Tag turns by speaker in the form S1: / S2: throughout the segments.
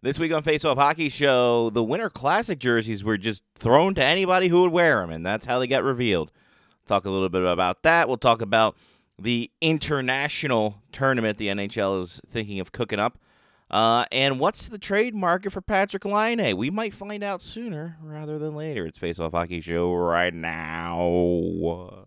S1: This week on Face Off Hockey Show, the Winter Classic jerseys were just thrown to anybody who would wear them, and that's how they got revealed. Talk a little bit about that. We'll talk about the international tournament the NHL is thinking of cooking up. Uh, and what's the trade market for Patrick Line? We might find out sooner rather than later. It's Face Off Hockey Show right now.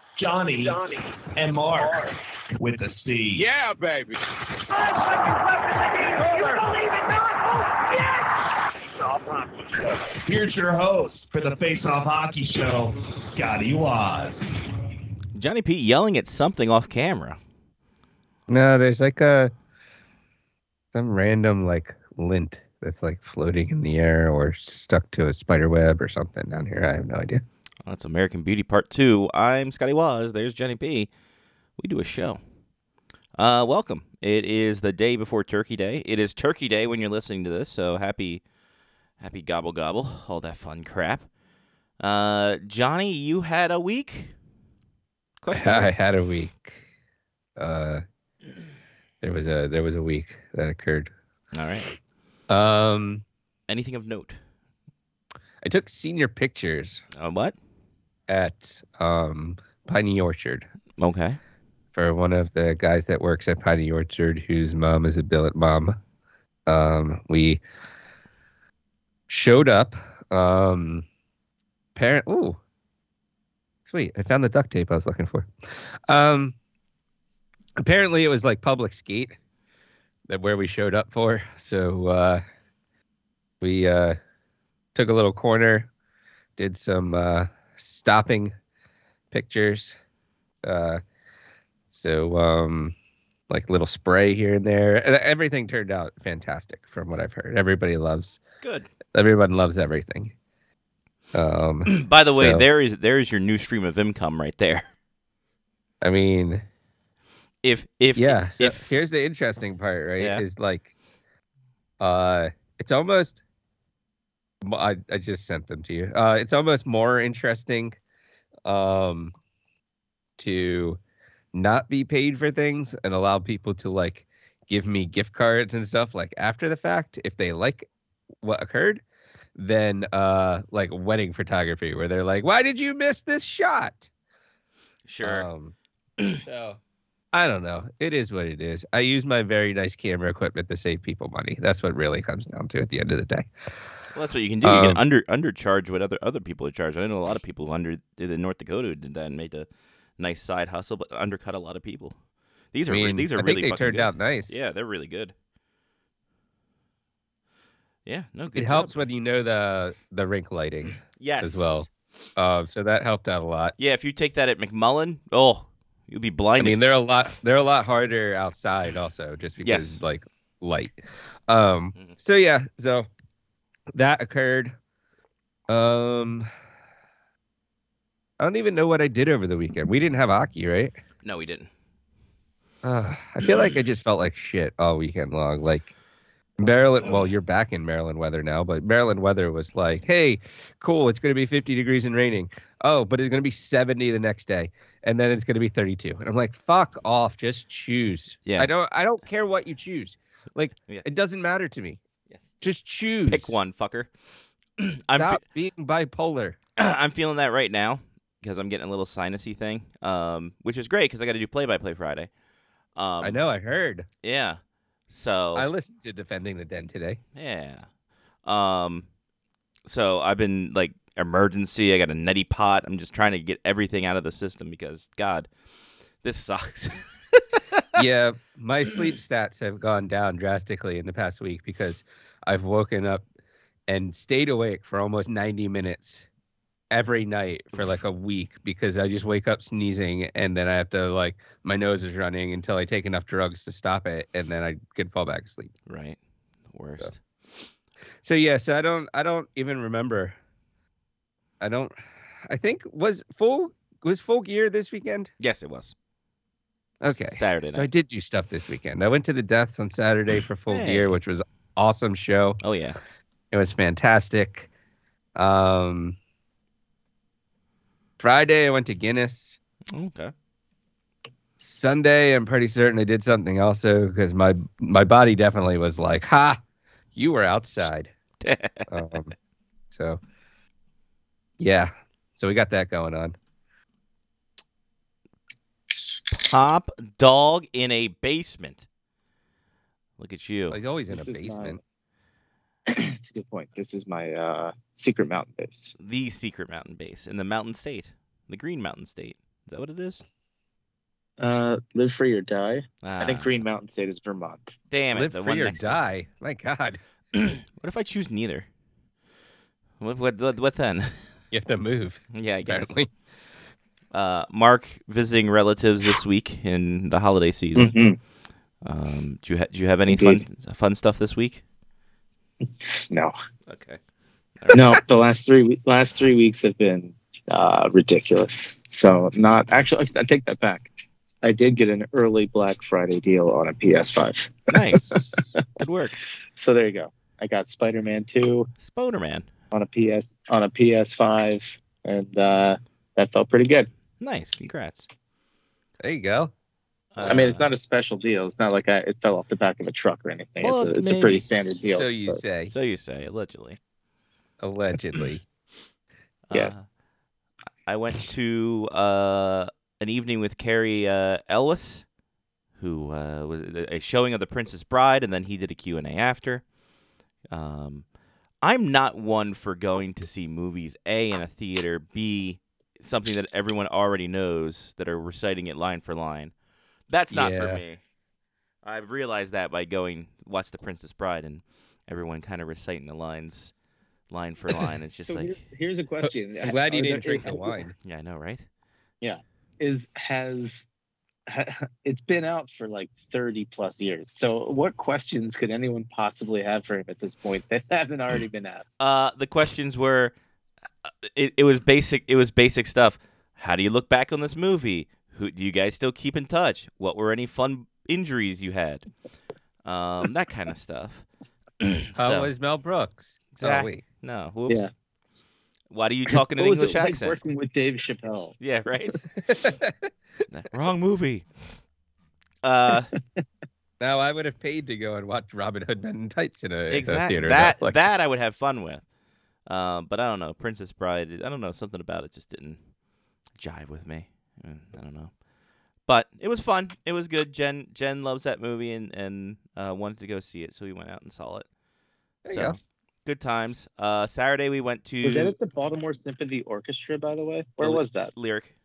S2: Johnny, and Mark. With the C.
S3: Yeah, baby.
S2: Here's your host for the Face Off Hockey Show, Scotty Waz.
S1: Johnny P yelling at something off camera.
S4: No, there's like a some random like lint that's like floating in the air or stuck to a spider web or something down here. I have no idea.
S1: That's American Beauty Part 2. I'm Scotty Waz. There's Jenny P. We do a show. Uh, welcome. It is the day before Turkey Day. It is Turkey Day when you're listening to this, so happy, happy gobble gobble, all that fun crap. Uh, Johnny, you had a week? Question mark.
S4: I had a week. Uh, there was a there was a week that occurred.
S1: All right.
S4: Um,
S1: Anything of note?
S4: I took senior pictures
S1: Uh, what?
S4: at um Piney Orchard
S1: Okay.
S4: for one of the guys that works at Piney Orchard, whose mom is a billet mom. Um, we showed up. Um, parent. Ooh, sweet! I found the duct tape I was looking for. Um, apparently, it was like public skate that where we showed up for. So uh, we uh, took a little corner, did some uh, stopping pictures. Uh, so, um, like little spray here and there. E- Everything turned out fantastic from what I've heard. Everybody loves,
S1: Good.
S4: everyone loves everything. Um,
S1: By the way,
S4: So-
S1: there is there is your new stream of income right there.
S4: I mean,
S1: If if
S4: yeah. So
S1: if
S4: here's the interesting part, right?
S1: Yeah.
S4: Is like, uh, it's almost. mo- I I just sent them to you. Uh, it's almost more interesting, um, to not be paid for things and allow people to like give me gift cards and stuff like after the fact if they like what occurred than uh like wedding photography where they're like why did you miss this shot
S1: sure.
S4: um, so I don't know. It is what it is. I use my very nice camera equipment to save people money. That's what really comes down to at the end of the day.
S1: Well, that's what you can do. You can
S4: Um,
S1: under undercharge what other other people are charging. I know a lot of people who under in North Dakota who did that and made a nice side hustle, but undercut a lot of people. These are
S4: I
S1: re-
S4: mean,
S1: these are
S4: I
S1: really
S4: think they
S1: fucking
S4: turned
S1: good.
S4: out nice.
S1: Yeah, they're really good. Yeah, no, good
S4: It
S1: job.
S4: helps when you know the the rink lighting.
S1: yes
S4: as well. Um, so that helped out a lot.
S1: Yeah, if you take that at McMullen, oh, you'll be
S4: I
S1: blinded.
S4: mean, they're a lot they're a lot harder outside also, just because
S1: Yes.
S4: like light. Um,
S1: Mhm.
S4: so yeah, so that occurred. Um, I don't even know what I did over the weekend. We didn't have hockey, right?
S1: no, we didn't.
S4: Uh, I feel like I just felt like shit all weekend long. Like Maryland, well, you're back in Maryland weather now, but Maryland weather was like, hey, cool, it's going to be 50 degrees and raining. Oh, but it's going to be 70 the next day, and then it's going to be 32. And I'm like, fuck off, just choose.
S1: Yeah.
S4: I don't, I don't care what you choose. Like,
S1: Yes.
S4: it doesn't matter to me.
S1: Yes.
S4: Just choose.
S1: Pick one, fucker. I'm fe-
S4: Stop being bipolar.
S1: I'm feeling that right now because I'm getting a little sinusy thing, um, which is great because I got to do play by play Friday. Um, oh.
S4: I know. I heard.
S1: Yeah. So
S4: I listened to defending the den today.
S1: Yeah. Um so I've been like emergency, I got a neti pot. I'm just trying to get everything out of the system because god, this sucks.
S4: yeah, my sleep stats have gone down drastically in the past week because I've woken up and stayed awake for almost 90 minutes every night for like a week because I just wake up sneezing and then I have to like my nose is running until I take enough drugs to stop it and then I can fall back asleep.
S1: Right. The worst.
S4: So yeah, so I don't I don't even remember. I don't I think was full was full gear this weekend?
S1: Yes, it was.
S4: Okay.
S1: Saturday night.
S4: So I did do stuff this weekend. I went to the deaths on Saturday for full
S1: Hey.
S4: gear, which was awesome show.
S1: oh yeah.
S4: It was fantastic. Um, Friday, I went to Guinness.
S1: Okay.
S4: Sunday, I'm pretty certain I did something also because my my body definitely was like, "Ha, you were outside." um, so, yeah. So we got that going on.
S1: Top dog in a basement. Look at you.
S4: He's always in a
S3: This is not-
S4: basement.
S3: It's a good point. This is my uh, secret mountain base.
S1: the secret mountain base in the mountain state, the Green Mountain State. Is that what it is?
S3: Uh, live free or die. I think
S1: Ah,
S3: Green Mountain State is Vermont.
S1: Damn it!
S4: Live
S1: the one
S4: free or
S1: next to it.
S4: die. My God,
S1: what if I choose neither? What what what, what then?
S4: you have to move.
S1: yeah, I guess.
S4: Apparently,
S1: Uh, Mark visiting relatives this week in the holiday season.
S3: hmm
S1: Um, do you ha- do you have any fun uh,
S3: Indeed.
S1: fun stuff this week?
S3: No,
S1: Okay.
S3: no. The last three we- last three weeks have been uh, ridiculous. So not actually. I take that back. I did get an early Black Friday deal on a PS5.
S1: Nice. Good work,
S3: So there you go. I got Spider Man Two
S1: Spoderman.
S3: on a PS on a PS5, and uh, that felt pretty good.
S1: Nice. Congrats.
S4: there you go.
S3: I mean, it's
S1: Uh,
S3: not a special deal. It's not like I, it fell off the back of a truck or anything.
S1: Well,
S3: it's a, it's
S1: maybe
S3: a pretty standard deal.
S4: so you
S3: but-
S4: say,
S1: So you say allegedly.
S4: allegedly.
S3: Yes.
S1: Uh, I went to uh, an evening with Carrie uh, Ellis, who uh, was a showing of The Princess Bride, and then he did a Q&A after. Um, I'm not one for going to see movies, A, in a theater, B, something that everyone already knows that are reciting it line for line. That's not for
S4: Yeah.
S1: me. I've realized that by going watch The Princess Bride and everyone kind of reciting the lines line for line. It's just
S3: So
S1: like
S3: here's, here's a question.
S4: I'm glad you
S3: Are
S4: didn't
S3: there-
S4: drink the wine.
S1: Yeah, I know, right?
S3: Is has ha- it's been out for like 30 plus years. So what questions could anyone possibly have for him at this point that haven't already been asked?
S1: Uh, the questions were, uh, it, it was basic. It was basic stuff. How do you look back on this movie? Who do you guys still keep in touch? What were any fun injuries you had? Um, that kind of stuff.
S4: How
S1: So,
S4: was Mel Brooks?
S1: Exact-
S4: Oh, wait.
S1: no, whoops.
S3: Yeah.
S1: Why do you talk in an
S3: What was it
S1: English
S3: like
S1: accent?
S3: working with Dave Chappelle.
S1: Yeah, right. Wrong movie. Uh,
S4: Now I would have paid to go and watch Robin Hood Men in Tights in a, in a
S1: exactly.
S4: theater.
S1: That
S4: Like,
S1: that I would have fun with. Um, but I don't know. Princess Bride. I don't know. Something about it just didn't jive with me. Mm, I don't know. But it was fun. It was good. Jen Jen loves that movie and and uh, wanted to go see it, so we went out and saw it.
S4: there you
S1: so
S4: go.
S1: good times. Uh, Saturday we went to
S3: Was that at the Baltimore Symphony Orchestra, by the way? Where
S1: The-
S3: was that?
S1: Lyric.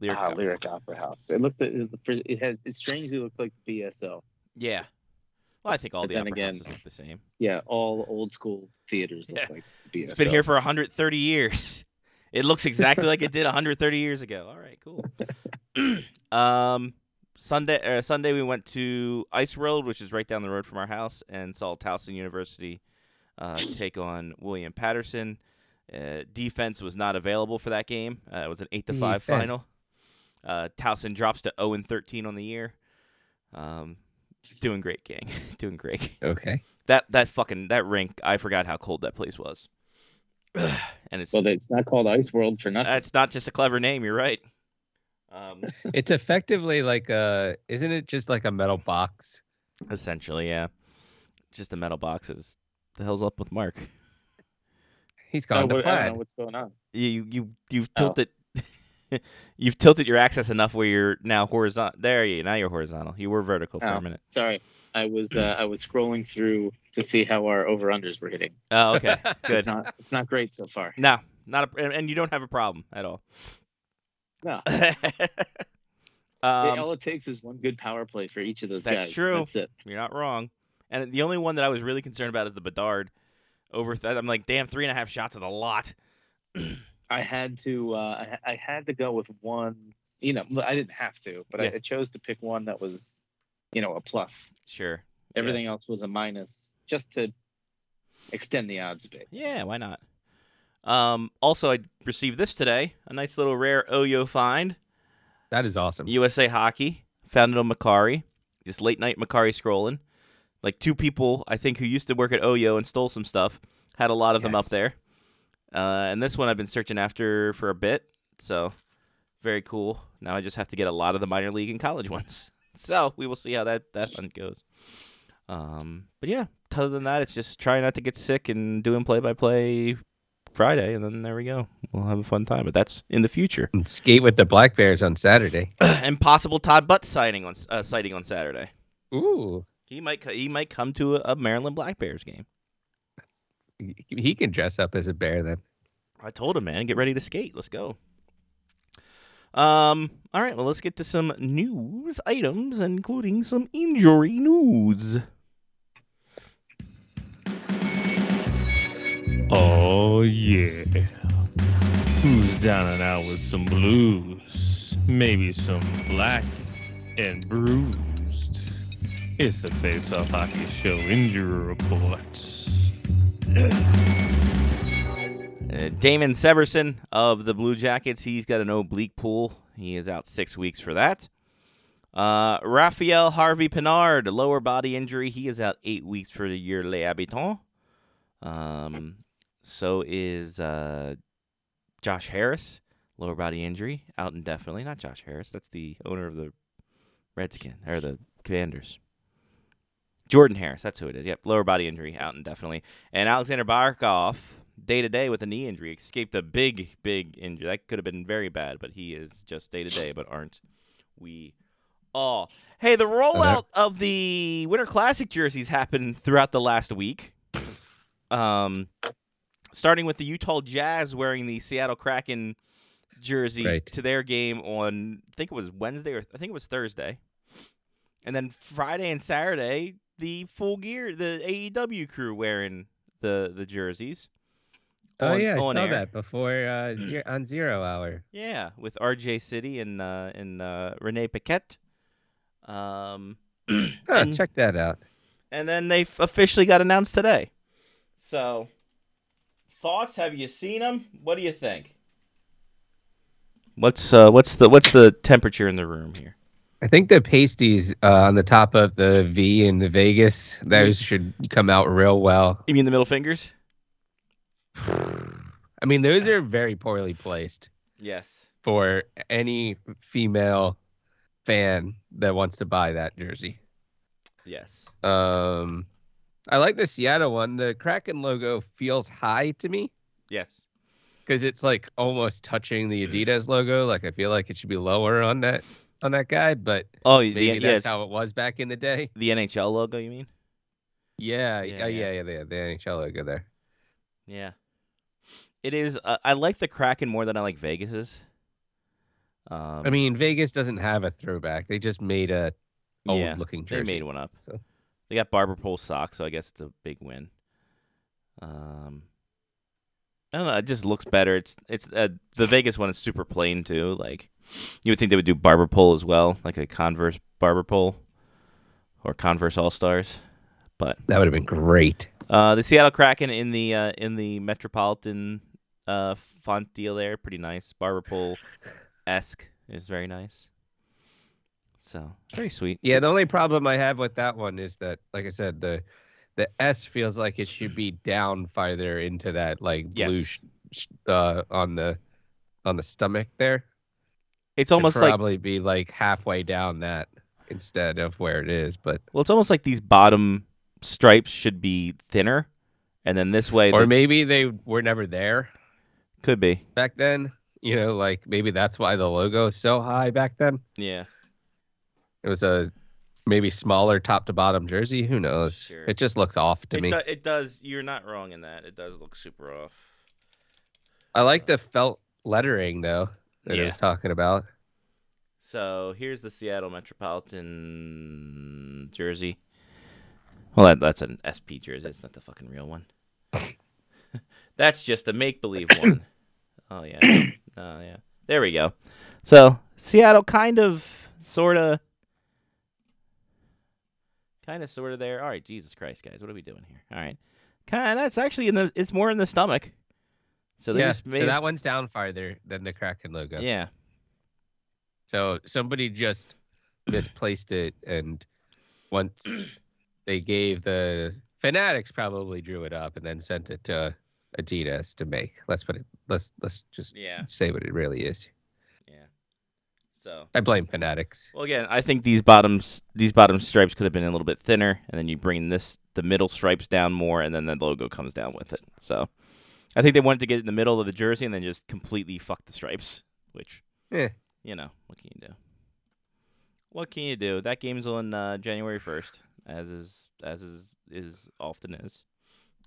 S1: Lyric.
S3: ah,
S1: Cup.
S3: Lyric Opera House. It looked. It, it has. It strangely looked like the BSO.
S1: Yeah. Well, I think all
S3: But
S1: the
S3: then
S1: opera
S3: again-
S1: houses look the same.
S3: Yeah, all old school theaters look
S1: Yeah.
S3: like the BSO.
S1: It's been here for 130 years. It looks exactly like it did 130 years ago. All right, cool. um, Sunday, uh, Sunday we went to Ice Road, which is right down the road from our house, and saw Towson University uh, take on William Patterson. Uh, defense was not available for that game. Uh, it was an eight to five
S4: Defense.
S1: final. Uh, Towson drops to 0 and 13 on the year. Um, doing great, gang. doing great.
S4: Okay.
S1: That that fucking that rink, I forgot how cold that place was. and it's
S3: Well, it's not called Ice World for nothing.
S1: that's not just a clever name. You're right. Um,
S4: It's effectively like a, isn't it just like a metal box?
S1: essentially, yeah. Just the metal boxes. The hell's up with Mark?
S4: He's
S3: I
S1: Oh,
S4: gone
S3: don't
S4: to
S3: know-
S1: uh,
S3: Oh, I don't
S4: plaid.
S3: know what's going on.
S1: You you you've
S3: Oh.
S1: tilted. you've tilted your axis enough where you're now horizontal. There you now you're horizontal. You were vertical for
S3: Oh.
S1: a minute.
S3: Sorry, I was uh, I was scrolling through to see how our over unders were hitting.
S1: Oh, okay,
S3: It's
S1: good.
S3: not it's not great so far.
S1: No, not a, and- and you don't have a problem at all.
S3: No, it,
S1: um,
S3: all it takes is one good power play for each of those
S1: That's
S3: guys.
S1: true.
S3: That's it.
S1: You're not wrong. And the only one that I was really concerned about is the Bedard over that. I'm like, damn, three and a half shots is a lot.
S3: I had to uh, I, I had to go with one. You know, I didn't have to, but
S1: Yeah.
S3: I, I chose to pick one that was, you know, a plus.
S1: Sure.
S3: Everything else was a minus, just to extend the odds a bit.
S1: Yeah, why not? Um, also, I received this today. A nice little rare Oyo find.
S4: That is awesome.
S1: USA Hockey. Found it on Macari. Just late night Macari scrolling. Like two people, I think, who used to work at Oyo and stole some stuff. Had a lot of them up
S3: Yes.
S1: there. Uh, and this one I've been searching after for a bit. So, very cool. Now I just have to get a lot of the minor league and college ones. So, we will see how that, that hunt goes. Um, but yeah, other than that, it's just trying not to get sick and doing play by play Friday. And then there we go. We'll have a fun time. But that's in the future
S4: And skate with the Black Bears on Saturday.
S1: and possible Todd Butt sighting on uh, sighting on Saturday.
S4: Ooh,
S1: He might co- he might come to a, a Maryland Black Bears game.
S4: he he can dress up as a bear then.
S1: I told him, man, get ready to skate. Let's go. Um. All right. Well, let's get to some news items, including some injury news.
S5: Oh yeah. Who's down and out with some blues? Maybe some black and bruised. It's the Face Off Hockey Show Injury Report.
S1: Uh, Damon Severson of the Blue Jackets. He's got an oblique pull. He is out six weeks for that. Uh, Raphael Harvey Pinard, lower body injury. He is out eight weeks for the year Les Habitants. Um, so is uh, Josh Harris, lower body injury, out indefinitely. Not Josh Harris. That's the owner of the Redskin or the Commanders. Jordan Harris, that's who it is. Yep, lower body injury, out indefinitely. And Alexander Barkov, day to day with a knee injury, escaped a big, big injury. That could have been very bad, but he is just day to day, but aren't we all? Hey, the rollout of the Winter Classic jerseys happened throughout the last week. Um, starting with the Utah Jazz wearing the Seattle Kraken jersey
S4: Right.
S1: to their game on, I think it was Wednesday or I think it was Thursday. And then Friday and Saturday, the full gear, the AEW crew wearing the the jerseys.
S4: Oh
S1: on-
S4: yeah, I saw
S1: on air.
S4: that before uh, zero, on Zero Hour.
S1: Yeah, with RJ City and uh, and uh, Renee Paquette. Um,
S4: Huh,
S1: And-
S4: check that out.
S1: and then they f- officially got announced today. So, thoughts? Have you seen them? What do you think? What's uh, what's the what's the temperature in the room here?
S4: I think the pasties uh, on the top of the V in the Vegas those should come out real well.
S1: You mean the middle fingers?
S4: I mean, those are very poorly placed
S1: Yes.
S4: for any female fan that wants to buy that jersey.
S1: Yes.
S4: Um, I like the Seattle one. The Kraken logo feels high to me
S1: Yes.
S4: because it's like almost touching
S1: Mm.
S4: the Adidas logo. Like I feel like it should be lower on that on that guy, but
S1: Oh,
S4: maybe
S1: the, yes.
S4: that's how it was back in the day.
S1: the NHL logo. You mean?
S4: Yeah,
S1: Yeah, yeah.
S4: yeah, yeah, yeah. The, the NHL logo there.
S1: Yeah. It is. Uh, I like the Kraken more than I like Vegas's. Um,
S4: I mean, Vegas doesn't have a throwback. They just made a old
S1: yeah,
S4: looking oh, jersey.
S1: they made one up.
S4: so.
S1: They got barber pole socks, so I guess it's a big win. Um, I don't know. It just looks better. It's it's uh, the Vegas one is super plain too. Like you would think they would do barber pole as well, like a Converse barber pole or Converse All Stars. But
S4: That would have been great.
S1: Uh, the Seattle Kraken in the uh, in the Metropolitan uh, font deal there, pretty nice. Barberpole esque is very nice. So very sweet.
S4: Yeah, the only problem I have with that one is that, like I said, the the S feels like it should be down farther into that like blue
S1: Yes.
S4: sh- sh- uh, on the on the stomach there.
S1: It's
S4: Should
S1: almost like
S4: probably be like halfway down that instead of where it is. But
S1: well, it's almost like these bottom stripes should be thinner, and then this way
S4: or
S1: they-
S4: maybe they were never there
S1: could be.
S4: back then. You know, like maybe that's why the logo is so high back then.
S1: Yeah,
S4: It was a maybe smaller top to bottom jersey. Who knows?
S1: Sure.
S4: It just looks off to
S1: it,
S4: me.
S1: do- it does. You're not wrong in that. It does look super off.
S4: I like the felt lettering though that
S1: Yeah.
S4: I was talking about.
S1: So here's the Seattle Metropolitan jersey. Well, that, that's an SP jersey. It's not the fucking real one. That's just a make believe one. Oh yeah. Oh yeah. There we go. So Seattle kind of sorta kind of sorta there. All right, Jesus Christ, guys. What are we doing here? All right. Kind of, that's actually in the it's more in the stomach. So they
S4: yeah,
S1: just made
S4: so that one's down farther than the Kraken logo.
S1: Yeah.
S4: So somebody just misplaced it, and once they gave the Fanatics probably drew it up and then sent it to Adidas to make. Let's put it. Let's let's just
S1: Yeah.
S4: say what it really is.
S1: Yeah. So
S4: I blame Fanatics.
S1: Well, again, I think these bottoms, these bottom stripes could have been a little bit thinner, and then you bring this, the middle stripes down more, and then the logo comes down with it. So, I think they wanted to get it in the middle of the jersey and then just completely fuck the stripes, which,
S4: Yeah.
S1: you know, what can you do? What can you do? That game's on uh, January first, as is as is is often is.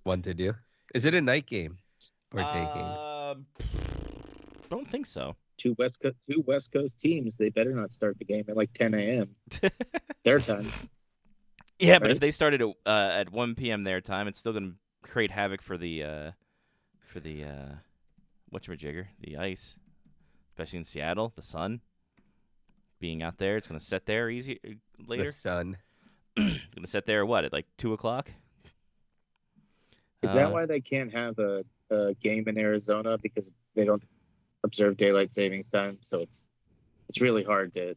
S4: One to do. Is it a night game or day game?
S1: Um, don't think so.
S3: Two West Coast, two West Coast teams. They better not start the game at like 10 a.m. their time.
S1: Yeah, but if
S3: Right?
S1: they started at, uh, at 1 p.m. their time, it's still going to create havoc for the uh, for the uh, whatchamajigger, the ice, especially in Seattle, the sun being out there. It's going to set there easy uh, later.
S4: The sun.
S1: It's going to set there what at like two o'clock.
S3: Is
S1: Uh,
S3: that why they can't have a, a game in Arizona because they don't observe daylight savings time? So it's it's really hard to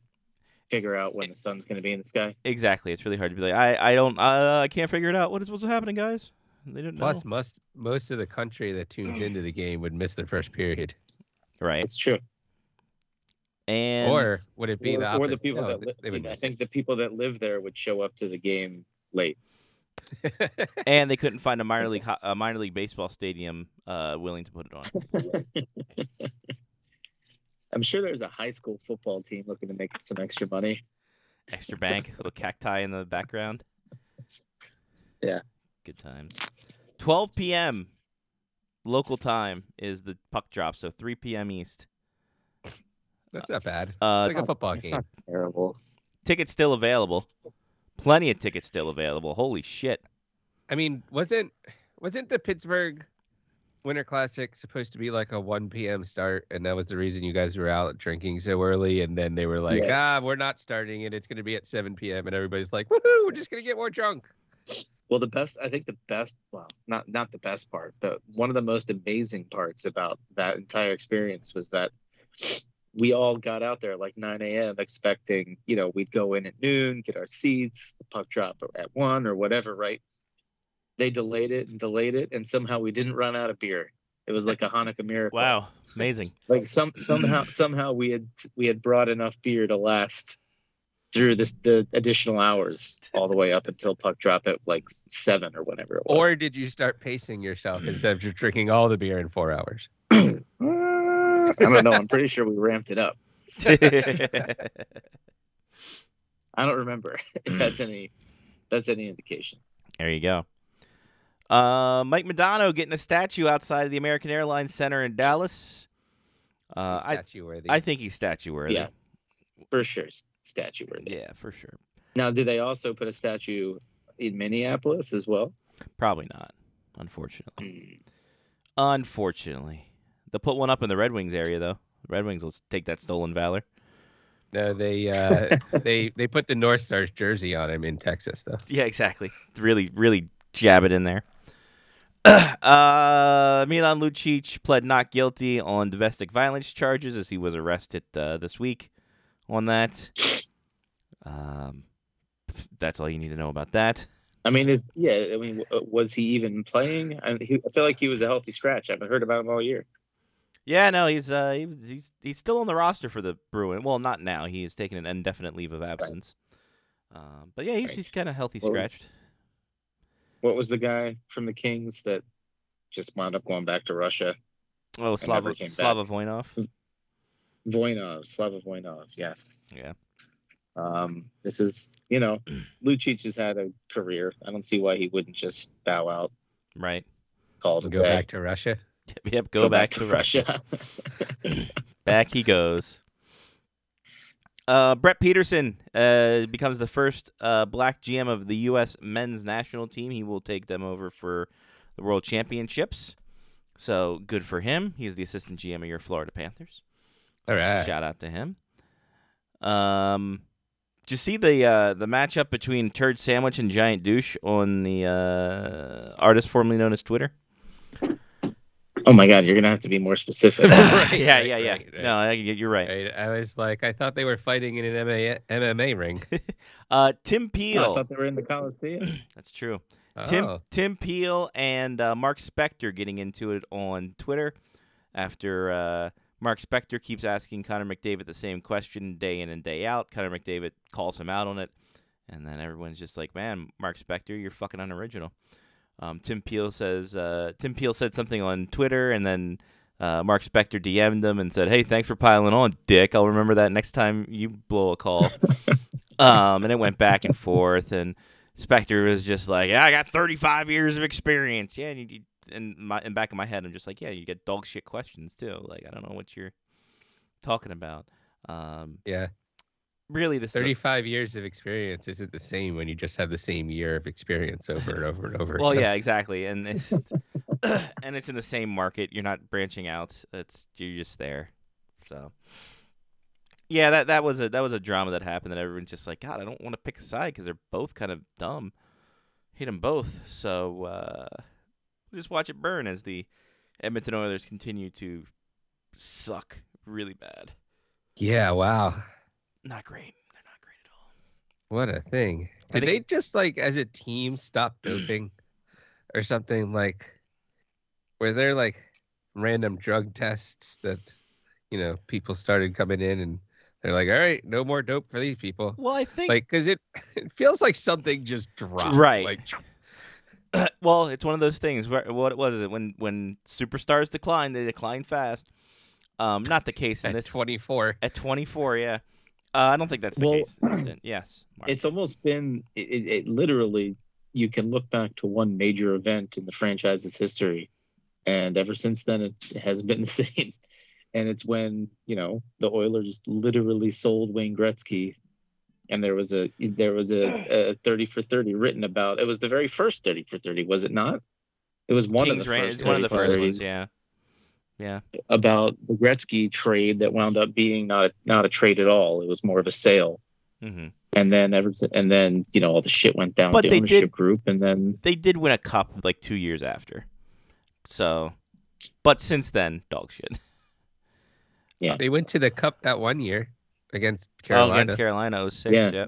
S3: figure out when the sun's going to be in the sky.
S1: Exactly. It's really hard to be like I I don't uh, I can't figure it out. What is what's happening, guys? They didn't
S4: Plus,
S1: know.
S4: most most of the country that tunes into the game would miss their first period.
S1: Right.
S3: It's true.
S1: And
S4: or would it be
S3: or,
S4: the
S3: or
S4: opposite?
S3: the people
S4: No,
S3: that
S4: they-
S3: li-
S4: they would
S3: I
S4: miss
S3: think the people that live there would show up to the game late.
S4: it.
S1: and they couldn't find a minor league ho- a minor league baseball stadium uh, willing to put it on.
S3: I'm sure there's a high school football team looking to make some extra money.
S1: extra bank, little cacti in the background.
S3: Yeah.
S1: Good times. 12 p.m. local time is the puck drop, so 3 p.m. East.
S4: That's not bad.
S1: Uh,
S4: It's like a football
S3: It's
S4: game.
S3: not terrible.
S1: tickets still available. Plenty of tickets still available. Holy shit.
S4: I mean, wasn't wasn't the Pittsburgh Winter Classic supposed to be like a 1 p.m. start, and that was the reason you guys were out drinking so early? And then they were like,
S3: Yes.
S4: "Ah, we're not starting it. It's going to be at 7 p.m." And everybody's like, "Woohoo! We're just going to get more drunk."
S3: Well, the best, I think the best, well, not not the best part, but one of the most amazing parts about that entire experience was that we all got out there at like 9 a.m. expecting, you know, we'd go in at noon, get our seats, the puck drop at one or whatever, right? They delayed it and delayed it, and somehow we didn't run out of beer. It was like a Hanukkah miracle.
S1: Wow. Amazing.
S3: Like some somehow somehow we had we had brought enough beer to last through this the additional hours all the way up until puck drop at like seven or whenever it was.
S4: Or did you start pacing yourself instead of just drinking all the beer in four hours?
S3: I don't know. I'm pretty sure we ramped it up.
S1: there
S3: I don't remember if that's any that's any indication.
S1: you go. Uh, Mike Madonna getting a statue outside of the American Airlines Center in Dallas. Uh, I,
S4: statue worthy.
S1: I think he's statue worthy.
S3: Yeah. For sure, s- statue worthy.
S1: Yeah, for sure.
S3: Now, do they also put a statue in Minneapolis as well?
S1: Probably not, unfortunately.
S3: Mm.
S1: Unfortunately. They'll put one up in the Red Wings area, though. The Red Wings will s- take that stolen valor.
S4: no, they uh, they they put the North Stars jersey on him in Texas though.
S1: Yeah, exactly. Really, really jab it in there. uh, Milan Lucic pled not guilty on domestic violence charges as he was arrested uh, this week on that. Um, that's all you need to know about that.
S3: I mean, is yeah. I mean, w- uh, was he even playing? I, he, I feel like he was a healthy scratch. I haven't heard about him all year.
S1: Yeah, no, he's uh, he, he's he's still on the roster for the Bruin. Well, not now. He has taken an indefinite leave of absence. Um, but yeah, he's
S3: Right.
S1: he's kind of healthy
S3: Well,
S1: scratched.
S3: What was the guy from the Kings that just wound up going back to Russia?
S1: Oh, Slava
S3: came back.
S1: Slava Voinov.
S3: Voinov, Slava Voinov, yes.
S1: Yeah.
S3: Um, this is, you know, Lucic has had a career. I don't see why he wouldn't just bow out,
S1: Right.
S3: call it a
S4: Go
S3: day.
S4: back to Russia.
S1: Yep. Go, back, to Russia. back he goes. Uh, Brett Peterson uh, becomes the first uh, black GM of the U.S. men's national team. He will take them over for the World Championships. So good for him. He's the assistant GM of your Florida Panthers.
S4: All right.
S1: Shout out to him. Um, did you see the uh, the matchup between Turd Sandwich and Giant Douche on the uh, artist formerly known as Twitter?
S3: Oh my god, you're gonna have to be more specific.
S4: Right,
S1: yeah,
S4: right,
S1: yeah, yeah.
S4: right, right.
S1: No, I- you're right.
S4: Right, I was like, I thought they were fighting in an MMA, MMA ring.
S1: Uh, Tim
S3: Oh, I
S1: Peel.
S3: thought they were in the Coliseum.
S1: That's true. Tim
S4: Oh,
S1: Tim Peel and uh, Mark Spector getting into it on Twitter after uh, Mark Spector keeps asking Connor McDavid the same question day in and day out. Connor McDavid calls him out on it, and then everyone's just like, "Man, Mark Spector, you're fucking unoriginal." Um, Tim Peel says uh, Tim Peel said something on Twitter, and then uh, Mark Spector DM'd him and said, "Hey, thanks for piling on, Dick. I'll remember that next time you blow a call." um, and it went back and forth, and Spectre was just like, yeah, I got 35 years of experience. Yeah, and, you, you- and my in back of my head, I'm just like, yeah, you get dog shit questions too. Like, I don't know what you're talking about. Um,
S4: yeah.
S1: really, this
S4: 35 years of experience isn't the same when you just have the same year of experience over and over and over.
S1: well,
S4: again.
S1: yeah, exactly, and it's and it's in the same market. You're not branching out. It's you're just there. So, yeah, that that was a that was a drama that happened. That everyone's just like, God, I don't want to pick a side because they're both kind of dumb. Hate them both. So uh, just watch it burn as the Edmonton Oilers continue to suck really bad.
S4: Yeah, wow.
S1: Not great. They're not great at all.
S4: What a thing.
S1: I
S4: Did
S1: think-
S4: they just like as a team stop doping or something like were there like random drug tests that you know people started coming in and they're like, all right, no more dope for these people.
S1: Well, I think
S4: Like, cause it, it feels like something just dropped.
S1: Right.
S4: Like,
S1: well, it's one of those things. Where, what was it when when superstars decline? They decline fast. Um, not the case in
S4: at
S1: this
S4: 24.
S1: at 24. Yeah, uh, I don't think that's the
S3: Well,
S1: case. in this instance. Yes, Mark.
S3: it's almost been it, it, it literally you can look back to one major event in the franchise's history and ever since then it has been the same and it's when you know the oilers literally sold wayne gretzky and there was a there was a, a 30 for 30 written about it was the very first 30 for 30 was it not it was one
S1: Kings
S3: of the
S1: ran-
S3: first
S1: it's one of the
S3: 30 for
S1: first
S3: 30s
S1: ones. Yeah, yeah,
S3: about the Gretzky trade that wound up being not not a trade at all. It was more of a sale.
S1: hmm
S3: And then ever si- and then you know all the shit went down
S1: But
S3: with the
S1: they
S3: ownership
S1: did-
S3: group. And then
S1: they did win a cup like two years after. So, but since then, dog shit.
S4: They went to the cup that one year against
S1: Oh,
S4: Carolina.
S1: against Carolina, oh, 06,
S3: Yeah.
S1: yeah.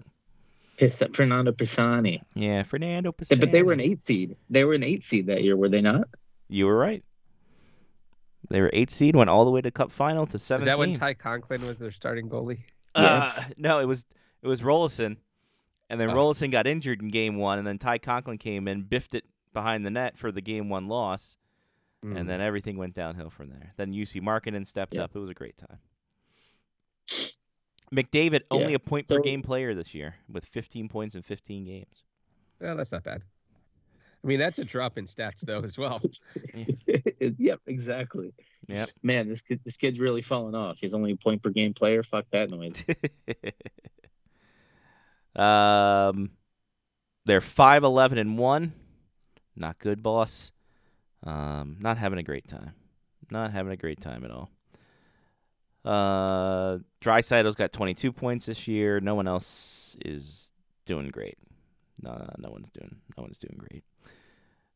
S3: Pis- Fernando Pisani.
S1: Yeah, Fernando.
S3: But they were an
S1: Pisani.
S3: eight seed. They were an eight seed that year, were they not?
S1: You were right. They were eight seed, went all the way to cup final to
S4: Is
S1: seventeen.
S4: that when Ty Conklin was their starting goalie?
S1: Uh,
S3: Yes. Uh.
S1: no, it was it was Rollison, and then
S4: Oh.
S1: Rollison got injured in game one, and then Ty Conklin came in, biffed it behind the net for the game one loss,
S4: Mm.
S1: and then everything went downhill from there. Then UC Markinen stepped
S3: Yeah.
S1: up. It was a great time. McDavid only a point per
S3: So-
S1: game player this year with 15 points in 15 games.
S4: Well, Oh, that's not bad. I mean, that's a drop in stats though as well.
S3: yep, exactly.
S1: Yep.
S3: Man, this kid, this kid's really falling off. He's only a point per game player. Fuck that noise.
S1: um, they're 5 11 and 1. Not good, boss. Um, not having a great time. Not having a great time at all. Uh, Drysidle's got 22 points this year. No one else is doing great. No, no one's doing. No one's doing great.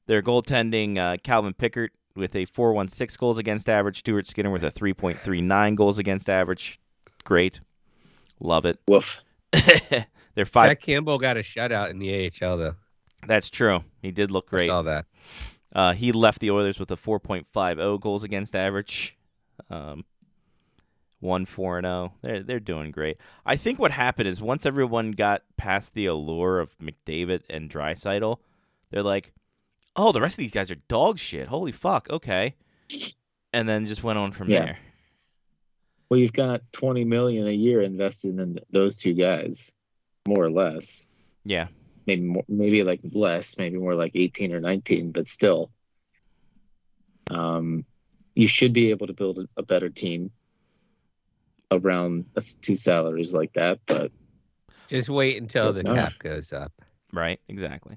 S1: Their goaltending, uh, Calvin Pickard with a 4.16 goals against average. Stuart Skinner with a 3.39 goals against average. Great, love it.
S3: Woof.
S1: They're five.
S4: Jack Campbell got a shutout in the AHL though.
S1: That's true. He did look
S4: I
S1: great.
S4: saw that.
S1: Uh, he left the Oilers with a 4.50 goals against average, um, one four and zero. They're they're doing great. I think what happened is once everyone got past the allure of McDavid and Drysital, they're like, "Oh, the rest of these guys are dog shit. Holy fuck, okay." And then just went on from
S3: Yeah.
S1: there.
S3: Well, you've got 20 million a year invested in those two guys, more or less.
S1: Yeah,
S3: maybe more, maybe like less, maybe more like 18 or 19, but still, um, you should be able to build a, a better team around us two salaries like that. But
S4: Just wait until the
S3: That's not-
S4: cap goes up.
S1: right. Exactly.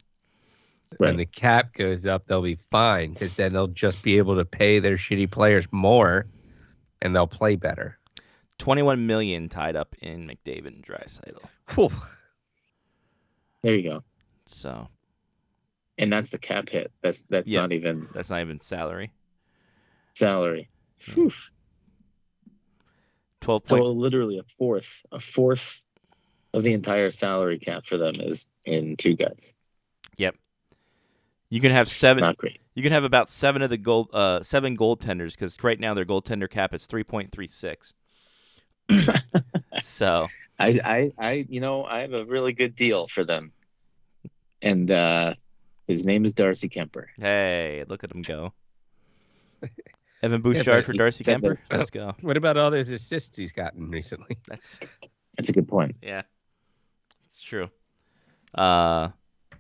S3: Right.
S4: when the cap goes up, they'll be fine because then they'll just be able to pay their shitty players more, and they'll play better.
S1: 21 million tied up in McDavid and Drysaitel.
S4: Whew.
S3: There you go.
S1: So
S3: And that's the cap hit. That's that's
S1: Yeah.
S3: not even
S1: that's not even salary.
S3: salary. Phew.
S1: 12
S3: So
S1: point
S3: literally a fourth, a fourth of the entire salary cap for them is in two guys.
S1: You can have seven.
S3: Not great.
S1: You can have about seven of the gold, uh, seven goaltenders because right now their goaltender cap is three point three six. so
S3: I, I, I, you know, I have a really good deal for them, and uh, his name is Darcy Kemper.
S1: hey, look at them go. Evan
S4: but
S1: Bouchard for Darcy
S3: said
S1: Kemper.
S4: that-
S1: Let's go.
S4: What about all those assists he's gotten recently?
S1: That's
S3: That's a good point.
S1: yeah, it's true. Uh,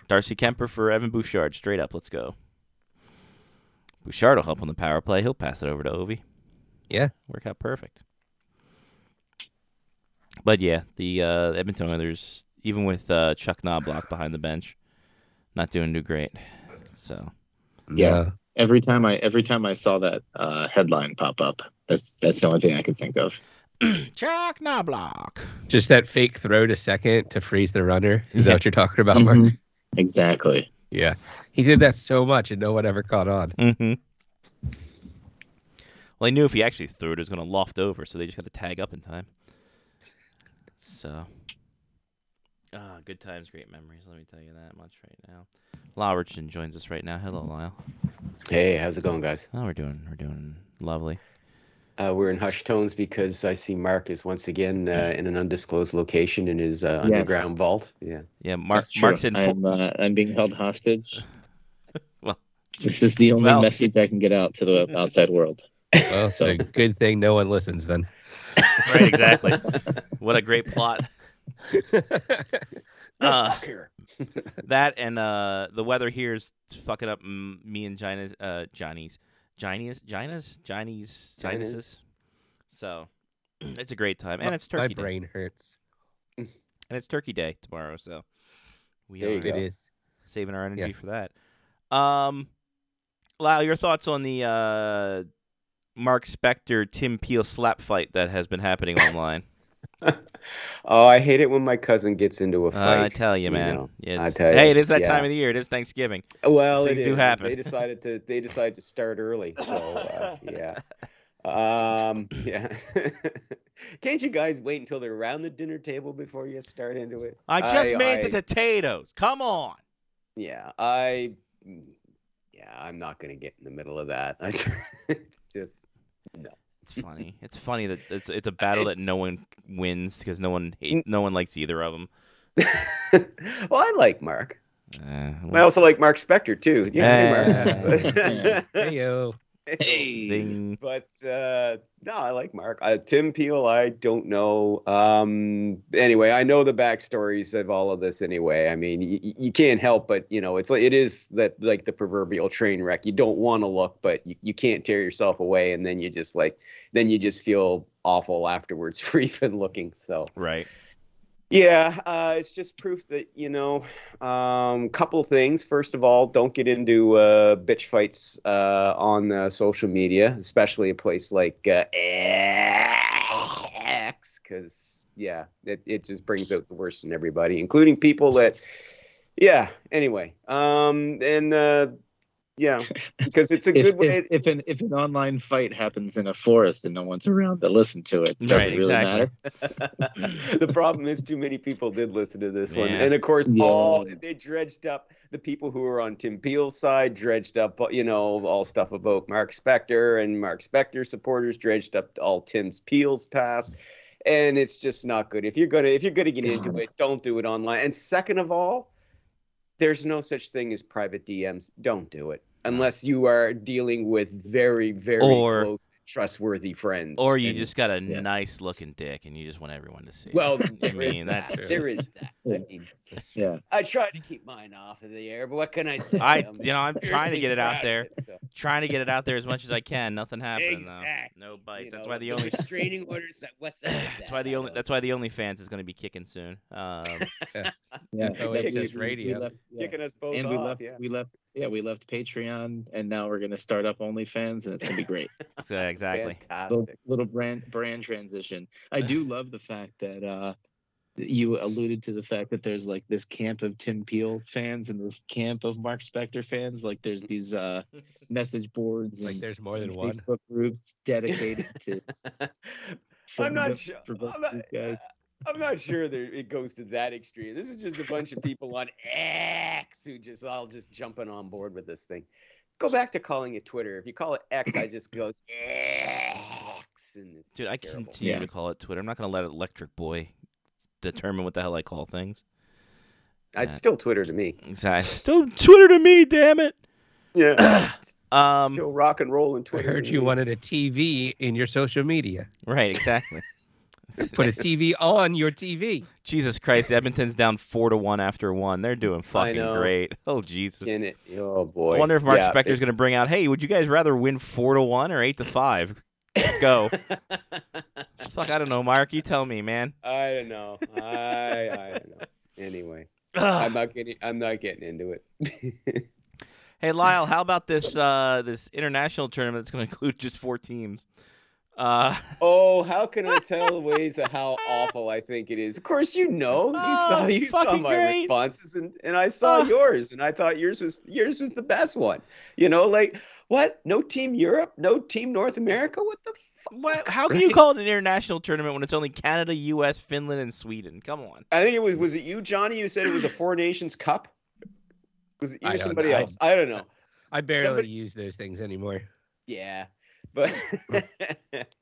S1: Darcy Kemper for Evan Bouchard. Straight up, let's go. Bouchard will help on the power play. He'll pass it over to Ovi.
S4: Yeah.
S1: work out perfect. But yeah, the uh, Edmonton Oilers, even with uh, Chuck Knobloch behind the bench, not doing too great. So
S4: Uh,
S3: Yeah. Every time I, every time I saw that uh, headline pop up, that's that's the only thing I could think of.
S1: Chuck Knobloch.
S4: No. just that fake throw to second to freeze the runner. Is that what you're talking about, Mark?
S2: Mm-hmm.
S3: Mhm. Exactly.
S4: Yeah, he did that so much, and no one ever caught on.
S1: Mm-hmm. Well, I knew if he actually threw it, it was going to loft over, so they just got to tag up in time. So, ah, good times, great memories. Let me tell you that much right now. Lyle Richardson joins us right now. Hello, Lyle.
S2: Hey, how's it going, guys?
S1: Oh, we're doing, we're doing lovely.
S2: Uh, we're in hushed tones because I see Mark is once again uh, in an undisclosed location in his uh,
S3: Yes.
S2: underground vault. Yeah.
S1: Yeah, Mark.
S3: That's true.
S1: Mark's in. full-
S3: I'm, uh, I'm being held hostage.
S1: Well-
S3: this is the only
S1: Well-
S3: message I can get out to the outside world.
S4: Well, it's a good thing no one listens then.
S1: right, exactly. what a great plot.
S2: No,
S1: Uh,
S2: stop here.
S1: That and uh, the weather here is fucking up mm, me and Gina's, uh, Johnny's, Johnny's, Gina's, Johnny's
S2: Gina's.
S1: sinuses. So it's a great time, and it's Turkey
S4: My
S1: Day,
S4: brain hurts.
S1: and it's Turkey Day tomorrow. So we
S2: There you
S1: are uh,
S2: go.
S4: It is.
S1: saving our energy
S4: Yeah.
S1: for that. Um, Lau, your thoughts on the uh, Mark Spector Tim Peel slap fight that has been happening online?
S2: oh, I hate it when my cousin gets into a
S1: Uh,
S2: fight.
S1: I tell you,
S2: you
S1: man.
S2: know,
S1: Yeah,
S2: I
S1: it's-
S2: tell
S1: hey,
S2: you,
S1: it is that
S2: yeah.
S1: time of the year. It is Thanksgiving.
S2: well,
S1: things
S2: it
S1: do
S2: is.
S1: happen.
S2: They decided to they decided to start early. So uh, yeah, um, yeah. Can't you guys wait until they're around the dinner table before you start into it?
S1: I just made
S2: I-
S1: the potatoes. Come on.
S2: Yeah, I. mm, Yeah, I'm not gonna get in the middle of that. I, it's just
S1: It's funny. It's funny that it's it's a battle that no one wins because no one hate, no one likes either of them.
S2: well, I like Mark. I also like Mark Spector too.
S3: eh,
S2: Yeah, hey,
S4: Hey,
S2: Mark.
S4: yo.
S1: Zing.
S2: but uh, no, I like Mark. Uh, Tim Peel, I don't know. Um, anyway, I know the backstories of all of this. Anyway, I mean, y- y- you can't help but you know, it's like it is that like the proverbial train wreck. You don't want to look, but you, you can't tear yourself away, and then you just like then you just feel awful afterwards for even looking. So
S1: Right.
S2: yeah, uh, it's just proof that you know. Um, couple things. First of all, don't get into uh, bitch fights uh, on uh, social media, especially a place like uh, X, because yeah, it, it just brings out the worst in everybody, including people that. Yeah. Anyway, um, and uh, yeah, because it's a
S3: If,
S2: good way.
S3: if, if an if an online fight happens in a forest and no one's around to listen to it, does
S1: Right,
S3: it really
S1: exactly.
S3: matter?
S2: the problem is too many people did listen to this one
S1: Yeah.
S2: and of course
S3: Yeah.
S2: all they dredged up the people who were on tim peel's side dredged up uh, you know all stuff about mark spector and mark spector supporters dredged up all tim's peel's past and it's just not good if you're gonna if you're gonna get into
S3: God.
S2: it don't do it online and second of all there's no such thing as private dms don't do it unless you are dealing with very, very
S1: Or-
S2: close, trustworthy friends.
S1: Or you
S2: And-
S1: just got a
S2: yeah.
S1: nice looking dick and you just want everyone to see. it.
S2: well,
S1: I
S2: there is
S1: mean,
S2: that.
S1: that's
S2: there
S1: just-
S2: is that. I mean,
S3: Yeah.
S2: I try to keep mine off of the air, but what can I say?
S1: I-
S2: I'm
S1: you know, I'm trying to get it out there.
S2: fiercely proud of it, so.
S1: trying to get it out there as much as I can. Nothing happened
S2: Exact-
S1: though. No bites.
S2: you
S1: that's
S2: know,
S1: why the only
S2: restraining orders. That, what's up with
S1: that's
S2: that?
S1: why the
S2: I
S1: only
S2: don't
S1: that's why the only fans is going to be kicking soon. Um,
S3: Yeah.
S4: FOHS
S3: We- we- we
S4: radio.
S3: left-
S2: know.
S3: yeah.
S2: kicking us both
S3: And we
S2: off.
S3: left,
S2: yeah.
S3: we left, yeah, we left Patreon, and now we're gonna start up OnlyFans, and it's gonna be great.
S1: so, yeah, exactly.
S3: little,
S2: Fantastic.
S3: little brand brand transition. I do love the fact that uh, that you alluded to the fact that there's like this camp of Tim Peel fans and this camp of Mark Spector fans. Like there's these uh, message boards
S4: Like
S3: and,
S4: there's more than
S3: and
S4: one.
S3: Facebook groups dedicated to.
S2: I'm not
S3: both-
S2: sure.
S3: for both
S2: I'm
S3: of
S2: not,
S3: you guys.
S2: I'm not sure that it goes to that extreme. This is just a bunch of people on X who just all just jumping on board with this thing. Go back to calling it Twitter. If you call it X, I just goes X, and it's
S1: Dude, I
S2: terrible.
S1: continue
S3: Yeah.
S1: to call it Twitter. I'm not going to let Electric Boy determine what the hell I call things.
S2: It's still Twitter to me.
S1: Exactly. Still Twitter to me, damn it.
S2: Yeah,
S1: Um,
S2: still rock and roll and
S4: I
S2: Twitter.
S4: heard
S2: to
S4: you
S2: me.
S4: wanted a TV in your social media.
S1: right, exactly.
S4: Put a TV on your TV.
S1: Jesus Christ, Edmonton's down four to one after one. They're doing fucking
S2: know.
S1: great. Oh Jesus.
S2: In it. Oh boy.
S1: I wonder if Mark
S2: Yeah,
S1: Spector's going to bring out, hey, would you guys rather win four to one or eight to five? Go. Fuck, I don't know, Mark. You tell me, man.
S2: I don't know. I I don't know. Anyway, I'm
S1: Ugh.
S2: not getting. I'm not getting into it.
S1: Hey, Lyle, how about this uh, this international tournament that's going to include just four teams? Uh,
S2: oh, how can I tell the ways of how awful I think it is? Of course, you know. You
S1: Oh,
S2: saw.
S1: it's
S2: You saw
S1: fucking
S2: my
S1: great.
S2: responses, and and I saw
S1: Oh.
S2: yours, and I thought yours was yours was the best one. You know, like what? No team Europe. No team North America. What the. fuck?
S1: what, how can you call it an international tournament when it's only Canada, U.S., Finland, and Sweden? Come on.
S2: I think it was was it you, Johnny? You said it was a Four Nations Cup. Was it you
S4: I
S2: or
S4: don't
S2: somebody
S4: know. I-
S2: else? I don't know.
S4: I barely
S2: Somebody-
S4: use those things anymore.
S2: Yeah, but, but-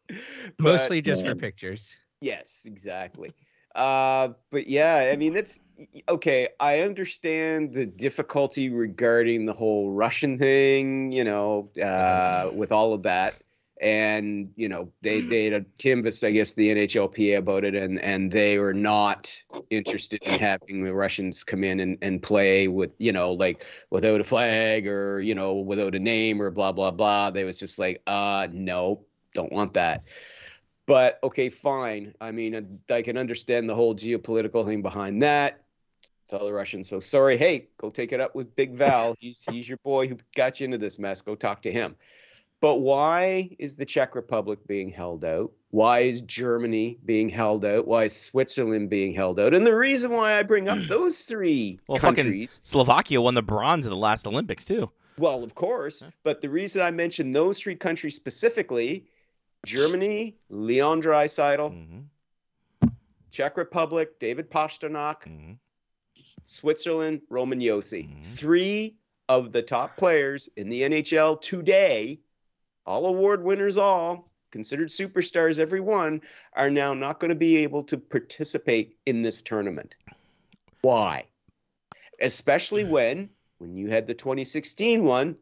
S4: Mostly just
S3: Yeah.
S4: for pictures.
S2: Yes, exactly. Uh, but yeah, I mean that's okay. I understand the difficulty regarding the whole Russian thing, you know, uh, with all of that, and you know they they had canvassed, I guess, the NHLPA about it, and and they were not interested in having the Russians come in and, and play with you know like without a flag or you know without a name or blah blah blah. They was just like, uh, no, don't want that. But okay, fine. I mean, uh, I can understand the whole geopolitical thing behind that. Tell the Russians, so sorry. Hey, go take it up with Big Val. He's he's your boy who got you into this mess. Go talk to him. But why is the Czech Republic being held out? Why is Germany being held out? Why is Switzerland being held out? And the reason why I bring up those three
S1: Well, fucking-
S2: countries
S1: Slovakia won the bronze in the last Olympics too.
S2: well, of course.
S1: Huh.
S2: But the reason I mentioned those three countries specifically Germany, Leon Dreisidel,
S1: Mm-hmm.
S2: Czech Republic, David Pasternak,
S1: Mm-hmm.
S2: Switzerland, Roman Yossi.
S1: Mhm.
S2: Three of the top players in the NHL today, all award winners, all considered superstars, every one, are now not going to be able to participate in this tournament. Why? Especially
S1: Mm.
S2: when, when you had the 2016 one,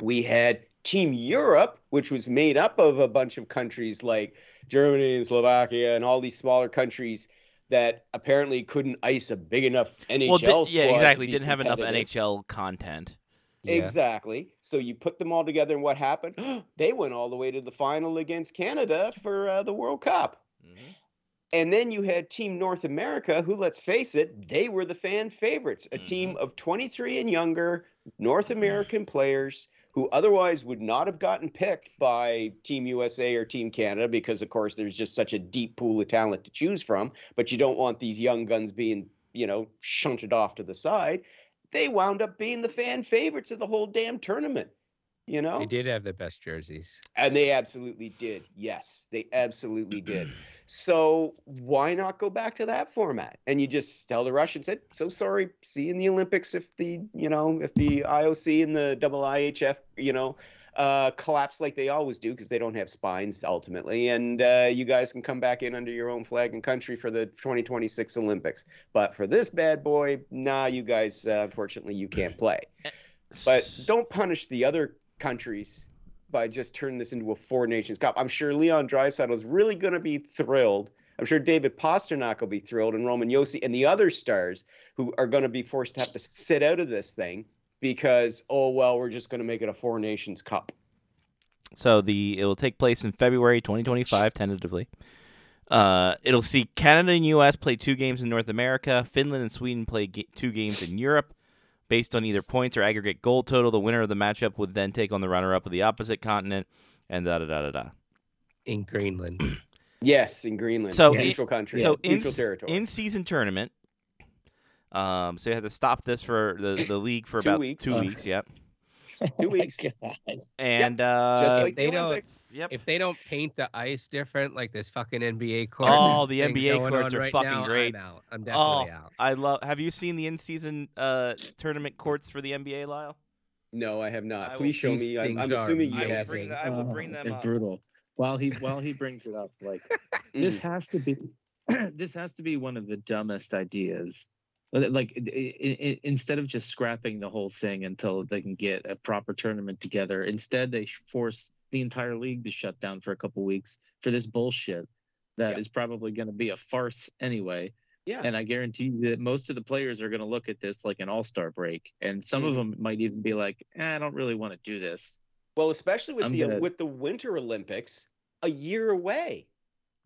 S2: we had Team Europe, which was made up of a bunch of countries like Germany and Slovakia and all these smaller countries that apparently couldn't ice a big enough NHL
S1: Well,
S2: squad.
S1: di- yeah,
S2: to
S1: exactly.
S2: be
S1: Didn't have enough
S2: competitive.
S1: NHL content.
S4: Yeah.
S2: Exactly. So you put them all together, and what happened? they went all the way to the final against Canada for uh, the World Cup. And then you had Team North America, who, let's face it, they were the fan favorites, a team of 23 and younger North American players who otherwise would not have gotten picked by Team USA or Team Canada because, of course, there's just such a deep pool of talent to choose from. But you don't want these young guns being, you know, shunted off to the side. They wound up being the fan favorites of the whole damn tournament. You know,
S1: oh.
S4: They did have the best jerseys.
S2: and they absolutely did. Yes, they absolutely did. So why not go back to that format? And you just tell the Russians that so sorry, see you in the Olympics if the you know if the IOC and the IIHF you know uh, collapse like they always do because they don't have spines ultimately, and uh, you guys can come back in under your own flag and country for the 2026 Olympics. But for this bad boy, nah, you guys uh, unfortunately you can't play. But don't punish the other countries by just turning this into a four nations cup. I'm sure Leon Draisaitl is really going to be thrilled. I'm sure David Pasternak will be thrilled, and Roman Yossi and the other stars who are going to be forced to have to sit out of this thing because oh well, we're just going to make it a four nations cup.
S1: So the it will take place in February 2025 tentatively. Uh, it'll see Canada and U.S. play two games in North America. Finland and Sweden play ga- two games in Europe. Based on either points or aggregate goal total, the winner of the matchup would then take on the runner-up of the opposite continent, and da da da da da.
S4: in
S1: Uh,
S4: Greenland.
S2: Yes, in Greenland,
S1: So
S4: in-
S2: neutral country,
S1: So in,
S2: neutral territory.
S1: in season tournament, um, so you have to stop this for the, the league for
S2: Two
S1: about
S2: weeks.
S1: two
S3: Okay.
S1: weeks. Yep,
S2: Two weeks,
S3: Oh God.
S1: and uh,
S2: just
S4: if
S2: like
S4: they
S2: the
S4: don't-
S2: Olympics.
S1: yep.
S4: if they don't paint the ice different, like this fucking NBA court.
S1: Oh, the
S4: thing
S1: NBA
S4: going
S1: courts
S4: on
S1: are
S4: right
S1: fucking
S4: now,
S1: great. Oh.
S4: I'm out. I'm definitely out.
S1: I love. Have you seen the in-season uh, tournament courts for the NBA, Lyle?
S2: No, I have not.
S1: I will-
S2: Please show
S4: These
S2: me. I'm, I'm
S4: things are
S2: assuming you
S1: I will
S2: have.
S1: bring,
S4: amazing.
S1: the, I will
S3: Oh,
S1: bring them
S3: they're
S1: up.
S3: Brutal. While he while he brings it up, like this
S2: Mm.
S3: has to be this has to be one of the dumbest ideas. Like i i i instead of just scrapping the whole thing until they can get a proper tournament together, instead they force the entire league to shut down for a couple weeks for this bullshit that is
S2: Yeah.
S3: probably going to be a farce anyway.
S2: Yeah.
S3: And I guarantee you that most of the players are going to look at this like an all star break. And some
S2: Mm.
S3: of them might even be like, eh, I don't really want to do this.
S2: Well, especially with
S3: I'm
S2: the
S3: gonna-
S2: with the Winter Olympics a year away,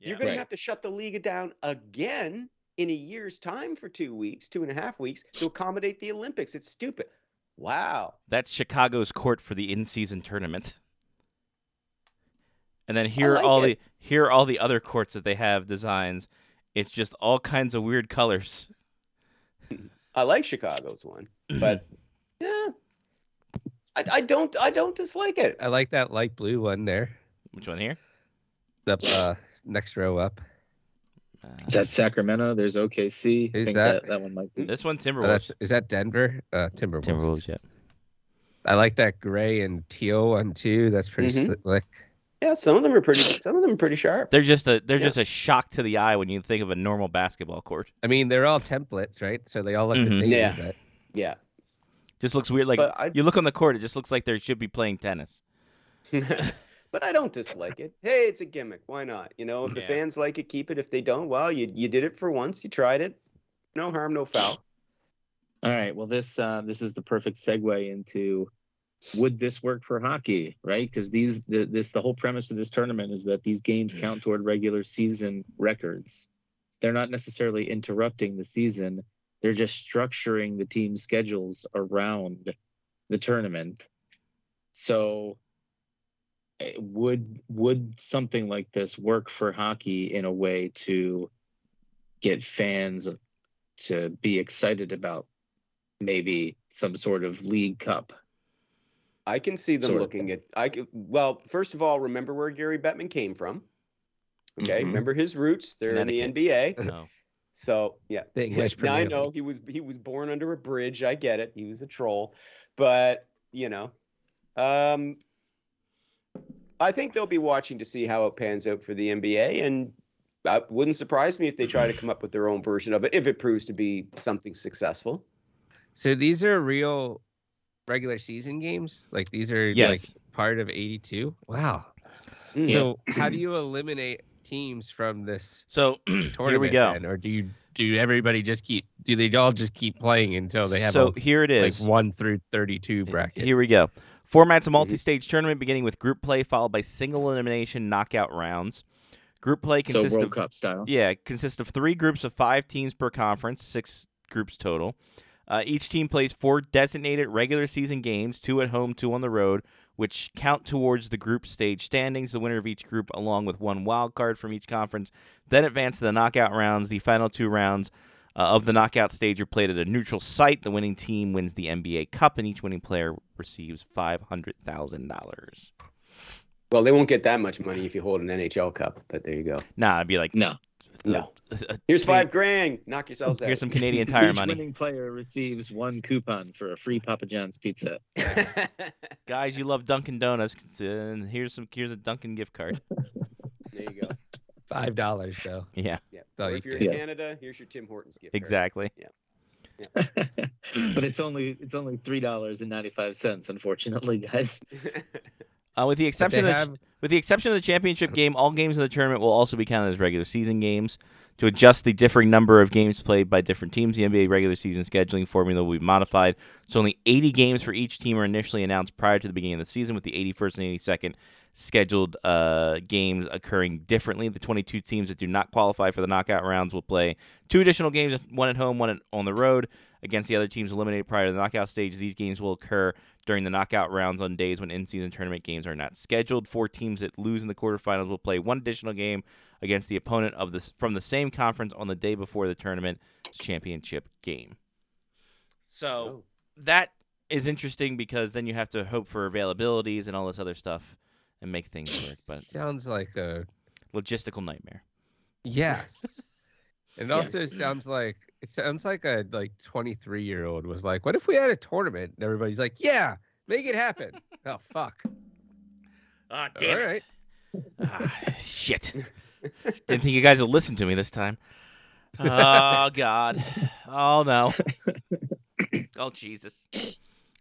S2: you're going
S3: Right.
S2: to have to shut the league down again in a year's time for two weeks, two and a half weeks to accommodate the Olympics. It's stupid. Wow.
S1: That's Chicago's court for the in-season tournament. And then here are
S2: like
S1: all
S2: it.
S1: the here are all the other courts that they have designs. It's just all kinds of weird colors.
S2: I like Chicago's one, but yeah, I, I don't I don't dislike it.
S4: I like that light blue one there.
S1: Which one here?
S4: Up uh, next row up.
S1: Uh,
S3: Is that Sacramento? There's OKC.
S4: Who's
S3: I think
S4: that?
S3: that? that? one might be.
S1: this one
S4: Oh,
S1: Timberwolves.
S4: that's is that Denver? Uh, Timberwolves.
S1: Timberwolves, yeah.
S4: I like that gray and teal one too. That's pretty
S2: Mhm.
S4: slick.
S2: Yeah, some of them are pretty. Some of them are pretty sharp.
S1: They're just a they're
S2: Yeah.
S1: just a shock to the eye when you think of a normal basketball court.
S4: I mean, they're all templates, right? So they all look
S1: Mhm.
S4: the same.
S2: Yeah.
S4: But
S2: Yeah.
S1: Just looks weird. Like
S2: But I-
S1: you look on the court, it just looks like they should be playing tennis.
S2: but I don't dislike it. Hey, it's a gimmick. Why not? You know, if the
S1: Yeah.
S2: fans like it, keep it. If they don't, well, you you did it for once. You tried it. No harm, no foul.
S3: All right. Well, this uh, this is the perfect segue into would this work for hockey, right? Because these the, this the whole premise of this tournament is that these games count toward regular season records. They're not necessarily interrupting the season. They're just structuring the team's schedules around the tournament. So eh, would would something like this work for hockey in a way to get fans to be excited about maybe some sort of league cup.
S2: I can see them
S3: Sort of
S2: looking at. I can, well, first of all, remember where Gary Bettman came from. Okay,
S3: Mhm.
S2: remember his roots. They're in the
S1: No.
S2: NBA. So yeah,
S4: The English
S2: now I
S4: Premier
S2: know
S4: League.
S2: he was he was born under a bridge. I get it. He was a troll, but you know, um, I think they'll be watching to see how it pans out for the NBA, and it wouldn't surprise me if they try to come up with their own version of it if it proves to be something successful.
S4: So these are real regular season games. Like these are
S1: Yes.
S4: like part of 82. Wow.
S2: Mm.
S4: So how do you eliminate teams from this
S1: So
S4: tournament?
S1: here we go.
S4: then? Or do you do everybody just keep do they all just keep playing until they have
S1: so
S4: a,
S1: here it
S4: like
S1: is.
S4: one through 32 bracket?
S1: Here we go.
S2: Mm-hmm.
S1: Format's a multi-stage tournament beginning with group play followed by single elimination knockout rounds. Group play
S3: So
S1: consists
S3: World
S1: of
S3: Cup style.
S1: yeah, it consists of three groups of five teams per conference, six groups total. Uh, each team plays four designated regular season games, two at home, two on the road, which count towards the group stage standings. The winner of each group, along with one wild card from each conference, then advance to the knockout rounds. The final two rounds uh, of the knockout stage are played at a neutral site. The winning team wins the NBA Cup, and each winning player receives five hundred thousand dollars.
S2: well, they won't get that much money if you hold an NHL cup, but there you go.
S1: Nah, I'd be like,
S3: No.
S2: No. Here's five grand. Knock yourselves out.
S1: Here's some Canadian Tire
S3: Each
S1: money.
S3: winning player receives one coupon for a free Papa John's pizza.
S2: there
S1: guys, you love Dunkin' Donuts. And here's some here's a Dunkin' gift card.
S2: you go.
S4: Five dollars though.
S1: Yeah,
S2: Yeah.
S4: all
S2: Or
S4: you
S2: if you're in
S4: get.
S2: Canada, here's your Tim Hortons gift. card.
S1: exactly.
S2: Yeah.
S3: but it's only it's only three dollars and ninety five cents, unfortunately, guys.
S1: Uh, with the exception of
S4: they
S1: the ch-
S4: have-
S1: with the exception of the championship game, all games in the tournament will also be counted as regular season games. To adjust the differing number of games played by different teams, the NBA regular season scheduling formula will be modified. So only 80 games for each team are initially announced prior to the beginning of the season, with the 81st and 82nd scheduled uh, games occurring differently. The 22 teams that do not qualify for the knockout rounds will play two additional games, one at home, one at, on the road, against the other teams eliminated prior to the knockout stage. These games will occur during the knockout rounds on days when in-season tournament games are not scheduled. Four teams that lose in the quarterfinals will play one additional game against the opponent of this from the same conference on the day before the tournament's championship game. So that is interesting because then you have to hope for availabilities and all this other stuff and make things work, but
S4: sounds like a
S1: logistical nightmare.
S4: Yes. It also sounds like it sounds like a like 23 year old was like, "What if we had a tournament?" And everybody's like, "Yeah, make it happen." oh fuck.
S1: Ah,
S4: damn All it. right.
S1: Ah, shit. Didn't think you guys would listen to me this time. Oh God. Oh no. Oh Jesus.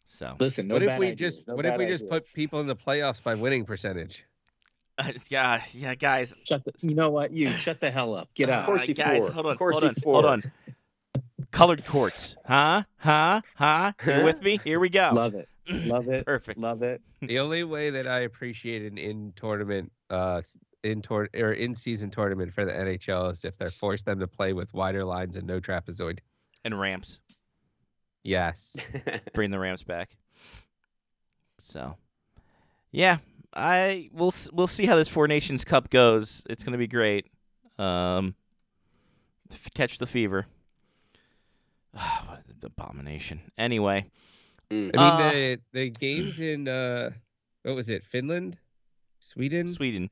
S1: So
S3: Listen, no
S4: what
S3: bad
S4: if we
S3: ideas,
S4: just
S3: no
S4: What if
S3: bad
S4: we just put
S3: ideas.
S4: people in the playoffs by winning percentage?
S1: uh, yeah, yeah, guys.
S3: Shut the, you know what? You shut the hell up. Get
S1: Uh,
S3: out.
S6: Corsi
S1: guys,
S6: four.
S1: hold on,
S6: Corsi
S1: hold on,
S6: four.
S1: hold on. Colored courts, huh? Huh? Huh? You with me? Here we go.
S3: Love it. Love it.
S1: Perfect.
S3: Love it.
S4: the only way that I appreciate an in tournament uh in tor- or in season tournament for the NHL is if they're forced them to play with wider lines and no trapezoid.
S1: And ramps.
S4: Yes.
S1: Bring the ramps back. So, yeah, I we'll s- we'll see how this Four Nations Cup goes. It's gonna be great. Um, f- catch the fever. what an abomination. Anyway,
S4: I mean
S1: Uh,
S4: the the games in uh what was it? Finland? Sweden?
S1: Sweden.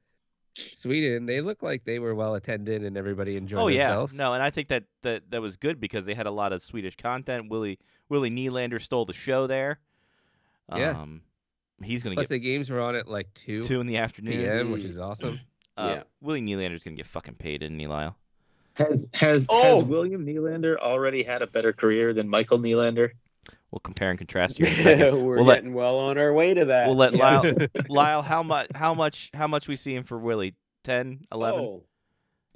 S4: Sweden, they look like they were well attended and everybody enjoyed
S1: Oh yeah,
S4: themselves.
S1: no, and I think that, that that was good because they had a lot of Swedish content. Willie Willie Nylander stole the show there.
S4: Yeah.
S1: Um, he's gonna
S4: Plus
S1: get
S4: the games were on at like two,
S1: two in the afternoon.
S4: p.m., which
S6: Mm.
S4: is awesome.
S1: Uh,
S6: Yeah.
S1: Willie Nylander's gonna get fucking paid, isn't he, Lyle?
S3: Has has
S6: Oh!
S3: has William Nylander already had a better career than Michael Nylander?
S1: We'll compare and contrast here in a second.
S6: We're
S1: We'll let-
S6: getting well on our way to that.
S1: we'll let
S6: Yeah.
S1: Lyle Lyle how much how much how much we see him for Willie? 10, 11?
S6: Oh,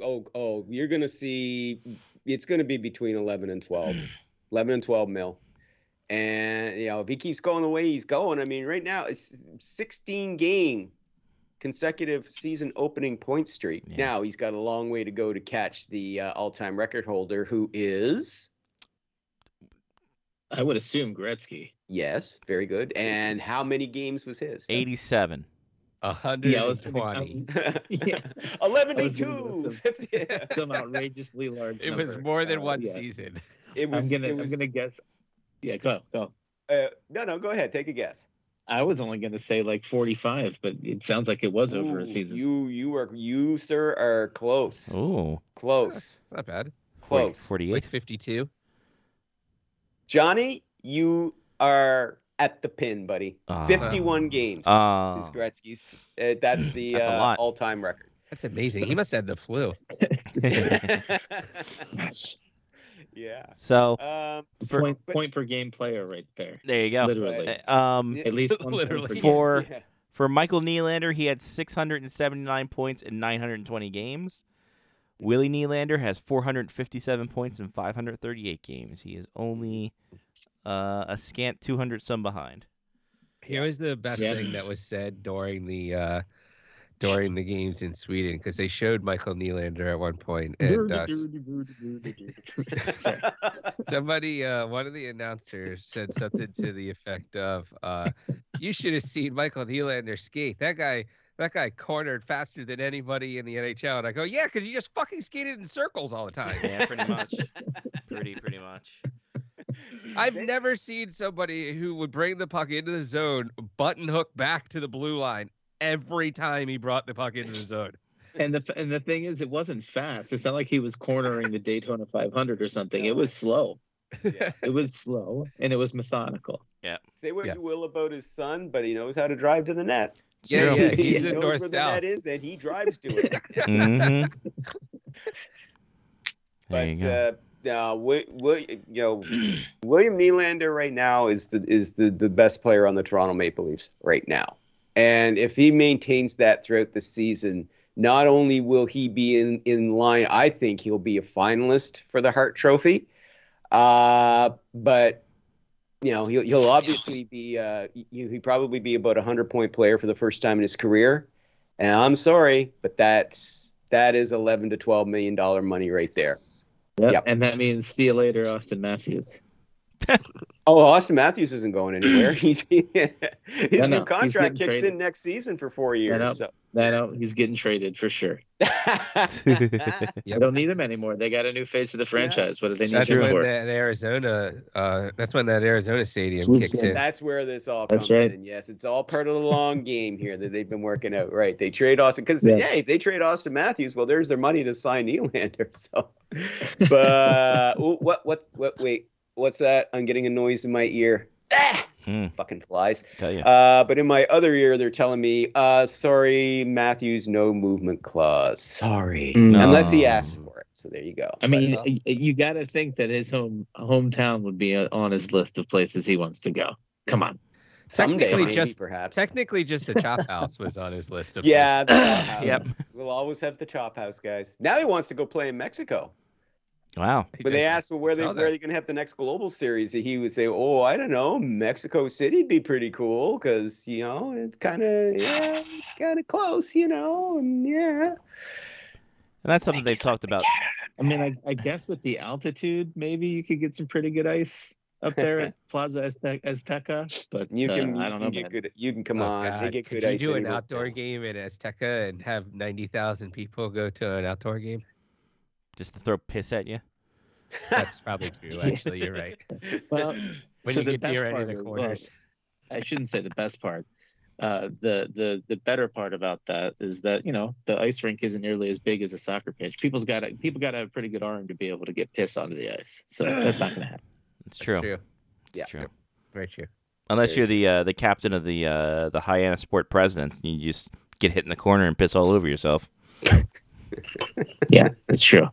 S6: oh, oh, you're gonna see. It's gonna be between eleven and twelve. eleven and twelve mil. And you know, if he keeps going the way he's going, I mean, right now it's sixteen game consecutive season opening point streak.
S1: Yeah.
S6: Now he's got a long way to go to catch the uh, all-time record holder, who is
S3: I would assume Gretzky.
S6: yes, very good. And how many games was his?
S1: Eighty-seven.
S4: A hundred
S3: Yeah, I was
S4: and twenty.
S3: Yeah.
S6: Eleven
S3: I
S6: and
S3: was gonna
S6: two.
S3: go some outrageously large.
S4: It was
S3: number.
S4: more than
S3: Uh,
S4: one
S3: yeah.
S4: season.
S6: It was.
S3: I'm gonna
S6: it
S3: I'm
S6: was-
S3: gonna guess. Yeah, go go.
S6: uh, no, no. Go ahead. Take a guess.
S3: I was only gonna say like 45, but it sounds like it was over
S6: Ooh,
S3: a season.
S6: You you are you sir are close.
S1: Oh,
S6: Close.
S4: Not bad.
S6: Close.
S4: Like
S1: forty-eight.
S4: fifty-two.
S6: Johnny, you are at the pin, buddy.
S1: Ah.
S6: 51 games
S2: Uh-huh.
S1: Uh,
S4: Um,
S6: is Gretzky's. Uh, that's the
S1: That's a
S6: uh,
S1: lot.
S6: all-time record.
S4: That's amazing. He must have the flu.
S1: Ah.
S6: yeah.
S1: so
S6: Um,
S1: for,
S3: point point per game player right there.
S1: there you go.
S3: Literally.
S1: Uh, Um,
S6: Yeah.
S3: At least one
S4: Literally.
S3: literally. Point per game.
S1: for
S6: yeah.
S1: For Michael Nylander, he had 679 points in 920 games. Willie Nylander has 457 points in 538 games. He is only uh, a scant 200 some behind.
S4: Here was the best
S3: Yeah.
S4: thing that was said during the uh during the games in Sweden because they showed Michael Nylander at one point and uh,
S3: Sorry.
S4: somebody uh, one of the announcers said something to the effect of uh, you should have seen michael Nylander skate that guy that guy cornered faster than anybody in the nhl and i go yeah because he just fucking skated in circles all the time
S1: Yeah, pretty much. pretty, pretty much.
S4: i've never seen somebody who would bring the puck into the zone button hook back to the blue line every time he brought the puck into the zone
S3: And the and the thing is, it wasn't fast. It's not like he was cornering the Daytona 500 or something. It was slow.
S6: Yeah.
S3: It was slow and it was methodical.
S6: Say what
S4: Yes.
S6: you will about his son, but he knows how to drive to the net.
S4: yeah
S1: True.
S4: yeah he's
S6: he
S4: in
S6: knows
S4: north
S6: where
S4: south
S6: the net is, and
S1: Mm-hmm.
S6: he drives to it.
S1: Mhm. There
S6: But
S1: you go.
S6: uh,
S2: uh, Will, Will, you know, William Nylander right now is the is the, the best player on the Toronto Maple Leafs right now, and if he maintains that throughout the season, not only will he be in in line, I think he'll be a finalist for the Hart Trophy, uh, but. You know he'll he'll obviously be uh, he- he'll probably be about a hundred point player for the first time in his career, and I'm sorry, but that's that is eleven to twelve million dollar money right there. Yep.
S3: And that means see you later, Austin Matthews.
S2: Oh, Austin Matthews isn't going anywhere. He's his
S3: No, no,
S2: new
S3: he's
S2: contract
S3: getting
S2: kicks
S3: traded.
S2: in next season for four
S3: I know.
S2: years. So.
S3: That out, he's getting traded for sure.
S4: Yep.
S3: They don't need him anymore. They got a new face of the franchise. What do they need
S4: That's
S3: him
S4: when
S3: for?
S4: that Arizona. Uh, that's when that Arizona stadium
S3: Swoops
S4: kicks
S3: in.
S4: in.
S2: That's where this all
S3: That's
S2: comes
S3: right.
S2: in. Yes, it's all part of the long game here that they've been working out. Right, they trade Austin because
S3: Yeah.
S2: yeah. if they trade Austin Matthews, well, there's their money to sign Nylander. So, but ooh, what what what? Wait, what's that? I'm getting a noise in my ear. Ah!
S1: Hmm.
S2: Fucking flies.
S1: Tell you.
S2: Uh, but in my other ear, they're telling me, uh, sorry, Matthews, no movement clause. Sorry.
S3: Mm.
S2: Um, Unless he
S1: No.
S2: asks for it. So there you go.
S3: I mean, y- y- you got to think that his home hometown would be uh, on his list of places he wants to go. Come on.
S2: someday,
S4: technically
S2: maybe,
S4: just-
S2: perhaps.
S4: Technically, just the Chop House was on his list of
S2: yeah.
S4: places.
S2: the chop house.
S1: Yep.
S2: We'll always have the chop house, guys. Now he wants to go play in Mexico.
S1: Wow.
S2: When they asked, well, where they
S4: Saw that.
S2: where are they going to have the next global series? He would say, oh, I don't know. Mexico City'd be pretty cool because you know it's kind of yeah, kind of close, you know, and yeah.
S1: And that's something they've talked about.
S3: I mean, I, I guess with the altitude, maybe you could get some pretty good ice up there at Plaza Azte- Azteca. But
S2: You
S3: uh,
S2: can you
S3: I don't
S2: can
S3: know.
S2: get
S3: man.
S2: good. You can come
S4: Oh,
S2: on. They
S4: God.
S2: get
S4: Could
S2: good
S4: you
S2: ice
S4: do an
S2: anywhere.
S4: outdoor game at Azteca and have ninety thousand people go to an outdoor game?
S1: Just to throw piss at you.
S4: That's probably true. Actually, you're right.
S3: Well,
S4: When
S3: so
S4: you
S3: the
S4: get near any
S3: best
S4: of
S3: part
S4: the
S3: is- well,
S4: corners,
S3: I shouldn't say the best part. Uh, the the the better part about that is that you know the ice rink isn't nearly as big as a soccer pitch. People's got to people got to have a pretty good arm to be able to get piss onto the ice. So that's not gonna happen.
S1: It's
S4: That's
S1: true.
S4: true.
S1: It's
S2: Yeah.
S1: true.
S4: Very true.
S1: Unless you're the uh, the captain of the uh, the Hyannis Sport Presidents, and you just get hit in the corner and piss all over yourself.
S3: Yeah, that's true.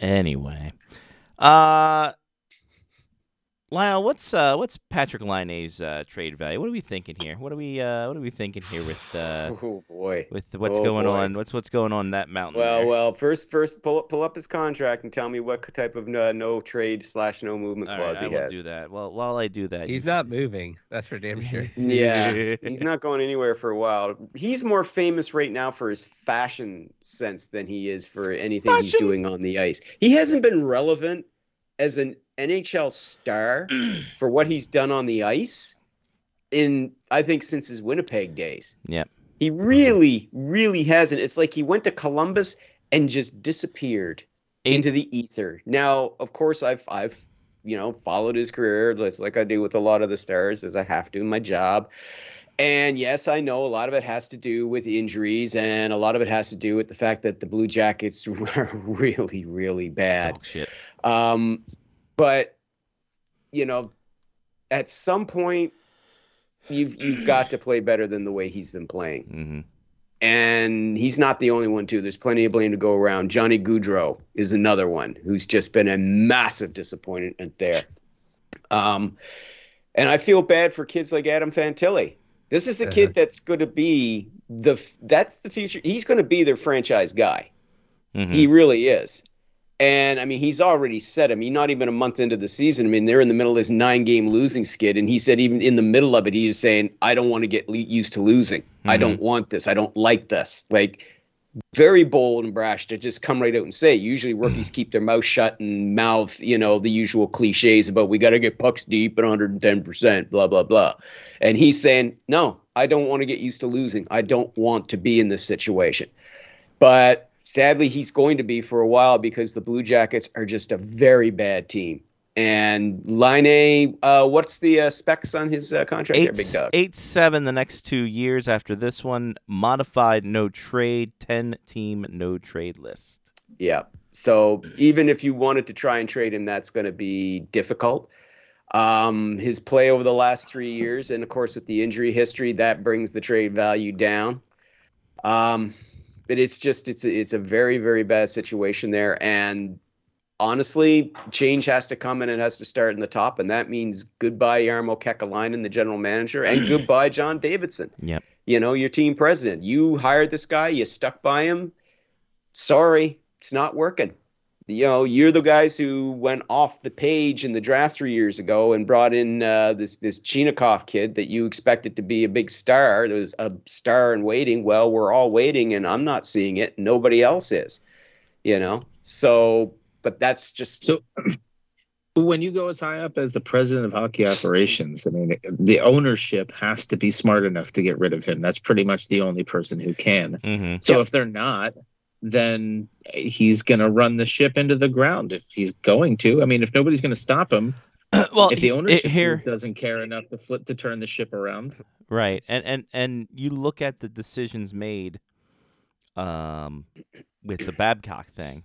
S1: anyway, uh, Lyle, what's uh, what's Patrick Liney's uh, trade value? What are we thinking here? What are we uh, what are we thinking here with uh,
S2: Oh boy.
S1: with what's
S2: Oh,
S1: going
S2: boy.
S1: on? What's what's going on in that mountain?
S2: Well,
S1: there?
S2: well. First, first, pull up, pull up his contract and tell me what type of no, no trade slash no movement
S1: All right,
S2: clause
S1: I
S2: he
S1: will
S2: has.
S1: do that. Well, while I do that,
S4: He's
S1: you-
S4: not moving. That's for damn sure.
S2: Yeah, He's not going anywhere for a while. He's more famous right now for his fashion sense than he is for anything he's
S1: Fashion.
S2: doing on the ice. He hasn't been relevant as an NHL star for what he's done on the ice in I think since his Winnipeg days.
S1: Yep.
S2: He really, really hasn't. It's like he went to Columbus and just disappeared into the ether. Now, of course, I've I've you know followed his career just like I do with a lot of the stars, as I have to in my job. And yes, I know a lot of it has to do with injuries, and a lot of it has to do with the fact that the Blue Jackets were really, really bad.
S1: dog shit.
S2: Um, but you know, at some point, you've you've got to play better than the way he's been playing
S1: hmm
S2: and he's not the only one too. There's plenty of blame to go around. Johnny Goudreau is another one who's just been a massive disappointment there. Um, and I feel bad for kids like Adam Fantilli. This is a kid that's going to be the f- that's the future. He's going to be their franchise guy.
S1: mm-hmm,
S2: He really is. And I mean, he's already said. I mean, not even a month into the season. I mean, they're in the middle of this nine-game losing skid, and he said even in the middle of it, he was saying, "I don't want to get le- used to losing. I
S1: Mhm.
S2: don't want this. I don't like this." Like, very bold and brash to just come right out and say. Usually, rookies keep their mouth shut and mouth, you know, the usual cliches about we got to get pucks deep at 110 percent, blah blah blah. And he's saying, "No, I don't want to get used to losing. I don't want to be in this situation." but sadly he's going to be for a while because the blue jackets are just a very bad team and line a uh, what's the uh, specs on his uh, contract there
S1: Eight,
S2: big dog
S1: eight seven the next two years after this one modified no trade ten team no trade list
S2: yeah so even if you wanted to try and trade him that's going to be difficult um his play over the last three years and of course with the injury history that brings the trade value down um but it's just it's a, it's a very very bad situation there, and honestly, change has to come and it has to start in the top, and that means goodbye Yarmo Kekalainen, the general manager, and goodbye John Davidson.
S1: Yep.
S2: You know your team president. You hired this guy. You stuck by him. Sorry, it's not working. You know, you're the guys who went off the page in the draft three years ago and brought in uh, this this Chinnikov kid that you expected to be a big star. There was a star in waiting. Well, we're all waiting, and I'm not seeing it. Nobody else is. You know, so but that's just
S3: So when you go as high up as the president of hockey operations, I mean, the ownership has to be smart enough to get rid of him. That's pretty much the only person who can.
S1: hmm
S2: Mm-hmm.
S3: So if they're not, then he's going to run the ship into the ground if he's going to. I mean, if nobody's going to stop him,
S1: well,
S3: if the
S1: it-
S3: ownership
S1: it- here,
S3: group doesn't care enough to flip to turn the ship around,
S1: Right. And and and you look at the decisions made um with the Babcock thing.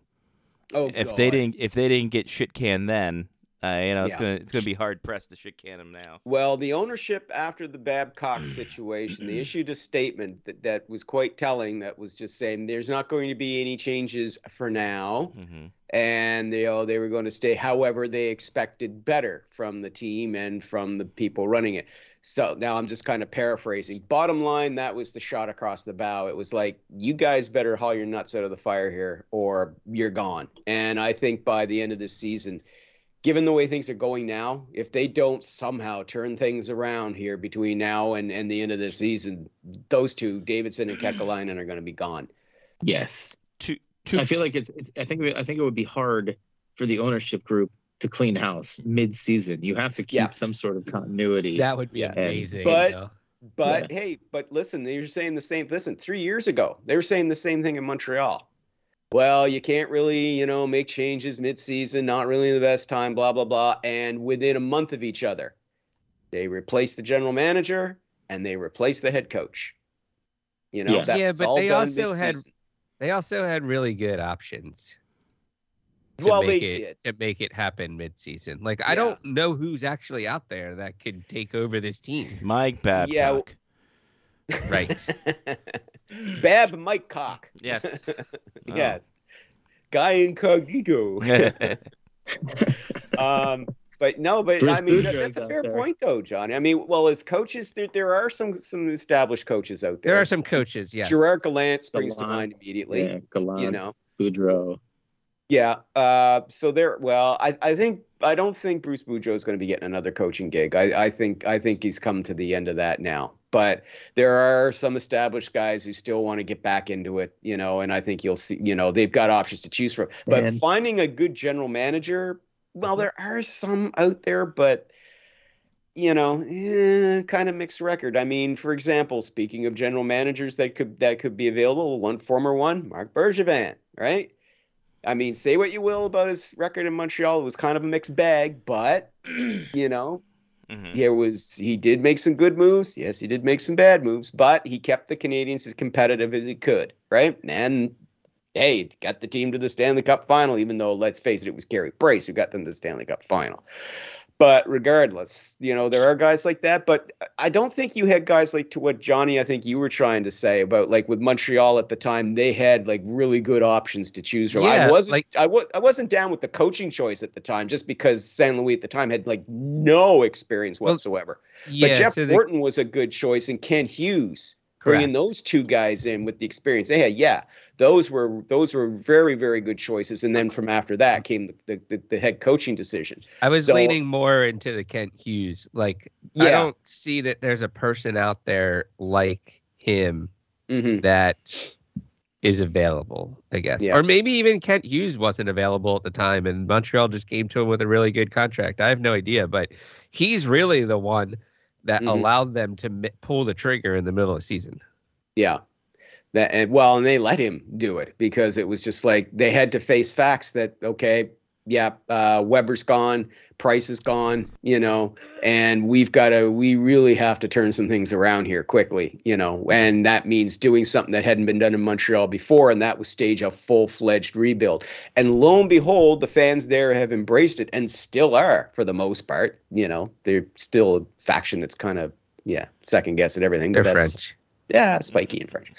S2: oh,
S1: If they didn't if they didn't get shit canned then, uh, you know, it's
S2: Yeah.
S1: going to it's going to be hard pressed to shit can him now.
S2: Well, the ownership after the Babcock situation, they issued a statement that, that was quite telling. That was just saying there's not going to be any changes for now,
S1: Mhm.
S2: and they oh they were going to stay. However, they expected better from the team and from the people running it. So now I'm just kind of paraphrasing. Bottom line, that was the shot across the bow. It was like you guys better haul your nuts out of the fire here, or you're gone. And I think by the end of this season, given the way things are going now, if they don't somehow turn things around here between now and, and the end of the season, those two, Davidson and Kekalainen, are going to be gone.
S3: yes,
S1: To to
S3: I feel like it's, it's. I think. I think it would be hard for the ownership group to clean house mid-season. You have to keep
S2: Yeah.
S3: some sort of continuity.
S4: That would be
S3: Yeah.
S4: amazing.
S2: But-
S4: though.
S2: But hey, but listen, they were saying the same. Listen, three years ago, they were saying the same thing in Montreal. Well, you can't really, you know, make changes mid-season. Not really the best time. Blah blah blah. And within a month of each other, they replaced the general manager and they replaced the head coach. You know,
S3: Yeah.
S2: that
S4: Yeah,
S2: was
S4: but
S2: all
S4: they
S2: done
S4: also had-
S2: mid-season.
S4: they also had really good options. to
S2: well,
S4: make
S2: they
S4: it,
S2: did.
S4: to make it happen mid-season. Like I
S2: Yeah.
S4: don't know who's actually out there that could take over this team.
S1: Mike Babcock.
S2: Yeah, w-
S4: Right.
S2: Bab Mike Cock.
S1: Yes. Oh.
S2: yes. Guy incognito. um, but no, but
S3: Bruce
S2: I mean
S3: Boudreaux's
S2: that's a
S3: out
S2: fair
S3: there.
S2: point though, Johnny. I mean, well, as coaches, there there are some some established coaches out there.
S4: there are some coaches, yes.
S2: Gerard Gallant springs to
S3: Gallant.
S2: mind immediately.
S3: yeah, Gallant,
S2: You know.
S3: Boudreaux.
S2: Yeah. Uh, so there. Well, I, I think I don't think Bruce Boudreau is going to be getting another coaching gig. I, I think I think he's come to the end of that now. But there are some established guys who still want to get back into it, you know. And I think you'll see, you know, they've got options to choose from. But
S3: And-
S2: finding a good general manager, well, there are some out there, but you know, eh, kind of mixed record. I mean, for example, speaking of general managers that could that could be available, one former one, Mark Bergevin, right? I mean, say what you will about his record in Montreal, it was kind of a mixed bag, but you know,
S1: Mhm.
S2: there was he did make some good moves. Yes, he did make some bad moves, but he kept the Canadians as competitive as he could, right? And hey, got the team to the Stanley Cup final, even though let's face it, it was Gary Brace who got them to the Stanley Cup final. But regardless, you know, there are guys like that. But I don't think you had guys like to what Johnny, I think you were trying to say about like with Montreal at the time, they had like really good options to choose from. I
S4: Yeah,
S2: wasn't
S4: like-
S2: I w- I wasn't down with the coaching choice at the time just because San Luis at the time had like no experience
S4: Well,
S2: whatsoever.
S4: yeah,
S2: but Jeff
S4: so they-
S2: Wharton was a good choice and Ken Hughes
S4: correct.
S2: bringing those two guys in with the experience they had. Yeah, those were those were very very good choices. And then from after that came the the, the, the head coaching decision.
S4: I was
S2: so-
S4: leaning more into the Kent Hughes. Like I
S2: Yeah.
S4: don't see that there's a person out there like him
S2: hmm
S4: that is available, I guess.
S2: Yeah.
S4: Or maybe even Kent Hughes wasn't available at the time and Montreal just came to him with a really good contract. I have no idea, but he's really the one that
S2: Mhm.
S4: allowed them to mi- pull the trigger in the middle of the season.
S2: Yeah. That and well, and they let him do it because it was just like they had to face facts that okay, yeah, uh, Weber's gone, Price is gone, you know, and we've got to we really have to turn some things around here quickly, you know, and that means doing something that hadn't been done in Montreal before, and that was stage a full fledged rebuild. And lo and behold, the fans there have embraced it and still are for the most part, you know, they're still a faction that's kind of yeah second guessing everything. but
S4: They're
S2: that's-
S4: French.
S2: yeah, spiky in French.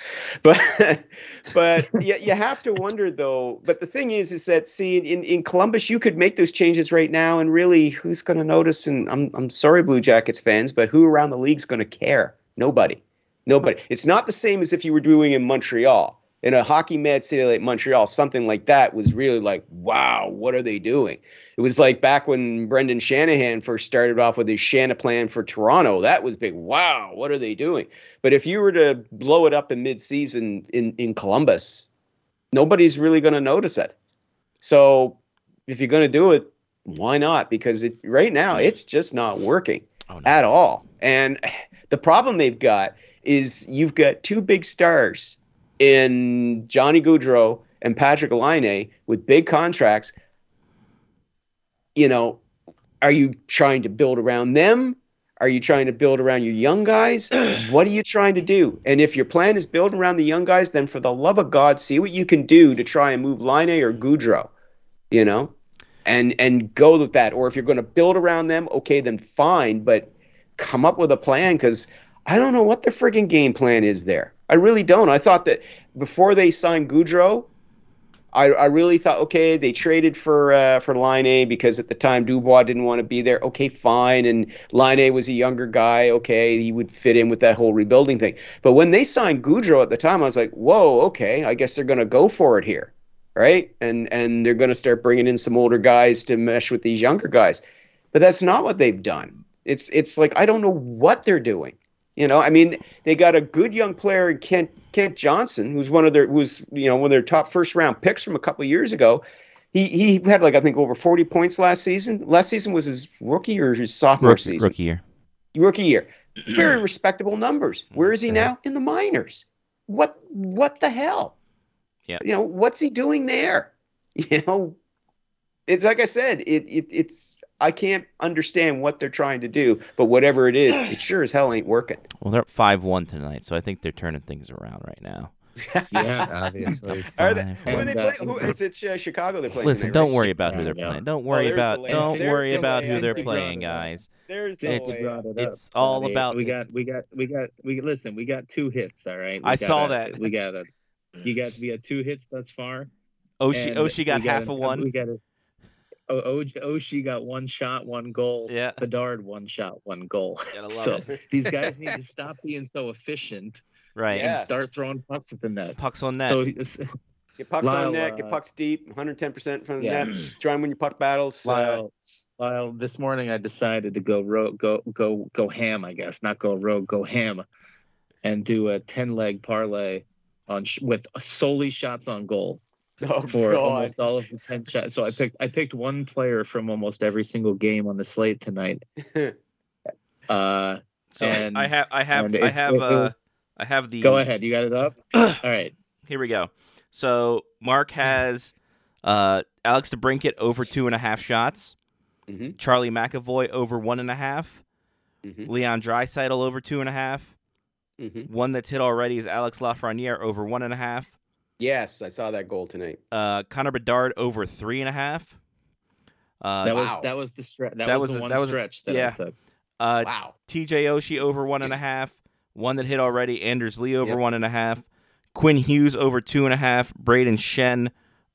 S2: But but you, you have to wonder though. But the thing is, is that see in, in Columbus, you could make those changes right now, and really, who's going to notice? And I'm I'm sorry, Blue Jackets fans, but who around the league's going to care? Nobody, nobody. It's not the same as if you were doing in Montreal. In a hockey mad city like Montreal, something like that was really like, wow, what are they doing? It was like back when Brendan Shanahan first started off with his Shana plan for Toronto. That was big. Wow, what are they doing? But if you were to blow it up in midseason in in Columbus, nobody's really going to notice it. So if you're going to do it, why not? Because it's right now it's just not working
S1: Oh, no.
S2: at all. And the problem they've got is you've got two big stars in Johnny Goudreau and Patrick Line with big contracts. You know, are you trying to build around them? Are you trying to build around your young guys? what are you trying to do? And if your plan is build around the young guys, then for the love of God, see what you can do to try and move Line or Goudreau, you know, and and go with that. Or if you're going to build around them, okay, then fine, but come up with a plan because I don't know what the friggin' game plan is there. I really don't. I thought that before they signed Goudreau, I, I really thought, okay, they traded for uh, for Line A because at the time Dubois didn't want to be there. Okay, fine. And Line A was a younger guy. Okay, he would fit in with that whole rebuilding thing. But when they signed Goudreau at the time, I was like, whoa, okay, I guess they're going to go for it here, right? And and they're going to start bringing in some older guys to mesh with these younger guys. But that's not what they've done. It's it's like I don't know what they're doing. You know, I mean, they got a good young player in Kent Kent Johnson, who's one of their who's you know one of their top first round picks from a couple of years ago. He he had like I think over forty points last season. Last season was his rookie or his sophomore
S1: Rookie,
S2: season
S1: rookie year.
S2: rookie year. Very respectable numbers. Where is he
S4: Okay.
S2: now? In the minors. What what the hell?
S1: Yeah.
S2: You know, what's he doing there? You know, it's like I said, it, it it's I can't understand what they're trying to do, but whatever it is, it sure as hell ain't working.
S1: Well, they're up five one tonight, so I think they're turning things around right now.
S3: Yeah.
S4: obviously.
S2: Are they-
S1: Five,
S2: Who are
S1: one.
S2: they
S3: that-
S2: playing? Who is it? Uh, Chicago they're playing.
S1: Listen,
S2: tonight, right?
S1: don't worry about who they're
S3: I know.
S1: playing. Don't worry
S2: Oh, there's the
S1: about
S2: lay-
S1: don't
S2: there's
S1: worry
S2: the
S1: about who
S2: lay-in.
S1: they're
S2: Since you brought
S1: playing,
S3: it up.
S1: guys.
S2: There's the
S1: It's-
S3: Since you
S2: way.
S3: brought it
S1: it's
S3: up,
S1: all
S3: Johnny,
S1: about
S3: We
S1: the-
S3: got, we got, we got, we listen. We got two hits. All right. We
S1: I
S3: got
S1: saw
S3: a-
S1: that.
S3: We got a, you got we got two hits thus far.
S1: Oshi
S3: and
S1: Oshi got
S3: we
S1: half
S3: an-
S1: a one.
S3: We got a, oh, oh, Oshi got one shot, one goal.
S1: Yeah,
S3: Bedard one shot, one goal.
S1: gotta love
S3: so
S1: it.
S3: these guys need to stop being so efficient
S1: Right.
S2: Yeah. Yes.
S3: and start throwing pucks at the net.
S1: Pucks on net.
S3: So it's-
S2: Get pucks
S3: Lyle,
S2: on net. Get
S3: uh,
S2: pucks deep. 110 percent from the
S3: Yeah.
S2: net. Try and win your puck battles. Uh,
S3: Lyle, Lyle, this morning I decided to go ro- go go go ham. I guess not go rogue, go ham, and do a ten leg parlay on sh- with solely shots on goal
S2: oh
S3: for
S2: God.
S3: almost all of the ten shots. So I picked I picked one player from almost every single game on the slate tonight. Uh,
S1: So I-
S3: and-
S1: I have, I have,
S3: and
S1: I
S3: it's-
S1: have,
S3: it- it
S1: uh,
S3: was-
S1: I have the.
S3: go ahead, you got it up. all right,
S1: Here we go. So Mark
S2: Hmm.
S1: has uh, Alex DeBrinket over two and a half shots.
S2: Mhm.
S1: Charlie McAvoy over one and a half.
S2: Mhm.
S1: Leon Drysital over two and a half.
S2: Mhm.
S1: One that's hit already is Alex Lafreniere over one and a half.
S2: Yes, I saw that goal tonight.
S1: Uh, Connor Bedard over three and a half. Uh,
S3: that
S2: wow.
S3: was that was the stretch. That,
S1: That
S3: was,
S1: was-
S3: the one
S1: that was-
S3: stretch. That
S1: yeah.
S3: I took.
S1: uh,
S2: Wow.
S1: TJ Oshie over one and a half. One that hit already, Anders Lee over
S2: Yep.
S1: one and a half. Quinn Hughes over two and a half. Braden Shen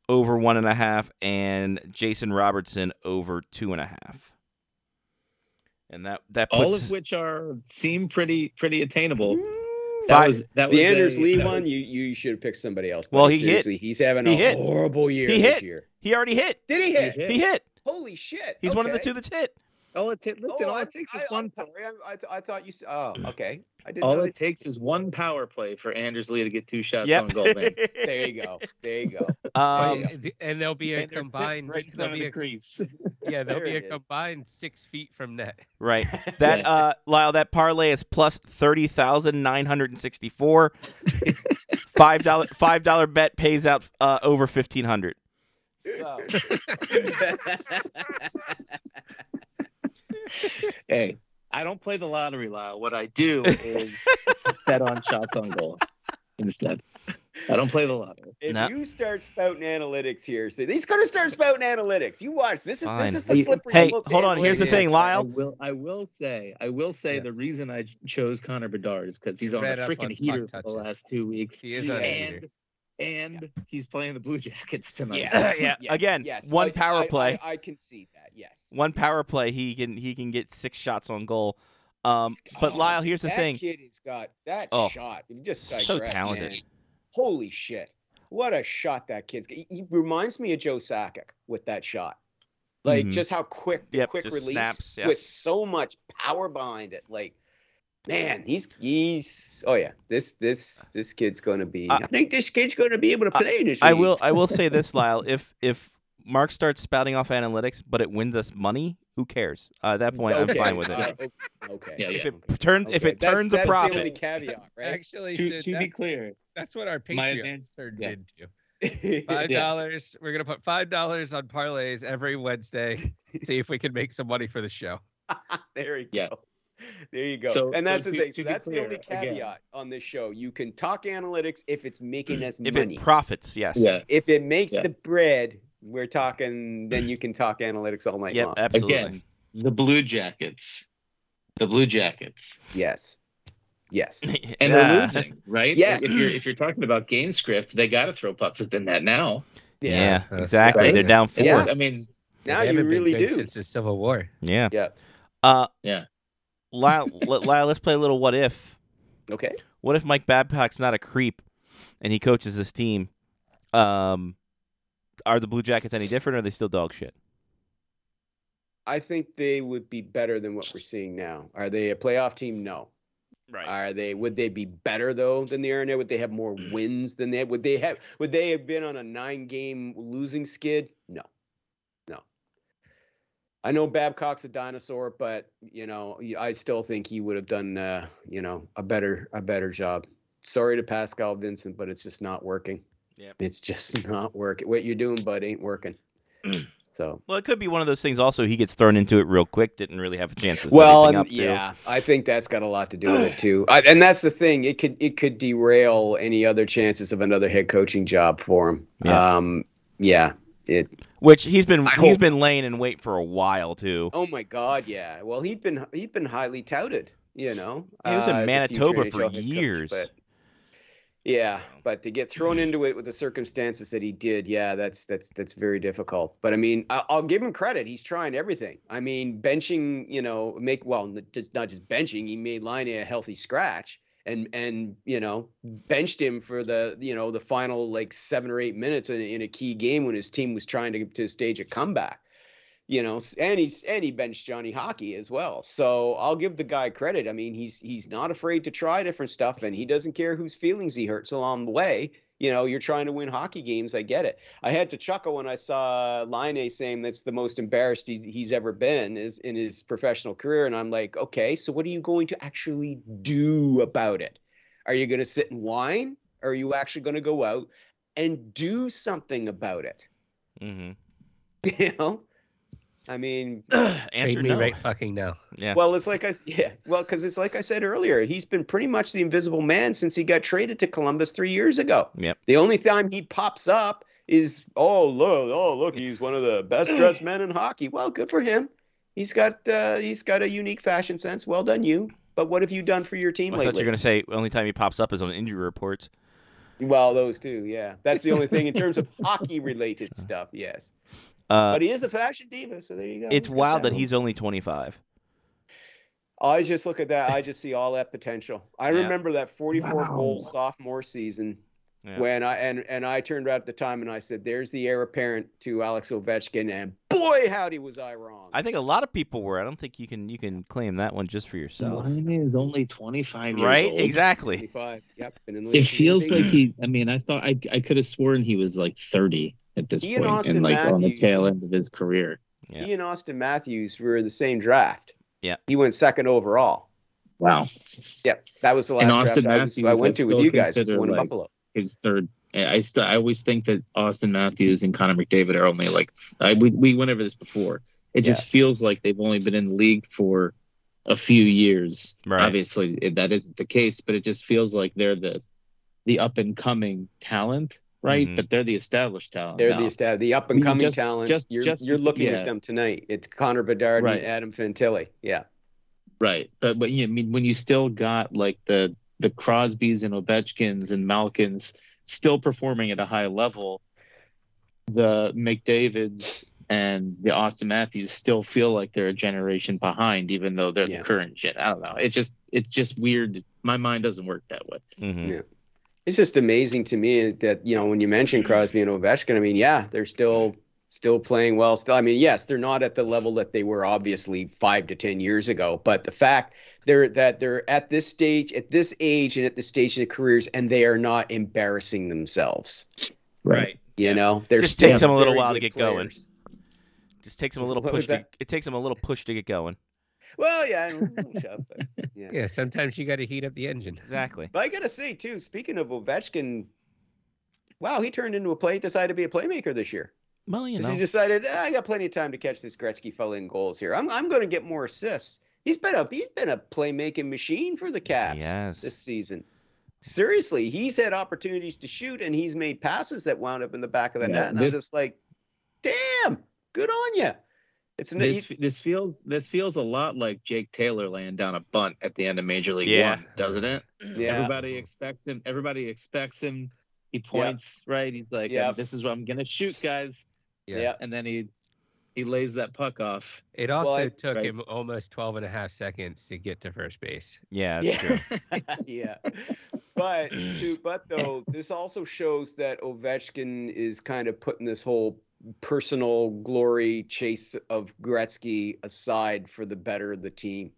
S1: over one and a half. And Jason Robertson over two and a half. And that that puts
S3: all of which are seem pretty pretty attainable.
S1: Fi-
S3: That was that was
S2: The Anders
S3: a-
S2: Lee
S3: that
S2: one, you you should have picked somebody else.
S1: Well,
S2: buddy.
S1: he hit.
S2: Seriously, He's having
S1: He
S2: a
S1: hit.
S2: horrible year
S1: He
S2: this
S1: hit.
S2: year.
S1: he already hit.
S2: Did he
S3: was-
S2: hit?
S3: he hit.
S1: He hit.
S2: Holy shit!
S1: He's one of the
S2: okay.
S1: two that's hit.
S3: All it ta- listen,
S2: Oh,
S3: all
S2: I-
S3: it takes is
S2: I-
S3: one.
S2: I'm
S3: po-
S2: sorry. I, I, I thought you. s- Oh, okay. I didn't.
S3: All
S2: know
S3: it takes is one power play for Anders Lee to get two shots on
S1: Yep.
S3: goal. Man.
S2: that- There you go. There you go.
S3: Oh,
S1: um,
S4: and there'll be a
S3: And they're
S4: combined.
S3: fixed right
S4: there'll
S3: down
S4: be
S3: the
S4: a,
S3: crease.
S4: yeah, there'll
S2: There
S4: be
S2: it
S4: a
S2: is.
S4: combined six feet from net.
S1: right. That uh Lyle, that parlay is plus thirty thousand nine hundred and sixty four. five dollar five dollar bet pays out uh over fifteen hundred.
S2: So,
S3: hey, I don't play the lottery, Lyle. What I do is bet on shots on goal instead. I don't play the lottery.
S6: If
S1: No.
S6: you start spouting analytics here, so he's gonna start spouting analytics. You watch. This is
S1: Fine.
S6: this is the slippery
S1: Hey,
S6: slope. to
S1: hold on. Here's the
S6: analytics.
S1: thing,
S3: I
S1: Lyle.
S3: will. I will say. I will say
S1: Yeah.
S3: the reason I chose Connor Bedard is because he's on
S4: Read
S3: a
S4: up
S3: freaking
S4: on puck
S3: heater for the
S4: touches.
S3: last two weeks.
S4: He is on a heater.
S3: and and he's playing the Blue Jackets tonight.
S6: Yeah.
S1: yeah.
S6: Yes,
S1: Again,
S6: yes.
S1: one
S6: I-
S1: power
S6: I-
S1: play.
S6: I, I can see that. Yes.
S1: one power play he can he can get six shots on goal. Um,
S6: He's-
S1: but
S6: oh,
S1: Lyle, here's the
S6: that
S1: thing.
S6: Kid has got that
S1: Oh,
S6: shot. You just
S1: so
S6: digress,
S1: talented.
S6: man. Holy shit! What a shot that kid's. He, he reminds me of Joe Sakic with that shot. Like
S1: Mhm.
S6: just how quick,
S1: Yep,
S6: quick
S1: just
S6: release
S1: snaps, yeah.
S6: with so much power behind it. Like, man, he's he's. Oh yeah, this this this kid's gonna be.
S1: I-
S6: I think this kid's gonna be able to
S1: Uh, I-
S6: play this.
S1: I
S6: league.
S1: will I will say this, Lyle. If if Mark starts spouting off analytics, but it wins us money, who cares? Uh, at that point, I'm
S6: Okay,
S1: fine with it.
S6: uh, Okay.
S3: Yeah,
S1: If
S3: yeah.
S1: it turns if
S6: Okay,
S1: it
S6: that's-
S1: turns
S6: that's
S1: a
S6: the
S1: profit,
S6: only caveat, right?
S4: Actually,
S3: To,
S4: so
S3: to be
S4: that's-
S3: clear,
S4: That's what our
S3: My
S4: Patreon
S3: advance-
S4: turned
S3: yeah.
S4: into. Five dollars. We're gonna put five dollars on parlays every Wednesday. see if we can make some money for the show.
S6: there you go.
S3: Yeah.
S6: There you go.
S3: So-
S6: and
S3: so
S6: that's the
S3: to-
S6: thing.
S3: to
S6: So
S3: be
S6: that's the
S3: clear,
S6: only
S3: again-
S6: caveat on this show. You can talk analytics if it's making us
S1: if
S6: money.
S1: it profits, yes.
S3: yeah.
S6: if it makes
S3: Yeah.
S6: the bread, we're talking. Then you can talk analytics all night
S1: Yep,
S6: long.
S1: absolutely.
S3: Again, the Blue Jackets, the Blue Jackets,
S6: Yes. Yes.
S3: and
S1: Yeah.
S3: they're losing, right?
S6: Yes.
S3: If you're if you're talking about game script, they got to throw pucks at the net now.
S1: Yeah,
S4: Uh,
S1: exactly.
S3: right?
S1: They're down four.
S6: Yeah.
S3: I mean,
S4: They
S6: Now you
S4: haven't been
S6: really do.
S4: good Since the Civil War.
S1: Yeah.
S6: Yeah.
S1: Uh,
S3: Yeah.
S1: Lyle, let- Lyle, let's play a little what if.
S6: Okay.
S1: What if Mike Babcock's not a creep and he coaches this team? Um, are the Blue Jackets any different? Or are they still dog shit?
S6: I think they would be better than what we're seeing now. Are they a playoff team? No.
S1: Right.
S6: Are they? Would they be better though than the Arena? Would they have more wins than they? Would they have? Would they have been on a nine-game losing skid? No, no. I know Babcock's a dinosaur, but you know, I still think he would have done, uh, you know, a better a better job. Sorry to Pascal Vincent, but it's just not working.
S1: Yep.
S6: It's just not working. What you're doing, bud, ain't working. so.
S1: Well, it could be one of those things. Also, he gets thrown into it real quick. Didn't really have a chance to set
S6: well
S1: anything
S6: and-
S1: up to.
S6: yeah i think that's got a lot to do with it too I, and that's the thing it could it could derail any other chances of another head coaching job for him
S1: Yeah.
S6: um yeah it
S1: Which he's been
S6: I
S1: he's
S6: hope-
S1: been laying in wait for a while too.
S6: oh my god yeah well he'd been he'd been highly touted you know
S1: He was
S6: uh,
S1: in
S6: as a
S1: Manitoba
S6: future
S1: for
S6: NHL head coach,
S1: years. Mm.
S6: but- yeah but to get thrown into it with the circumstances that he did yeah that's that's that's very difficult but i mean I, i'll give him credit he's trying everything i mean benching you know make well n- just not just benching he made line a healthy scratch and and you know benched him for the you know the final like seven or eight minutes in, in a key game when his team was trying to, to stage a comeback you know s- and he's and he benched johnny hockey as well so i'll give the guy credit i mean he's he's not afraid to try different stuff and he doesn't care whose feelings he hurts along the way you know you're trying to win hockey games i get it i had to chuckle when i saw line saying that's the most embarrassed he, he's ever been is in his professional career and i'm like okay so what are you going to actually do about it are you going to sit and whine or are you actually going to go out and do something about it
S1: hmm
S6: you know i mean
S1: Answer
S4: Trade me
S1: no.
S4: right fucking now.
S1: Yeah.
S6: well, it's like I s- yeah. Well, because it's like I said earlier, he's been pretty much the invisible man since he got traded to Columbus three years ago.
S1: Yep.
S6: The only time he pops up is oh look oh look he's one of the best dressed men in hockey. Well, good for him. He's got uh, he's got a unique fashion sense. Well done you. But what have you done for your team
S1: I thought
S6: lately?
S1: you were gonna say only time he pops up is on injury reports.
S6: Well, those two, yeah. That's the only thing in terms of hockey related stuff. Yes,
S1: Uh,
S6: but he is a fashion diva, so there you go.
S1: it's
S6: He's got
S1: wild that
S6: one.
S1: he's only 25.
S6: I just look at that. I just see all that potential. I
S1: Yeah.
S6: remember that 44 goal
S2: Wow.
S6: sophomore season
S1: Yeah.
S6: when I and and I turned around at the time and I said, "There's the heir apparent to Alex Ovechkin," and boy, howdy was I wrong.
S1: I think a lot of people were. I don't think you can you can claim that one just for yourself.
S3: Line is only 25 years
S1: Right?
S3: old.
S1: Exactly.
S6: 25. Yep. Been in the league
S3: It
S6: since
S3: feels like
S6: 18.
S3: he. I mean, I thought I I could have sworn he was like 30 at this
S6: He and
S3: point
S6: Austin
S3: and like on the
S6: Matthews.
S3: tail end of his career.
S1: Yeah.
S6: he and Austin Matthews were the same draft.
S1: Yeah.
S6: He went second overall.
S3: Wow.
S6: Yep. That was the last
S3: And Austin
S6: draft I, was-
S3: Matthews,
S6: I went
S3: I
S6: to with
S3: still
S6: you guys. It was the
S3: consider,
S6: one in
S3: like,
S6: Buffalo.
S3: his third. I I still, I always think that Austin Matthews and Connor McDavid are only like I, we we went over this before. It just feels like they've only been in the league for a few years.
S1: Right.
S3: Obviously, it- that isn't the case, but it just feels like they're the the up and coming talent right?
S1: Mhm.
S3: But they're the established talent.
S6: They're
S3: now.
S6: the estab- the up
S3: I
S6: and
S3: mean,
S6: coming
S3: just-
S6: talent.
S3: just-
S6: you're
S3: just
S6: you're
S3: bef-
S6: looking
S3: yeah.
S6: at them tonight. It's Connor Bedard
S3: Right.
S6: and Adam Fantilli. Yeah,
S3: Right, but but you I mean when you still got like the the Crosbys and Ovechkins and Malkins still performing at a high level, the McDavids and the Austin Matthews still feel like they're a generation behind, even though they're
S6: Yeah.
S3: the current gen. I don't know. It's just it's just weird. My mind doesn't work that way.
S1: Mhm.
S6: it's just amazing to me that you know when you mention
S1: Mm-hmm.
S6: Crosby and Ovechkin. I mean, yeah, they're still still playing well. Still, I mean, yes, they're not at the level that they were obviously five to ten years ago. But the fact they're that they're at this stage, at this age, and at this stage in their careers, and they are not embarrassing themselves.
S1: Right.
S6: You
S1: Yeah.
S6: know, they're
S1: Just
S6: still
S1: takes them a little
S6: very
S1: while to
S6: good
S1: get going.
S6: players.
S1: Just takes them a little
S6: What
S1: push.
S6: was
S1: To,
S6: that?
S1: it takes them a little push to get going.
S6: Well, yeah, and we'll shove, but, yeah.
S4: Yeah, sometimes you got to heat up the engine.
S1: Exactly.
S6: But I gotta say too, speaking of Ovechkin, wow, he turned into a play decided to be a playmaker this year.
S1: Well, you
S6: 'Cause
S1: know.
S6: He decided "Ah, I got plenty of time to catch this Gretzky fella in goals here. I'm I'm gonna get more assists. He's been a he's been a playmaking machine for the Caps
S1: Yes.
S6: this season. Seriously, he's had opportunities to shoot and he's made passes that wound up in the back of the
S3: Yeah,
S6: net. And
S3: this-
S6: I'm just like, damn, good on you. It's an,
S3: This this feels this feels a lot like Jake Taylor laying down a bunt at the end of Major League
S1: Yeah.
S3: One, doesn't it?
S6: yeah.
S3: Everybody expects him. Everybody expects him. He points right. He's like,
S6: Yep.
S3: "This is what I'm gonna shoot, guys."
S4: Yeah.
S6: yeah.
S3: And then he he lays that puck off.
S4: It also
S6: I-
S4: took
S3: right.
S4: him almost 12 and a half seconds to get to first base.
S1: Yeah, that's
S6: Yeah.
S1: true.
S6: yeah. But to, but though this also shows that Ovechkin is kind of putting this whole personal glory chase of Gretzky aside for the better of the team.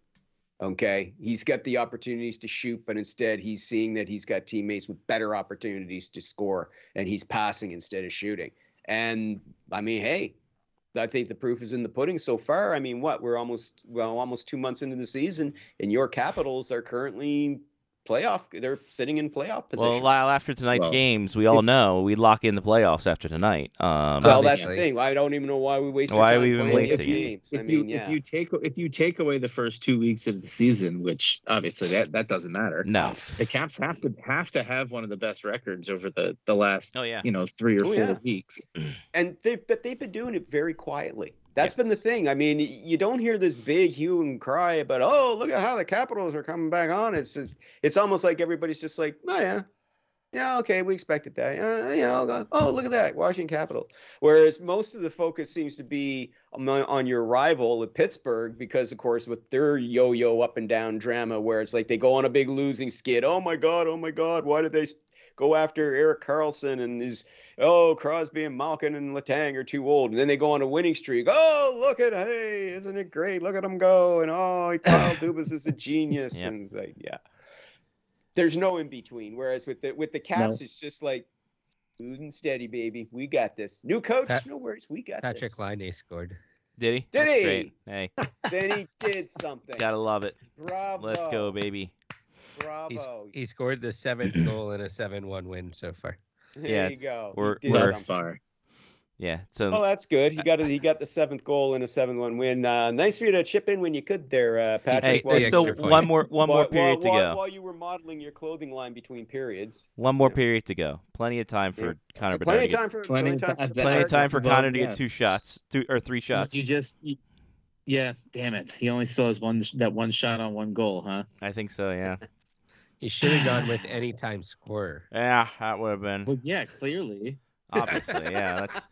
S6: Okay, he's got the opportunities to shoot, but instead he's seeing that he's got teammates with better opportunities to score, and he's passing instead of shooting. And I mean, hey, I think the proof is in the pudding so far. I mean, what we're almost well, almost two months into the season, and your Capitals are currently playoff. They're sitting in playoff position.
S1: Well, Lyle, after tonight's
S3: Well.
S1: games, we all know we lock in the playoffs after tonight. Um,
S6: Well, that's the
S4: Obviously.
S6: thing. I don't even know why we wasted.
S1: Why are
S6: time
S1: we even
S6: playing these
S1: wasting it?
S6: games. I
S3: If you-
S6: mean, yeah.
S3: If you take if you take away the first two weeks of the season, which obviously that that doesn't matter.
S1: no.
S3: The Caps have to have to have one of the best records over the the last
S1: Oh yeah.
S3: you know three or
S6: Oh,
S3: four
S6: yeah.
S3: weeks.
S6: and they but they've been doing it very quietly. That's been the thing. I mean, you don't hear this big hue and cry about, oh, look at how the Capitals are coming back on. It's just, it's almost like everybody's just like, oh yeah, yeah, okay, we expected that. Uh, yeah, I'll go. oh look at that, Washington Capitals. Whereas most of the focus seems to be on, on your rival at Pittsburgh because, of course, with their yo-yo up and down drama, where it's like they go on a big losing skid. Oh my god, oh my god, why did they s- go after Eric Carlson and his oh, Crosby and Malkin and Latang are too old. And then they go on a winning streak. Oh, look at, hey, isn't it great? Look at them go. And oh, Kyle Dubas is a genius.
S1: Yeah.
S6: And it's like, yeah. There's no in between. Whereas with the with the Caps, it's just like smooth and steady, baby. We got this. New coach,
S4: Pat-
S6: no worries, we got
S4: Patrick
S6: this.
S4: Line scored.
S1: Did he?
S6: Did
S1: That's
S6: he?
S1: great. Hey,
S6: Then he did something.
S1: gotta love it.
S6: Bravo.
S1: Let's go, baby.
S6: Bravo.
S4: He scored the seventh goal in a 7 1 win so far.
S1: yeah,
S6: there you go. He
S1: we're-
S6: did
S1: we're-
S3: Thus
S6: something.
S3: far,
S1: Yeah. So
S6: Well, Oh, that's good. He got he got the seventh goal in a seven-one win. Uh, nice for you to chip in when you could there, uh,
S1: hey,
S6: Patrick.
S4: the
S6: while
S1: there's
S6: you-
S1: still
S4: extra point.
S1: one more one more
S6: while-
S1: period to
S6: while,
S1: go.
S6: While you were modeling your clothing line between periods,
S1: One more
S6: Yeah.
S1: period to go. Plenty of time for Connor Bedard.
S6: plenty
S1: to
S6: of
S1: get-
S6: time for
S3: Plenty of time-
S6: the
S1: Plenty of
S6: Patrick.
S1: time for
S3: Well,
S1: Connor to
S3: yeah.
S1: get two shots, two or three shots.
S3: You just you- yeah, damn it. He only still has one that one shot on one goal, huh?
S1: I think so. Yeah.
S4: He should have gone with any time scorer.
S1: Yeah, that would have been
S3: Well, yeah, clearly.
S1: obviously. Yeah, that's.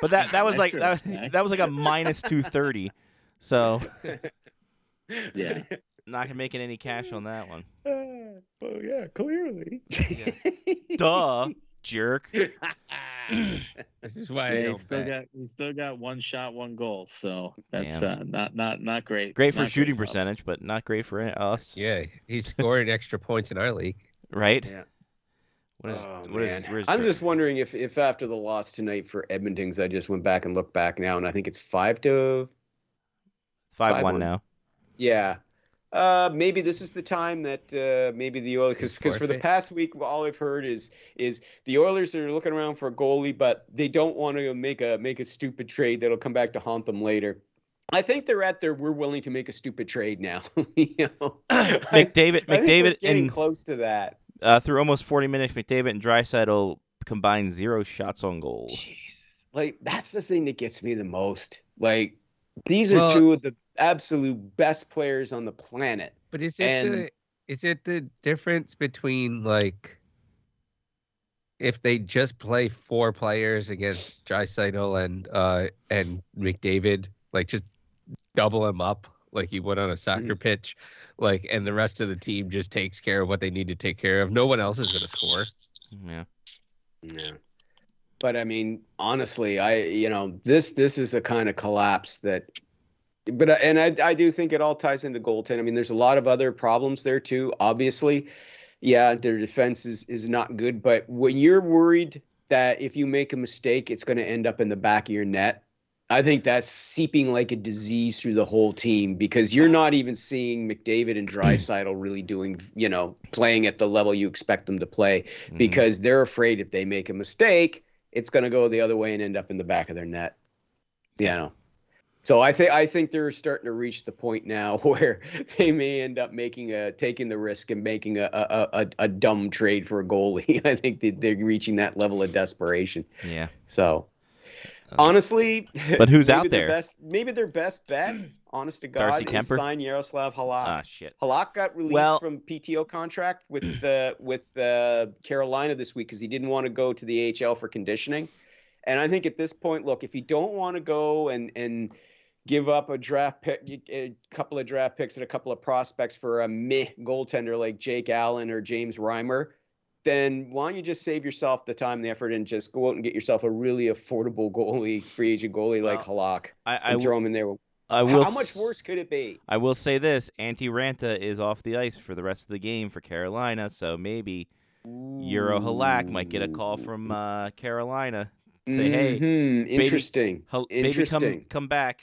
S1: But that that was like that,
S3: Extra
S6: eh?
S3: snack.
S1: that was like a minus two thirty. So
S3: Yeah.
S1: not making any cash on that one.
S6: Oh yeah, clearly.
S1: Duh, jerk.
S4: This is why I
S3: Yeah, he's
S4: don't
S3: still
S4: bet.
S3: got he's still got one shot, one goal. So that's
S1: Damn.
S3: uh, not not not great.
S1: Great for
S3: Not
S1: shooting
S3: for us.
S1: percentage, but not great for us,
S4: Yeah, he scored extra points in our league.
S1: right?
S6: Yeah.
S1: What is,
S6: Oh,
S1: what is-
S6: man.
S1: where is
S6: I'm
S1: Dirk?
S6: just wondering if, if after the loss tonight for Edmonton's, I just went back and looked back now, and I think it's five to
S1: five
S6: five
S1: one
S6: one.
S1: now.
S6: Yeah. Uh, maybe this is the time that uh, maybe the Oilers because because for the
S4: Forfeit.
S6: past week all I've heard is is the Oilers are looking around for a goalie but they don't want to make a make a stupid trade that'll come back to haunt them later. I think they're at their we're willing to make a stupid trade now. you know, I-
S1: McDavid,
S6: I think we're
S1: McDavid,
S6: getting
S1: and
S6: close to that.
S1: uh, through almost forty minutes, McDavid and Drysaddle combined zero shots on goal.
S6: Jesus. Like that's the thing that gets me the most. Like these are
S4: Well-
S6: two of the absolute best players on the planet.
S4: But is it
S6: And-
S4: the is it the difference between like if they just play four players against Drysaitel and uh and McDavid, like just double him up like you would on a
S3: Mm.
S4: soccer pitch, like and the rest of the team just takes care of what they need to take care of. No one else is gonna score.
S1: Yeah.
S6: Yeah. But I mean, honestly, I you know this this is the kind of collapse that. But I- and I I do think it all ties into goaltending. I mean, there's a lot of other problems there too. Obviously, yeah, their defense is is not good. But when you're worried that if you make a mistake, it's going to end up in the back of your net. I think that's seeping like a disease through the whole team because you're not even seeing McDavid and Drysidle really doing, you know, playing at the level you expect them to play
S1: Mhm.
S6: because they're afraid if they make a mistake, it's going to go the other way and end up in the back of their net. You know. So I think I think they're starting to reach the point now where they may end up making a taking the risk and making a a, a, a dumb trade for a goalie. I think that they're reaching that level of desperation.
S1: yeah.
S6: So
S1: Uh,
S6: honestly,
S1: But who's
S6: maybe
S1: out
S6: their
S1: there?
S6: Best, maybe their best bet, honest to God,
S1: Darcy
S6: is
S1: Kemper?
S6: sign Yaroslav Halak.
S1: Ah, shit.
S6: Halak got released
S1: Well-
S6: from PTO contract with the with uh, Carolina this week because he didn't want to go to the AHL for conditioning. And I think at this point, look, if you don't want to go and and give up a draft pick, a couple of draft picks and a couple of prospects for a meh goaltender like Jake Allen or James Reimer, then why don't you just save yourself the time and the effort and just go out and get yourself a really affordable goalie, free agent goalie like Halak,
S1: I,
S6: and
S1: I,
S6: throw him in there.
S1: I will.
S6: How much
S1: s-
S6: worse could it be?
S1: I will say this: Antti Ranta is off the ice for the rest of the game for Carolina, so maybe Euro Halak might get a call from uh, Carolina. Say, hey,
S6: Mhm, interesting.
S1: Hel- baby, come
S6: Interesting.
S1: come back.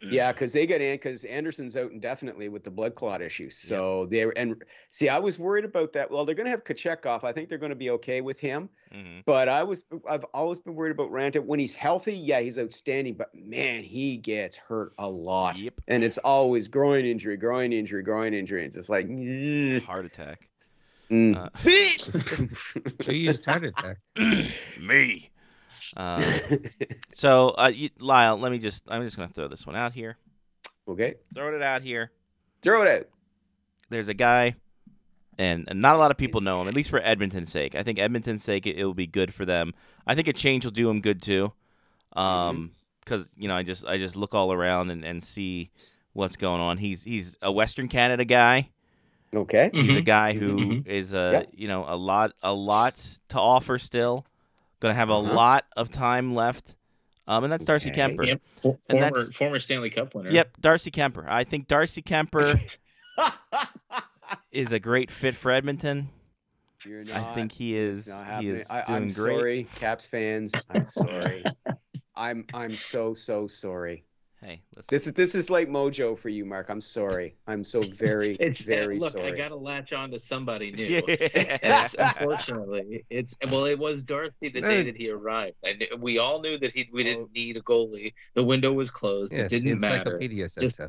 S6: Yeah, because they got and because Anderson's out indefinitely with the blood clot issue. So they were and see, I was worried about that. Well, they're going to have Kachek off. I think they're going to be okay with him.
S1: Mhm.
S6: But I was I've always been worried about Ranta when he's healthy. Yeah, he's outstanding. But man, he gets hurt a lot,
S1: Yep.
S6: and it's always groin injury, groin injury, groin injury. It's just like. mm,
S1: Heart attack.
S6: mm.
S1: Uh,
S4: So you just heart attack.
S1: me. Um, so, uh, you, Lyle, let me just. I'm just gonna throw this one out here.
S6: okay,
S1: Throwing it out here.
S6: throw it out.
S1: there's a guy, and, and not a lot of people know him, at least for Edmonton's sake. I think Edmonton's sake, it, it will be good for them. I think a change will do him good too,
S6: Mm-hmm.
S1: um, because you know I just I just look all around and, and see what's going on. He's he's a Western Canada guy.
S6: Okay.
S1: He's a guy who
S5: Mhm.
S1: is a
S6: Mm-hmm. Yep.
S1: you know a lot a lot to offer still. Gonna have a
S6: Uh-huh.
S1: lot of time left, um, and that's Darcy
S6: Okay.
S1: Kemper.
S3: Yep. For-
S1: And
S3: former
S1: that's-
S3: former Stanley Cup winner.
S1: Yep, Darcy Kemper. I think Darcy Kemper is a great fit for Edmonton.
S6: You're
S1: I think he is.
S6: It's not
S1: He
S6: happening.
S1: is
S6: I,
S1: doing
S6: I'm
S1: great.
S6: sorry, Caps fans. I'm sorry. I'm I'm so so sorry.
S1: Hey, listen.
S6: This is this is like mojo for you, Mark. I'm sorry. I'm so very
S3: It's
S6: very
S3: look,
S6: sorry.
S3: I gotta latch on to somebody new. And
S1: Yeah.
S3: that's unfortunately, it's well, it was Darcy the day
S4: Mm.
S3: that he arrived. I knew, we all knew that he we
S6: Oh.
S3: didn't need a goalie. The window was closed.
S4: Yeah,
S3: it didn't matter.
S4: encyclopedia said
S3: Just-
S4: so.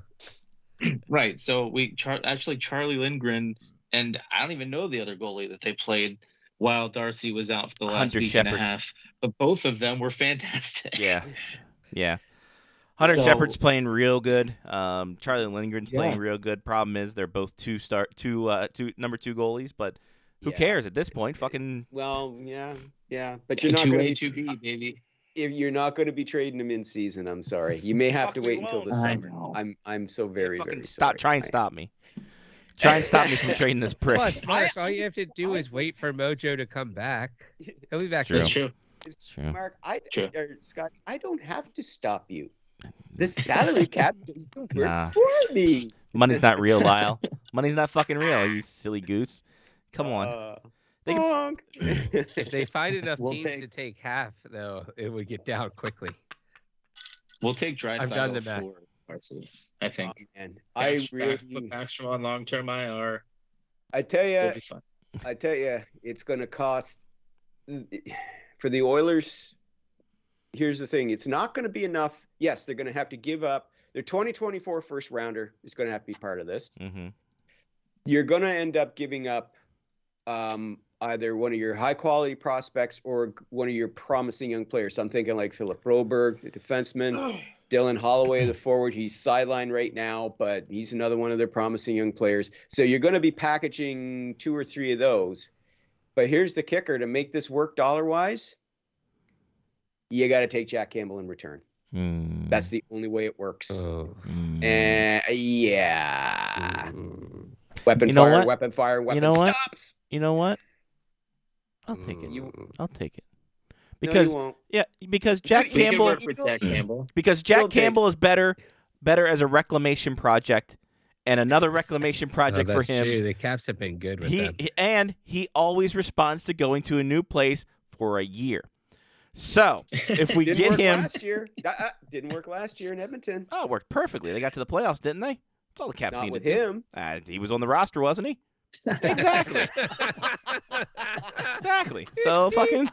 S3: Right. So we Char- actually Charlie Lindgren and I don't even know the other goalie that they played while Darcy was out for the last
S1: Hunter
S3: week and
S1: Shepherd.
S3: a half. But both of them were fantastic.
S1: yeah, yeah. Hunter
S3: So-
S1: Shepard's playing real good. Um, Charlie Lindgren's
S3: Yeah.
S1: playing real good. Problem is, they're both two star, two, uh, two number two goalies. But who
S6: Yeah.
S1: cares at this point? Fucking
S6: Well, yeah, yeah, but you're
S3: Two
S6: not going to
S3: A,
S6: be
S3: two B, baby.
S6: if you're not going to be trading him in season. I'm sorry. You may have
S1: Fuck
S6: to
S1: you
S6: wait until
S1: won't.
S6: the summer.
S3: know.
S6: I'm I'm so very
S1: fucking
S6: very
S1: stop.
S6: sorry.
S1: Try and
S6: I-
S1: stop me. Try and stop me from trading this prick.
S4: Plus, Mark, all you have to do is wait for Mojo to come back. He'll be back
S1: True.
S3: That's
S4: soon.
S3: true.
S1: It's true.
S6: Mark, I
S3: True.
S6: or Scott, I don't have to stop you. The salary cap does the work
S1: Nah.
S6: for me.
S1: Money's not real, Lyle. Money's not fucking real. You silly goose. Come on.
S6: Uh,
S1: They can-
S6: honk.
S4: If they find enough
S3: We'll
S4: teams
S3: take-
S4: to take half, though, it would get down quickly.
S3: We'll take Dry
S4: I've done the math.
S3: for Darcy, I think.
S4: Um,
S6: Oh, man. I
S3: Backstrom-
S6: really,
S3: Backstrom on long term IR.
S6: I tell
S3: It'll
S6: you,
S3: be fun.
S6: I tell you, it's going to cost for the Oilers. Here's the thing: it's not going to be enough. Yes, they're going to have to give up their 2024 first rounder is going to have to be part of this.
S1: Mm-hmm.
S6: You're going to end up giving up um, either one of your high quality prospects or one of your promising young players. So I'm thinking like Philip Roberg, the defenseman, Dylan Holloway, the forward. He's sidelined right now, but he's another one of their promising young players. So you're going to be packaging two or three of those. But here's the kicker to make this work dollar wise, you got to take Jack Campbell in return.
S1: Hmm.
S6: That's the only way it works.
S4: Oh.
S3: Mm-hmm.
S1: Hmm.
S6: And
S4: Mm. Ah.
S6: yeah. Weapon
S1: You know
S6: fire,
S1: what?
S6: weapon fire, weapon
S1: know what?
S6: stops.
S1: you know what? I'll take
S4: mm.
S1: it.
S6: You-
S1: I'll take it.
S6: Mm. No, you
S1: Because
S6: won't.
S1: yeah, because Jack
S3: We can
S1: Campbell
S3: work with Jack Campbell.
S1: because Jack
S6: We'll take-
S1: Campbell is better better as a reclamation project and another reclamation project
S4: Oh,
S1: for
S4: that's
S1: him.
S4: true. The Caps have been good with
S1: he,
S4: them.
S1: he- and he always responds to going to a new place for a year. So if we
S6: didn't
S1: get
S6: work
S1: him,
S6: last year. Uh, uh, didn't work last year in Edmonton.
S1: oh, it worked perfectly. They got to the playoffs, didn't they? That's all the Caps
S6: Not
S1: needed.
S6: with him.
S1: Uh, he was on the roster, wasn't he? exactly, exactly. So fucking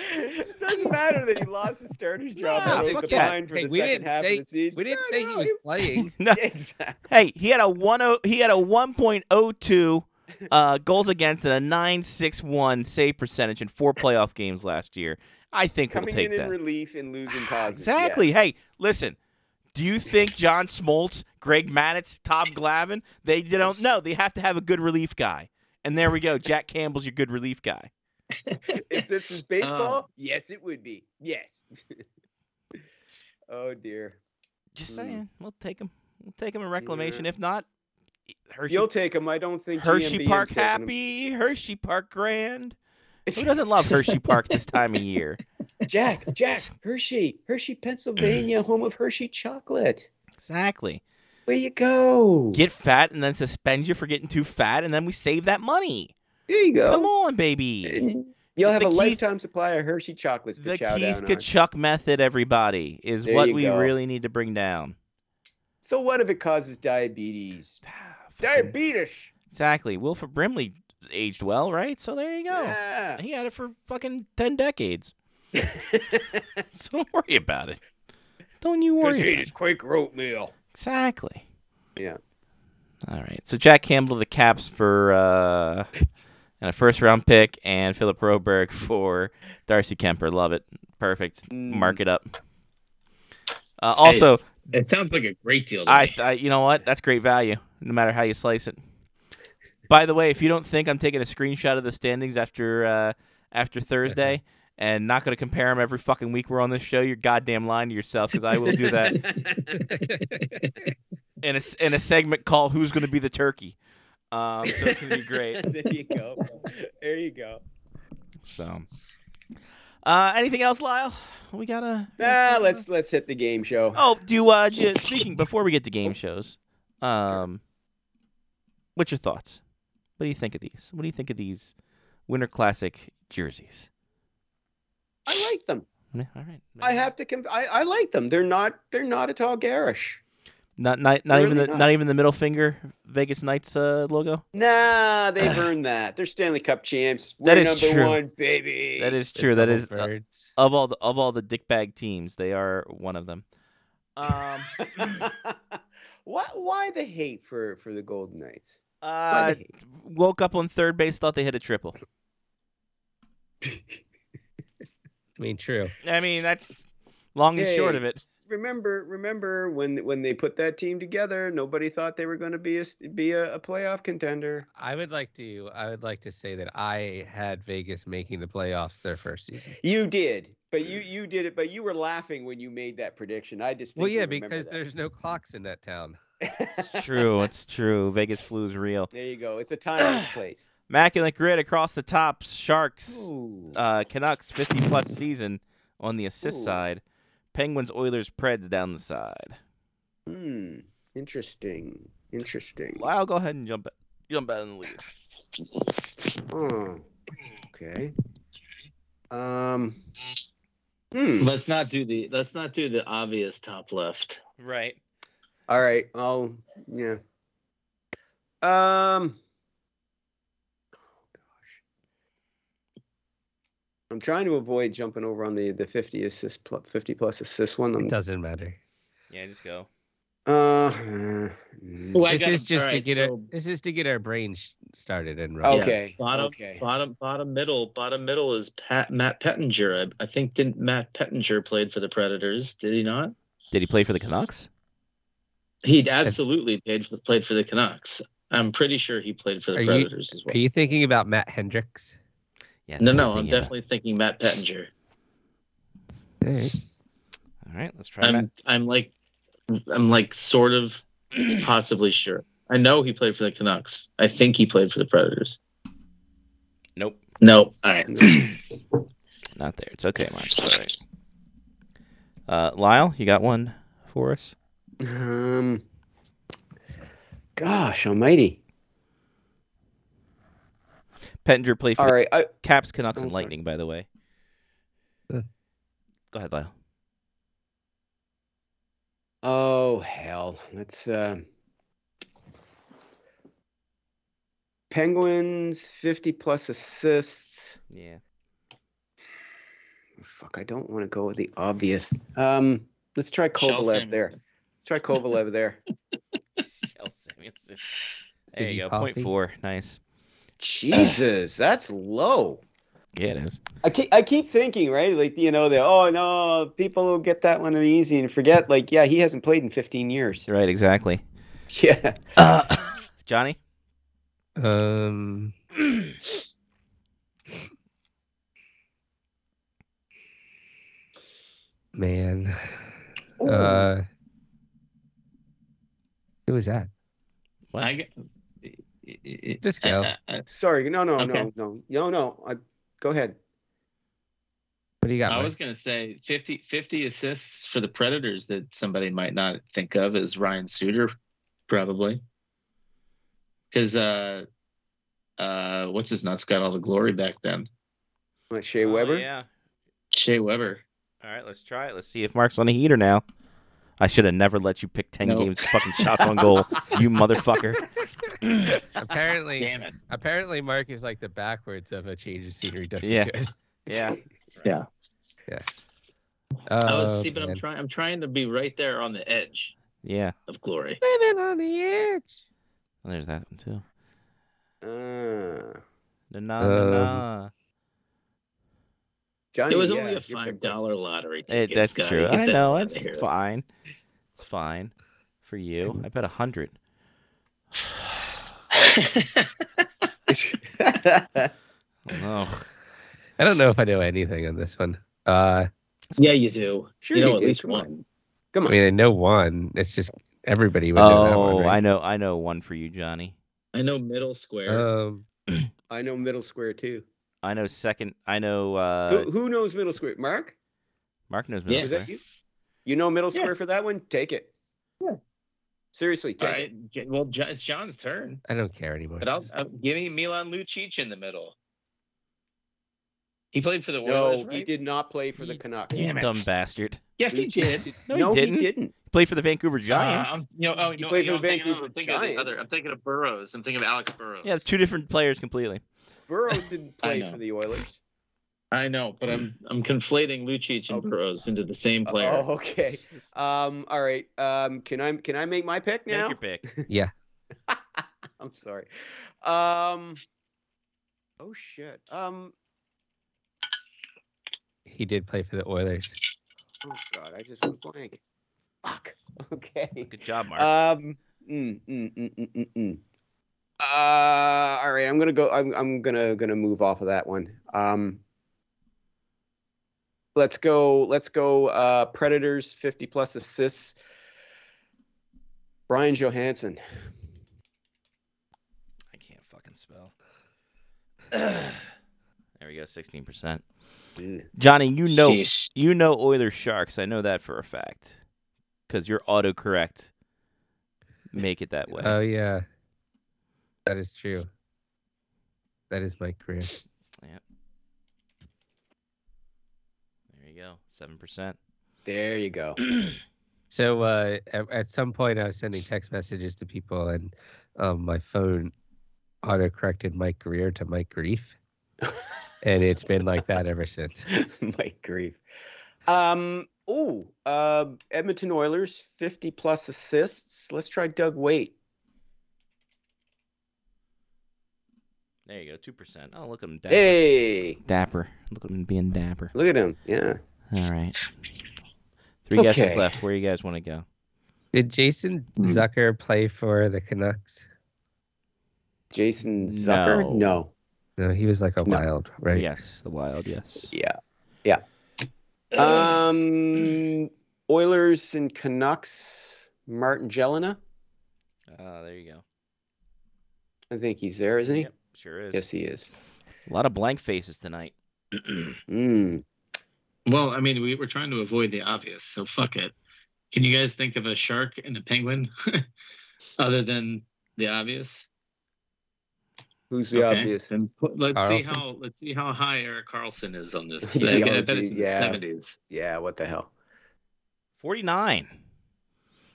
S6: it doesn't matter that he lost his starter's job.
S1: Nah,
S6: and
S1: fuck
S6: was
S4: that.
S6: fined for
S4: Hey,
S6: the
S4: we
S6: second
S4: didn't
S6: half
S4: say-
S6: of the season.
S4: we didn't
S6: No,
S4: say he
S6: no,
S4: was playing.
S1: no.
S6: Yeah, exactly.
S1: Hey, he had a one oh he had a one point oh two uh, goals against and a nine six one save percentage in four playoff games last year. I think we'll
S6: Coming
S1: take
S6: in
S1: that.
S6: in relief and
S4: Ah,
S6: losing positive.
S1: Exactly. Hey, listen. Do you think John Smoltz, Greg Maddux, Tom Glavine, they don't know? They have to have a good relief guy. And there we go. Jack Campbell's your good relief guy.
S6: If this was
S4: Ah.
S6: baseball, yes, it would be. Yes. oh dear.
S1: Just
S6: Mm.
S1: saying. We'll take him. We'll take him in reclamation. If not, Hershey,
S6: You'll take him. I don't think
S1: Hershey
S6: GMBM's
S1: Park
S6: taking him.
S1: happy, Hershey Park grand. Who doesn't love Hershey Park this time of year?
S6: Jack, Jack, Hershey, Hershey, Pennsylvania, home of Hershey chocolate.
S1: Exactly.
S6: Where you go?
S1: Get fat and then suspend you for getting too fat, and then we save that money.
S6: there you go.
S1: Come on, baby.
S6: You'll have
S1: The
S6: a
S1: Keith-
S6: lifetime supply of Hershey chocolates to
S1: the
S6: chow
S1: Keith
S6: down on.
S1: Kachuk method, everybody, is
S6: There
S1: what
S6: you
S1: we
S6: go.
S1: really need to bring down.
S6: So what if it causes diabetes?
S1: Ah, Fucking-
S6: Diabetes.
S1: Exactly. Wilford Brimley aged well, right? So there you go.
S6: Yeah.
S1: He had it for fucking 10 decades. so don't worry about it. Don't you worry. About it.
S6: Quaker oatmeal.
S1: Exactly.
S6: Yeah.
S1: All right. So Jack Campbell to the Caps for uh and a first round pick and Philip Roberg for Darcy Kemper. Love it. Perfect. Mark it up. Uh, also,
S3: It sounds like a great deal. To
S1: I,
S3: me.
S1: I you know what? That's great value, no matter how you slice it. By the way, if you don't think I'm taking a screenshot of the standings after uh, after Thursday and not going to compare them every fucking week we're on this show, you're goddamn lying to yourself because I will do that in a s- in a segment called "Who's Going to Be the Turkey." Um, so it's gonna be great.
S6: there you go. There you go.
S1: So, uh, anything else, Lyle? We gotta.
S6: Nah, Ah, let's let's hit the game show.
S1: Oh, do you, uh, j- speaking before we get to game shows, um, what's your thoughts? What do you think of these? What do you think of these Winter Classic jerseys?
S6: I like them.
S1: Yeah, all right.
S6: I have to. Comp- I I like them. They're not. They're not at all garish.
S1: not not not even
S6: Really
S1: the
S6: not.
S1: not. even the middle finger Vegas Knights uh, logo.
S6: Nah, they've earned that. They're Stanley Cup champs. We're
S1: That is
S6: number
S1: true.
S6: one, baby.
S1: That is
S4: The
S1: true. That
S4: double
S1: is uh,
S4: birds.
S1: of all the of all the dickbag teams, they are one of them. Um,
S6: what? Why the hate for for the Golden Knights?
S1: uh,
S6: hate?
S1: woke up on third base, thought they hit a triple.
S4: I mean, true.
S1: I mean, that's long and short
S6: Hey.
S1: of it.
S6: Remember, remember when when they put that team together, nobody thought they were going to be a be a, a playoff contender.
S4: I would like to. I would like to say that I had Vegas making the playoffs their first season.
S6: You did, but you you did it. But you were laughing when you made that prediction. I just
S4: Well, yeah, because there's no clocks in that town.
S1: It's true. It's true. Vegas flu is real.
S6: There you go. It's a time and a place.
S1: Immaculate grid across the top. Sharks,
S6: Ooh.
S1: uh, Canucks, 50 plus season on the assist
S6: Ooh.
S1: side. Penguins, Oilers, Preds down the side.
S6: Hmm. Interesting. Interesting.
S1: Lyle, go ahead and jump it. Jump out in the lead.
S6: Huh. Okay. Um. Hmm.
S3: Let's not do the let's not do the obvious top left.
S1: Right.
S6: All right. I'll. Yeah. Um. oh, I'm trying to avoid jumping
S1: Mm.
S6: over on the the 50 assist plus 50 plus assist one.
S4: It
S6: I'm,
S4: doesn't matter.
S1: Yeah, just go.
S6: Uh, mm,
S3: Ooh, I
S4: this
S3: got
S4: is
S3: him.
S4: just to
S3: Alright,
S4: get
S3: so
S4: our, this is to get our brains started and running.
S6: okay.
S3: Bottom,
S6: Okay.
S3: bottom, bottom, middle, bottom, middle is Pat Matt Pettinger. I, I think didn't Matt Pettinger played for the Predators? Did he not?
S1: Did he play for the Canucks?
S3: He absolutely played for, played for the Canucks. I'm pretty sure he played for the
S4: Are you-
S3: Predators as well.
S4: Are you thinking about Matt Hendricks?
S1: Yeah.
S3: no,
S1: that's
S3: no,
S1: what
S3: I'm
S1: thinking about.
S3: definitely thinking Matt Pettinger.
S1: All right, let's try
S3: I'm,
S1: Matt.
S3: I'm like, I'm like sort of, possibly sure. I know he played for the Canucks. I think he played for the Predators.
S1: Nope,
S3: No, all right.
S1: not there. It's okay, Mike. It's all right. Uh, Lyle, you got one for us?
S6: Um, gosh almighty.
S1: Pettinger played for
S6: All
S1: the
S6: right. I,
S1: Caps, Canucks,
S6: I'm
S1: and
S6: sorry.
S1: Lightning, by the way.
S4: Uh.
S1: Go ahead, Lyle.
S6: oh, hell. That's uh, Penguins, 50 plus assists.
S1: Yeah.
S6: Fuck, I don't want to go with the obvious. Um, let's try Kovalev there. Let's try Kovalev there.
S1: Shel Samuelson. There
S4: Ziggy
S1: you go.
S4: Palfy?
S1: Point four. Nice.
S6: Jesus, that's low.
S1: Yeah, it is.
S6: I keep, I keep thinking, right? Like, you know, that, oh, no, people will get that one easy and forget. Like, yeah, he hasn't played in 15 years.
S1: Right, exactly.
S6: Yeah.
S1: Uh, Johnny?
S4: Um, man, uh, who was that?
S1: What?
S3: I, g-
S4: Just go.
S3: I- I-
S6: Sorry. No, no,
S3: Okay.
S6: no, no, no, no. I, go ahead.
S4: What do you got?
S3: I
S4: Mike?
S3: was going to say 50, 50 assists for the Predators that somebody might not think of is Ryan Suter, probably. Because uh, uh, what's his nuts got all the glory back then?
S6: Uh, Shea Weber.
S1: Oh, yeah.
S3: Shea Weber.
S1: All right, let's try it. Let's see if Mark's on a heater now. I should have never let you pick 10
S3: Nope.
S1: games fucking shots on goal, you motherfucker.
S4: apparently,
S3: Damn it.
S4: apparently, Mark is like the backwards of a change of scenery. Does
S1: Yeah.
S4: yeah, good.
S1: Yeah.
S4: Oh,
S3: I was, see, but I'm
S4: man.
S3: trying. I'm trying to be right there on the edge
S1: Yeah.
S3: of glory.
S4: living on the edge.
S1: Well, there's that one, too.
S6: Uh,
S1: Na, na, na,
S4: Um,
S1: na.
S6: Johnny,
S3: It was
S6: yeah,
S3: only a
S6: your
S3: five
S6: pick.
S3: dollar lottery
S1: Eh,
S3: ticket.
S1: that's
S3: Scotty.
S1: true.
S3: Get
S1: I
S3: that
S1: know.
S3: outta
S1: It's
S3: here.
S1: fine. It's fine for you. I bet 100. Oh, no.
S4: I don't know if I know anything on this one. Uh,
S3: yeah, you do.
S6: Sure,
S3: you
S6: you
S3: know at
S6: do.
S3: least
S6: Come on.
S3: one.
S4: I mean, I know one. It's just everybody would know that
S1: Oh,
S4: one.
S1: I
S4: Right?
S1: know. I know one for you, Johnny.
S3: I know middle square.
S4: Um,
S6: I know middle square too.
S1: I know second. I know. Uh,
S6: who, who knows middle square? Mark,
S1: Mark knows middle
S3: Yeah.
S6: is
S1: square.
S6: that you? You know middle
S3: Yeah.
S6: square for that one? Take it.
S3: Yeah.
S6: Seriously,
S3: All
S6: take it.
S3: right. J- Well, Jo- it's John's turn.
S4: I don't care anymore.
S3: But I'll, I'll give me Milan Lucic in the middle. He played for the Oilers,
S6: No,
S3: right?
S6: he did not play for the
S3: Ye-
S6: Canucks.
S3: Damn it.
S1: Dumb bastard.
S3: Yes, he did.
S1: No, he didn't. Played for the Vancouver Giants.
S3: Uh, I'm- you know, oh,
S6: He
S3: no,
S6: played for
S3: you know,
S6: the
S3: I'm thinking of-
S6: Vancouver
S3: I'm thinking of the
S6: Giants.
S3: other- I'm thinking of Burrows. I'm thinking of Alex Burrows.
S1: yeah, two different players completely.
S6: Burrows didn't
S3: I
S6: play
S3: know.
S6: for the Oilers.
S3: I know, but I'm I'm conflating Lucic and
S6: Oh.
S3: Burrows into the same player.
S6: Oh, okay. Um, all right. Um, can I can I make my pick now?
S1: Take Uh, your pick.
S6: I'm sorry. Um, oh shit. Um,
S4: He did play for the Oilers.
S6: oh god, I just went blank. Fuck. Okay.
S1: Good job, Mark.
S3: Uh,
S6: Um. Mm, mm, mm, mm, mm, mm. Uh. All right. I'm gonna go. I'm. I'm gonna gonna move off of that one. Um. Let's go. Let's go. Uh, Predators 50 plus assists. Brian Johansson.
S1: I can't fucking spell. there we go, sixteen percent.
S6: Mm.
S1: Johnny, you know
S3: Sheesh.
S1: you know Oilers Sharks. I know that for a fact because your autocorrect make it that way.
S6: Uh,
S4: Oh yeah, that is true. That is my career.
S1: there you go, seven percent.
S6: There you go.
S4: So uh, at, at some point, I was sending text messages to people, and um, my phone auto corrected my career to my grief, and it's been like that ever since.
S6: My grief. Um. Oh, uh, Edmonton Oilers, 50 plus assists. Let's try Doug Waite.
S1: There you go, two percent. Oh, look at him. Dapper.
S6: Hey,
S1: dapper. Look at him being dapper.
S6: look at him. Yeah.
S1: All right. Three guesses
S6: Okay.
S1: left. Where you guys want to go?
S4: Did Jason Zucker play for the Canucks?
S6: Jason Zucker?
S1: No.
S6: No.
S4: No, he was like a
S6: No.
S4: wild, right?
S1: Yes, the Wild. Yes.
S6: Yeah. Yeah. Um, Oilers and Canucks, Martin Jelena.
S1: Uh, there you go.
S6: I think he's there, isn't he?
S1: Yep, sure is.
S6: Yes, he is.
S1: A lot of blank faces tonight.
S6: Mm.
S3: Well, I mean, we, we're trying to avoid the obvious, so fuck it. Can you guys think of a shark and a penguin other than the obvious?
S6: Who's the
S3: Okay,
S6: obvious?
S3: Then put, let's see
S4: Carlson.
S3: how let's see how high Eric Carlson is on this.
S6: Yeah,
S3: I, I bet it's in
S6: yeah.
S3: the seventies.
S6: Yeah, what the hell?
S1: Forty-nine.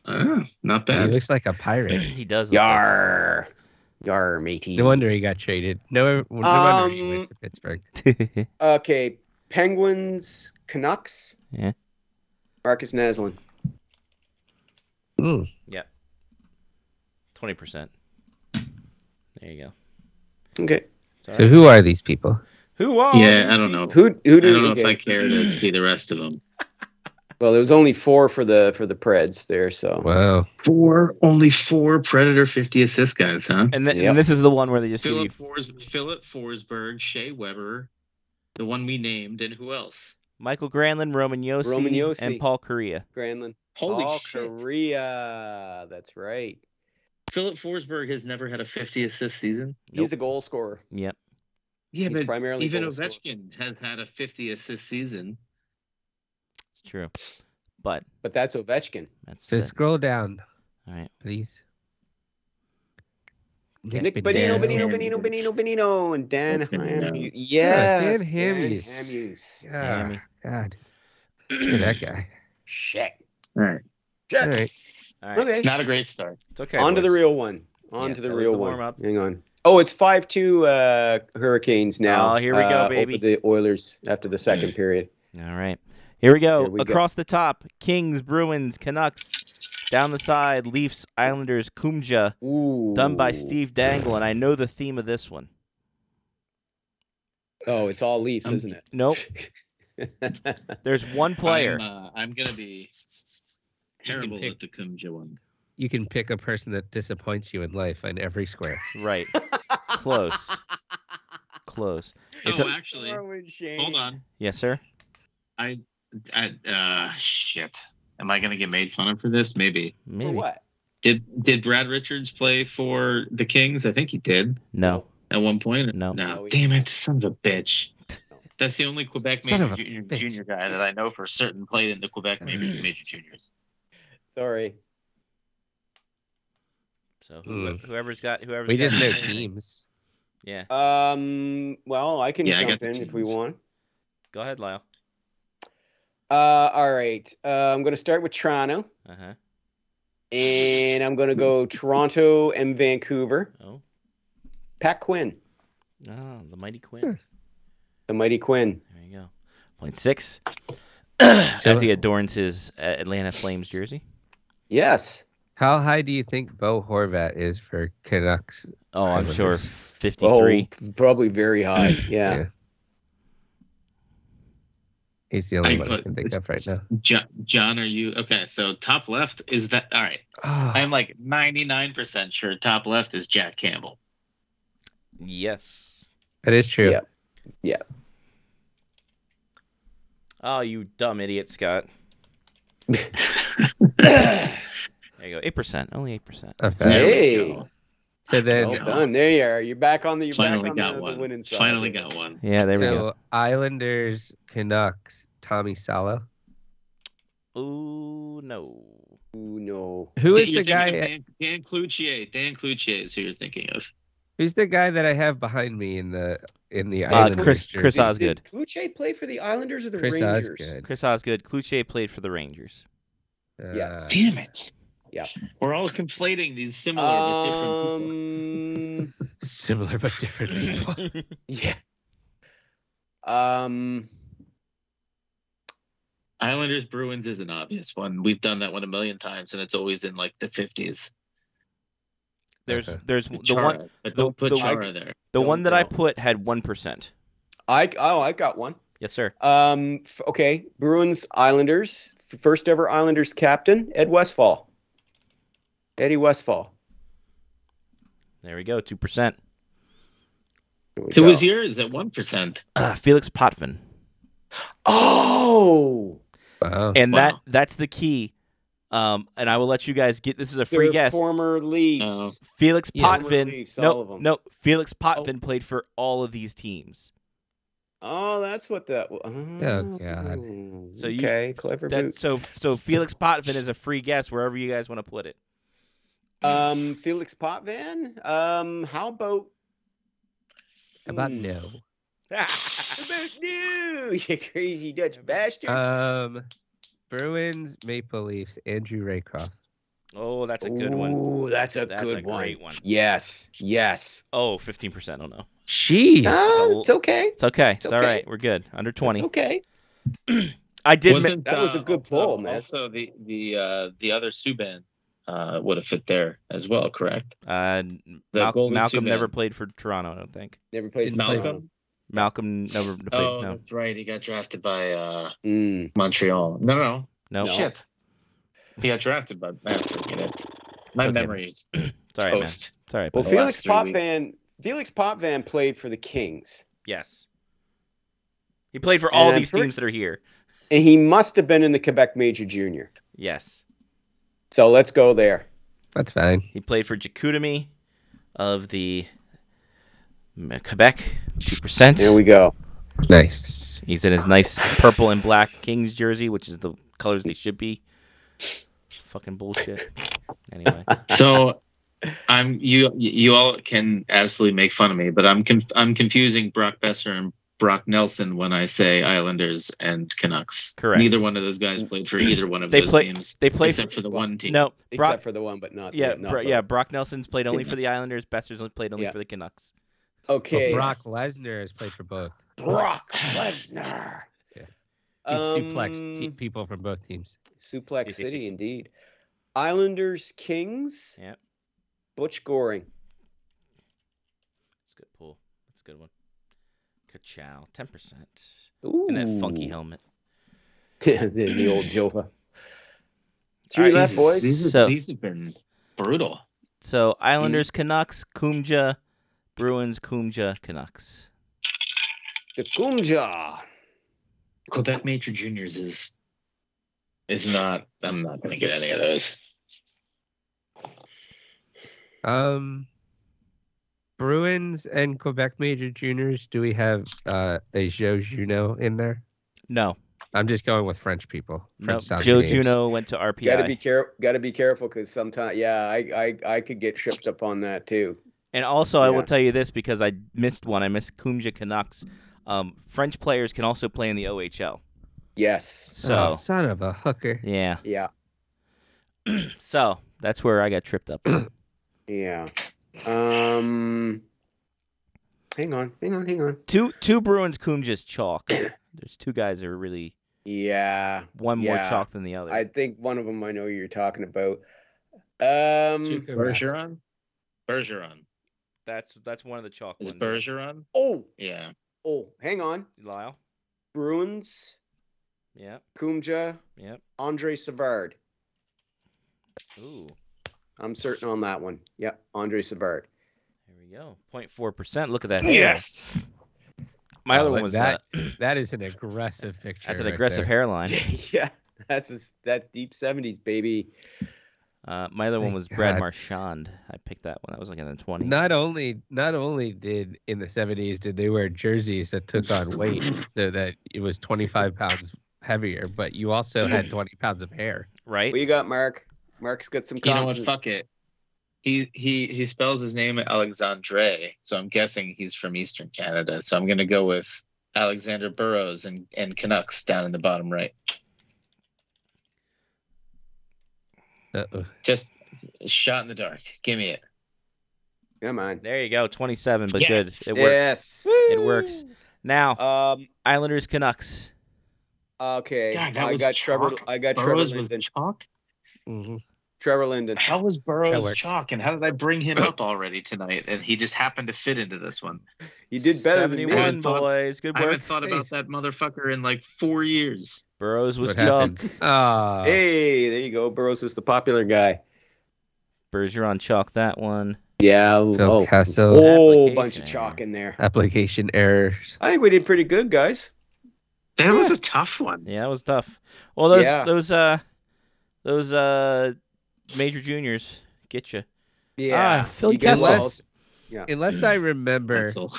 S3: Oh, not
S4: He
S3: bad.
S4: looks like a pirate.
S1: he does. look like-
S6: Yar. Yar, matey.
S4: No wonder he got traded. No, no wonder he
S6: Um,
S4: went to Pittsburgh.
S6: Okay, Penguins, Canucks.
S1: Yeah.
S6: Marcus Naslin.
S4: Mm.
S1: Twenty percent. There you go.
S6: Okay.
S1: It's all
S4: So
S1: right.
S4: who are these people?
S1: Who are?
S3: Yeah,
S1: these
S3: I don't know.
S6: Who
S3: I
S6: who did
S3: don't know
S6: okay.
S3: if I care to see the rest of them.
S6: Well, there was only four for the for the Preds there, so
S4: Wow.
S3: Four, only four Predator fifty assist guys, huh?
S1: And, th-
S6: Yep.
S1: and this is the one where they just give you
S3: Philip Fors- Philip Forsberg, Shea Weber, the one we named, and who else?
S1: Michael Granlund, Roman Yossi,
S6: Roman Yossi.
S1: and Paul Correa.
S6: Granlund.
S3: Holy
S6: All
S3: shit!
S6: Korea. That's right.
S3: Philip Forsberg has never had a fifty assist season.
S6: He's a goal scorer.
S1: Yep.
S3: Yeah,
S6: He's primarily
S3: even
S6: goal scorer.
S3: Ovechkin has had a 50 assist season.
S1: It's true. But
S6: But that's Ovechkin.
S1: that's
S4: So
S1: the,
S4: scroll down,
S1: all right.
S4: please.
S6: Nick Benino,
S3: Benino,
S6: Benino,
S3: Benino,
S6: Benino, Benino, Benino, and Dan
S3: Nick Benino.
S6: Hamhuis. Yes,
S4: Dan Hamhuis.
S6: Hamhuis.
S4: Yeah,
S1: Miami.
S4: Ah, God. Look at that guy.
S6: Shit.
S3: All
S4: All
S3: right.
S6: Shit.
S4: right.
S1: All right.
S6: Okay.
S3: Not a great start.
S1: It's okay.
S6: On to the
S1: boys.
S6: real one. On
S1: Yes,
S6: to
S1: that
S6: the
S1: was
S6: real
S1: the
S6: one.
S1: warm-up.
S6: Hang on. Oh, it's five two uh, Hurricanes now.
S1: Oh, here we go,
S6: uh,
S1: baby.
S6: Over the Oilers after the second period.
S1: All right. Here we go.
S6: Here we go.
S1: Across the top, Kings, Bruins, Canucks. Down the side, Leafs, Islanders, Kumja.
S6: Ooh.
S1: Done by Steve Dangle, and I know the theme of this one.
S6: Oh, it's all Leafs,
S3: Um,
S6: isn't
S1: Nope.
S3: Oh,
S6: it?
S1: There's one player.
S3: I'm, uh, I'm going to be terrible at the Kumja one.
S4: You can pick a person that disappoints you in life on every square.
S1: Right. Close. Close. It's
S3: oh,
S1: a-
S3: actually, hold on.
S1: Yes, sir.
S3: I, I uh, shit. Am I going to get made fun of for this? Maybe.
S6: For
S1: Maybe.
S6: what?
S3: Did Did Brad Richards play for the Kings? I think he did
S1: No.
S3: at one point.
S1: No.
S3: No.
S6: No, he-
S3: Damn it, son of a bitch. That's the only Quebec
S4: Son of
S3: major
S4: a
S3: junior,
S4: bitch.
S3: junior guy that I know for certain played in the Quebec major, major juniors.
S6: Sorry.
S1: So who-
S4: Mm.
S1: whoever's got whoever's
S4: We just
S1: got
S4: know
S1: anything.
S4: teams.
S1: Yeah.
S6: Um. Well, I can
S3: Yeah, I
S6: jump
S3: got the
S6: in if we
S3: teams.
S6: want.
S1: Go ahead, Lyle.
S6: Uh. All right. Uh, I'm going to start with Toronto,
S1: Uh huh.
S6: and I'm going to go
S3: Mm-hmm.
S6: Toronto and Vancouver.
S1: Oh.
S6: Pat Quinn,
S1: Oh, the mighty Quinn.
S6: the mighty Quinn.
S1: There you go. Point six. As he
S4: So-
S1: adorns his uh, Atlanta Flames jersey.
S6: Yes.
S4: How high do you think Bo Horvat is for Canucks?
S1: Oh, I'm
S4: Islanders.
S1: sure. Fifty-three.
S6: Oh, probably very high. Yeah.
S4: Yeah. He's the only
S3: I-
S4: one I can think of right now.
S3: John, John, are you okay? So top left is that all right?
S4: Oh,
S3: I'm like 99% sure top left is Jack Campbell.
S1: Yes.
S4: that is true.
S6: Yeah.
S1: Oh, you dumb idiot, Scott. There you go. Eight percent. Only eight percent.
S3: Uh,
S4: Not bad.
S3: There we
S6: Hey.
S3: go.
S4: So
S6: Well
S4: then,
S3: Yeah.
S6: done. There you are. You're back on the. You're back
S3: Finally
S6: on
S3: got
S6: the, the winning
S3: one.
S6: side.
S3: Finally got one.
S1: Yeah, there
S4: so Islanders, Canucks, Tommy Salo.
S1: we go. Ooh no.
S6: Ooh, no.
S4: Who is the
S3: You're thinking of
S4: guy?
S3: Dan, Dan Cloutier. Dan Cloutier is who you're thinking of.
S4: Who's the guy that I have behind me in the in the
S1: Uh,
S4: Islanders
S1: Chris
S4: jersey?
S1: Chris Osgood.
S6: Did Kluche play for the Islanders or the
S4: Chris
S6: Rangers?
S4: Osgood.
S1: Chris Osgood. Cluche played for the Rangers.
S4: Uh,
S6: Yes.
S3: Damn it.
S6: Yeah.
S3: We're all conflating these similar but different
S6: Um.
S3: people.
S4: Uh, similar but different people.
S6: yeah. Um.
S3: I Islanders Bruins is an obvious one. We've done that one a million times, and it's always in like the fifties.
S1: There's
S4: Okay.
S1: there's the one
S3: but don't put
S1: the-
S3: Chara there.
S1: the
S3: Don't-
S1: one that I
S3: don't.
S1: put had one percent.
S6: I oh, I got one.
S1: Yes, sir.
S6: Um, f- okay, Bruins Islanders f- first ever Islanders captain Ed Westfall. Eddie Westfall.
S1: There we go, two percent.
S6: Here we
S3: Who
S6: go.
S3: was yours at one percent?
S1: Uh, Felix Potvin,
S6: Oh,
S4: Wow.
S1: and that
S3: Wow.
S1: that's the key. Um, and I will let you guys get this is a
S6: they're
S1: free guess.
S6: Former Leafs.
S3: Oh.
S1: Felix
S4: Yeah.
S1: Potvin.
S6: Former Leafs, all
S1: no,
S6: of 'em.
S1: no, Felix Potvin played for all of these teams.
S6: Oh, that's what that. wa-
S4: Oh, God.
S6: Oh,
S1: So you-
S6: okay, clever
S1: That's
S6: boot.
S1: so so. Felix Potvin is a free guess wherever you guys want to put it.
S6: Um, Felix Potvin. Um, how about?
S4: How about
S6: Hmm.
S4: no?
S6: How about no? You crazy Dutch bastard.
S4: Um, Bruins, Maple Leafs, Andrew Raycroft.
S1: oh, that's a good one.
S6: Ooh, that's a
S1: That's
S6: good
S1: a
S6: one.
S1: great one.
S6: Yes, yes.
S1: Oh, 15%. Oh, no.
S4: Jeez.
S6: Ah, it's okay.
S1: It's okay. It's,
S6: It's
S1: all
S6: okay.
S1: right. We're good. Under 20.
S6: It's okay.
S1: I did. ma-
S3: Wasn't,
S6: that was a
S3: uh,
S6: good
S3: also-
S6: pull, man.
S3: Also, the the uh, the other Subban uh, would have fit there as well, correct?
S1: uh,
S3: The
S1: Mal-
S3: Golden
S1: Malcolm
S3: Subban.
S1: never played for Toronto, I don't think.
S6: Never played
S4: Did
S6: for
S4: Malcolm?
S6: Toronto.
S1: Malcolm never played.
S3: Oh,
S1: no.
S3: that's right. He got drafted by uh,
S6: Mm.
S3: Montreal. No, no, no.
S1: No.
S6: No.
S3: Shit. He got drafted by. Man, forget it. My
S1: okay.
S3: memories.
S1: It's all right, man.
S3: post.
S1: It's all right.
S6: Well,
S1: bud.
S3: the
S6: Felix
S3: last three weeks.
S6: Potvin. Felix Potvin played for the Kings,
S1: Yes. He played for all
S6: And I'm
S1: these
S6: pretty-
S1: teams that are here.
S6: and he must have been in the Quebec Major Junior.
S1: Yes.
S6: So let's go there.
S4: That's fine.
S1: He played for Chicoutimi of the M- Quebec, 2%.
S6: There we go.
S4: Nice.
S1: He's in his nice purple and black Kings jersey, which is the colors they should be. Fucking bullshit. Anyway,
S3: So, I'm you. You all can absolutely make fun of me, but I'm conf- I'm confusing Brock Besser and Brock Nelson when I say Islanders and Canucks.
S1: Correct.
S3: Neither one of those guys played for either one of
S1: They
S3: those
S1: play-
S3: teams,
S1: they played
S3: except for the one team.
S1: no Brock.
S6: Except for the one, but not.
S1: Yeah,
S6: not
S1: Bro-
S6: both.
S1: yeah. Brock Nelson's played only for the Islanders. Besser's only played only
S6: Yeah.
S1: for the Canucks.
S6: Okay.
S4: Brock Lesnar has played for both.
S6: Brock Lesnar.
S4: Yeah. He
S6: Um,
S4: suplexed te- people from both teams.
S6: Suplex City, indeed. Islanders, Kings.
S1: Yep.
S6: Butch Goring.
S1: It's a good pool. That's a good one. Kachow, ten percent,
S6: Ooh.
S1: and that funky helmet.
S6: the, the old Jova.
S1: All
S6: Three
S1: right,
S6: left,
S1: these-
S6: boys.
S3: These, are-
S1: So-
S3: these have been brutal.
S1: So
S6: Mm.
S1: Islanders, Canucks, Kumja, Bruins, Kumja, Canucks.
S6: The Kumja.
S3: Quebec Major Juniors is is not. I'm not going to get any of those.
S4: Um, Bruins and Quebec Major Juniors. Do we have uh, a Joe Juno in there?
S1: No,
S4: I'm just going with French people.
S1: no.
S4: French sounding
S1: Joe
S4: names. Oh,
S1: Juno went to
S6: Got to
S1: RPI,
S6: be careful. Got to be careful because sometimes, yeah, I, I, I could get tripped up on that too.
S1: and also I will
S6: Yeah.
S1: tell you this because I missed one. I missed Kumja Canucks. Um, French players can also play in the OHL.
S6: Yes.
S1: So
S4: Oh, son of a hooker.
S1: yeah,
S6: Yeah.
S1: so that's where I got tripped up.
S6: Yeah. Um. Hang on. Hang on. Hang on.
S1: two two Bruins Kumja's chalk. There's two guys that are really
S6: Yeah.
S1: one more
S6: Yeah.
S1: chalk than the other.
S6: I think one of them I know you're talking about. Um.
S4: Tuukka Rask.
S3: Bergeron. Bergeron
S1: that's that's one of the chalk
S3: is
S1: ones.
S3: Bergeron.
S6: Oh.
S3: Yeah.
S6: Oh. Hang on.
S1: Lyle.
S6: Bruins.
S1: Yeah.
S6: Kumja.
S1: Yep.
S6: Andre Savard.
S1: Ooh.
S6: I'm certain on that one. Yep. Andre Savard.
S1: There we go. 04 percent. Look at that.
S5: Yes.
S1: My other
S4: Oh,
S1: one was
S4: that-
S1: uh,
S4: That is an aggressive picture.
S1: that's an
S4: right
S1: aggressive
S4: there.
S1: hairline.
S6: yeah. That's a, that's deep seventies, baby.
S1: Uh, my other one
S4: Thank
S1: was Brad
S4: God.
S1: Marchand. I picked that one. That was like in the 20s.
S4: Not only, not only did in the '70s did they wear jerseys that took on weight so that it was 25 pounds heavier, but you also had 20 pounds of hair.
S1: right.
S6: What you got, Mark? Mark's got some.
S3: You know what?
S6: confidence.
S3: Fuck it. He he he spells his name Alexandre, so I'm guessing he's from Eastern Canada. So I'm gonna go with Alexander Burrows and and Canucks down in the bottom right.
S4: Uh-oh.
S3: Just a shot in the dark. Give me it.
S6: Come on.
S1: there you go. 27, but
S3: Yes.
S1: good. It works.
S6: yes.
S1: It works. Now,
S6: Um.
S1: Islanders Canucks.
S6: Okay,
S3: God, that
S6: I
S3: was
S6: got Trevor.
S3: chalk.
S6: I got
S3: Burrows
S6: Trevor
S3: was
S6: Linden.
S3: chalk.
S6: Trevor Linden.
S3: How was
S4: That
S3: Burrows
S4: works.
S3: chalk, and how did I bring him up already tonight? And he just happened to fit into this one.
S6: He did better than me.
S1: 71 boys. Good
S3: I
S1: work.
S3: haven't thought about that motherfucker in like four years.
S1: Burrows was
S4: What
S1: Chuck.
S4: happened? Ah,
S6: Hey, there you go. Burrows was the popular guy.
S1: Bergeron chalk that one.
S6: Yeah.
S4: Phil
S6: oh,
S4: Kessel.
S6: whole bunch
S1: Application
S6: of chalk
S1: error.
S6: in there.
S4: application errors.
S6: I think we did pretty good, guys.
S3: That was a tough one.
S1: Yeah, that was tough. Well, those
S6: Yeah.
S1: those uh those uh major juniors get you.
S6: Yeah.
S1: Ah, Phil
S6: You guys
S4: Kessel.
S6: lost.
S4: Unless I remember,
S3: Pencil.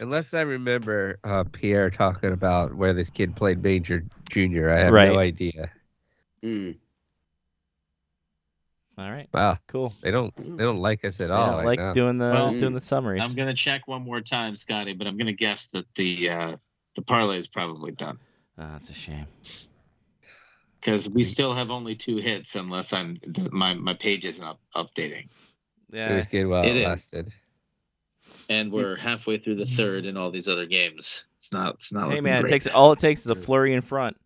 S4: unless I remember uh, Pierre talking about where this kid played major junior, I have
S1: Right.
S4: no idea.
S6: Mm.
S1: All right,
S4: Wow,
S1: cool.
S4: they don't they don't like us at
S1: I
S4: all.
S1: don't like
S4: now.
S1: doing the
S3: Well,
S1: doing the summaries.
S3: I'm gonna check one more time, Scotty, but I'm gonna guess that the uh, the parlay is probably done
S1: Oh, that's a shame.
S3: because
S4: Mm-hmm.
S3: we still have only two hits unless I'm th- my my page isn't up, updating,
S4: it
S1: Yeah,
S4: was good while
S3: It
S4: it,
S3: is.
S4: lasted.
S3: and we're
S4: Mm-hmm.
S3: halfway through the third in all these other games. It's not. It's not.
S1: Hey
S3: looking
S1: man, it
S3: great.
S1: takes all it takes is a flurry in front,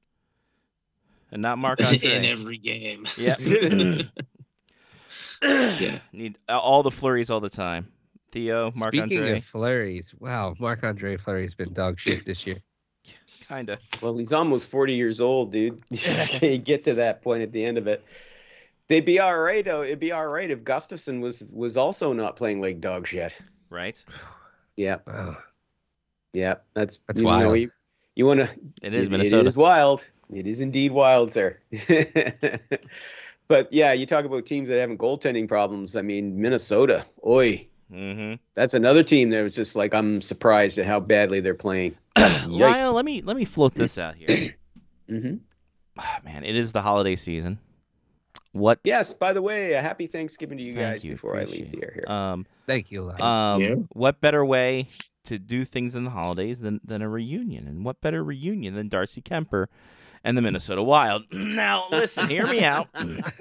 S1: and not Mark
S3: in
S1: Andre.
S3: every game.
S1: Yep. Need uh, all the flurries all the time. Theo, Mark
S4: Speaking
S1: Andre,
S4: of flurries, wow, Marc Andre Fleury's been dog shit this year.
S1: kinda.
S6: Well, he's almost 40 years old, dude. you get to that point at the end of it. They'd be all right, though. It'd be all right if Gustafson was was also not playing like dog shit.
S1: Right?
S6: Yeah,
S4: Wow.
S6: yeah. That's
S4: That's
S6: you Know,
S4: wild.
S6: you you want to
S1: It is
S6: It-
S1: Minnesota.
S6: It is wild. It is indeed wild, sir. but yeah, you talk about teams that having goaltending problems. I mean, Minnesota. Oi,
S1: Mm-hmm.
S6: that's another team that was just like I'm surprised at how badly they're playing. Yikes.
S1: Mm-hmm. Lyle, let me let me float this out here.
S6: hmm
S1: Ah, man, it is the holiday season. What
S6: Yes. By the way, a happy Thanksgiving to you
S1: Thank
S6: guys
S1: you,
S6: before I leave
S1: appreciate
S6: the air here.
S1: um
S4: Thank you, Lyle.
S1: um
S3: you.
S1: what better way to do things in the holidays than than a reunion? And what better reunion than Darcy Kemper and the Minnesota Wild? now listen, hear me out.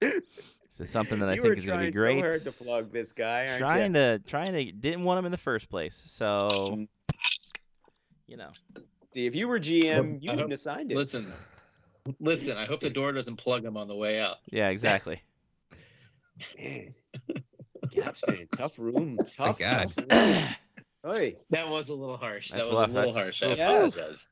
S1: this is something that I
S6: you were
S1: think is going to
S6: trying
S1: be great.
S6: so hard to plug this guy, aren't
S1: trying
S6: you?
S1: to trying to didn't want him in the first place, so you know.
S6: If you were GM, you
S3: I
S6: wouldn't
S3: hope-
S6: have signed it.
S3: Listen, listen. I hope the door doesn't plug him on the way out.
S1: Yeah, exactly.
S6: Man. Gaps, man. Tough room. Tough.
S4: God.
S6: tough room. Oi.
S3: That was a little harsh.
S1: That's
S3: that was
S1: rough,
S3: a little
S1: that's-
S3: harsh. I
S6: Yes.
S3: apologize.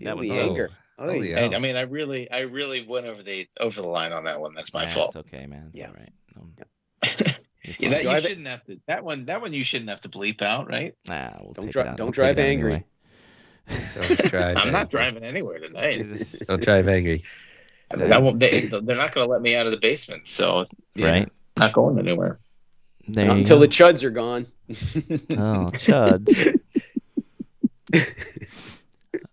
S1: That
S6: Feel
S1: was
S6: the
S1: tough.
S6: anger. Oi.
S4: Holy
S3: I,
S4: hell.
S3: I mean, I really, I really went over the over the line on that one. That's my
S1: Nah,
S3: fault.
S1: It's okay, man. It's
S6: Yeah.
S1: all right. Um, you're
S3: Yeah, that,
S1: fine.
S6: Drive it-
S3: you shouldn't have to. That one, that one, you shouldn't have to bleep out, right?
S1: Nah, we'll
S6: Don't
S1: take it
S6: dri-
S1: out-
S6: don't
S1: we'll take
S6: drive
S1: it out
S6: angry.
S1: anyway.
S4: Don't drive
S3: I'm not
S4: angry.
S3: driving anywhere tonight.
S1: This-
S4: Don't drive angry.
S3: I won't, they, they're not going to let me out of the basement, so
S1: Right
S3: not going anywhere.
S1: there
S6: Not
S1: you
S6: until
S1: go.
S6: the chuds are gone.
S1: oh chuds.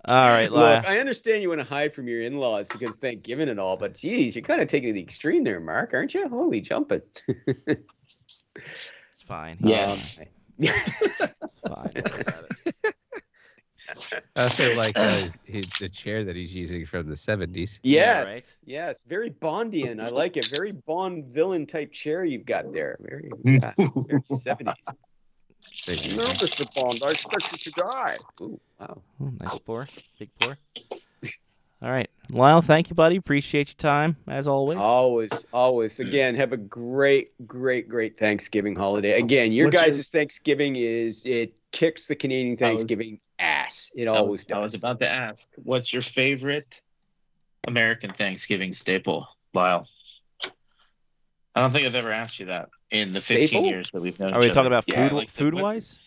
S1: All right, Lyle.
S6: Look, I understand you want to hide from your in-laws because Thanksgiving and all, but geez, you're kind of taking it to the extreme there, Mark, aren't you? Holy jumping!
S1: it's fine. He's
S3: Yes.
S1: fine. it's fine. Don't worry about it.
S4: I feel like uh, his, the chair that he's using from the 70s.
S6: yes,
S1: right.
S6: yes, very Bondian. I like it. Very Bond villain type chair you've got there. Very, yeah, very 70s.
S4: Thank you.
S6: No, Mr. Bond, I expect you to die. Ooh, wow.
S1: Ooh, nice pour, big pour. All right, Lyle. Thank you, buddy. Appreciate your time as always.
S6: Oh, Always, always. Again, have a great, great, great Thanksgiving holiday. Again, your
S3: Oh, What's your-
S6: guys' Thanksgiving is it kicks the Canadian
S3: I was-
S6: Thanksgiving ass. It
S3: I
S6: always
S3: was, I was
S6: does.
S3: about to ask, what's your favorite American Thanksgiving staple, Lyle? I don't think I've ever asked you that in the 15
S6: Staple?
S3: years that we've known.
S1: Are we
S3: each other.
S1: talking about food?
S3: Yeah, like the-
S1: food
S3: what-
S1: wise?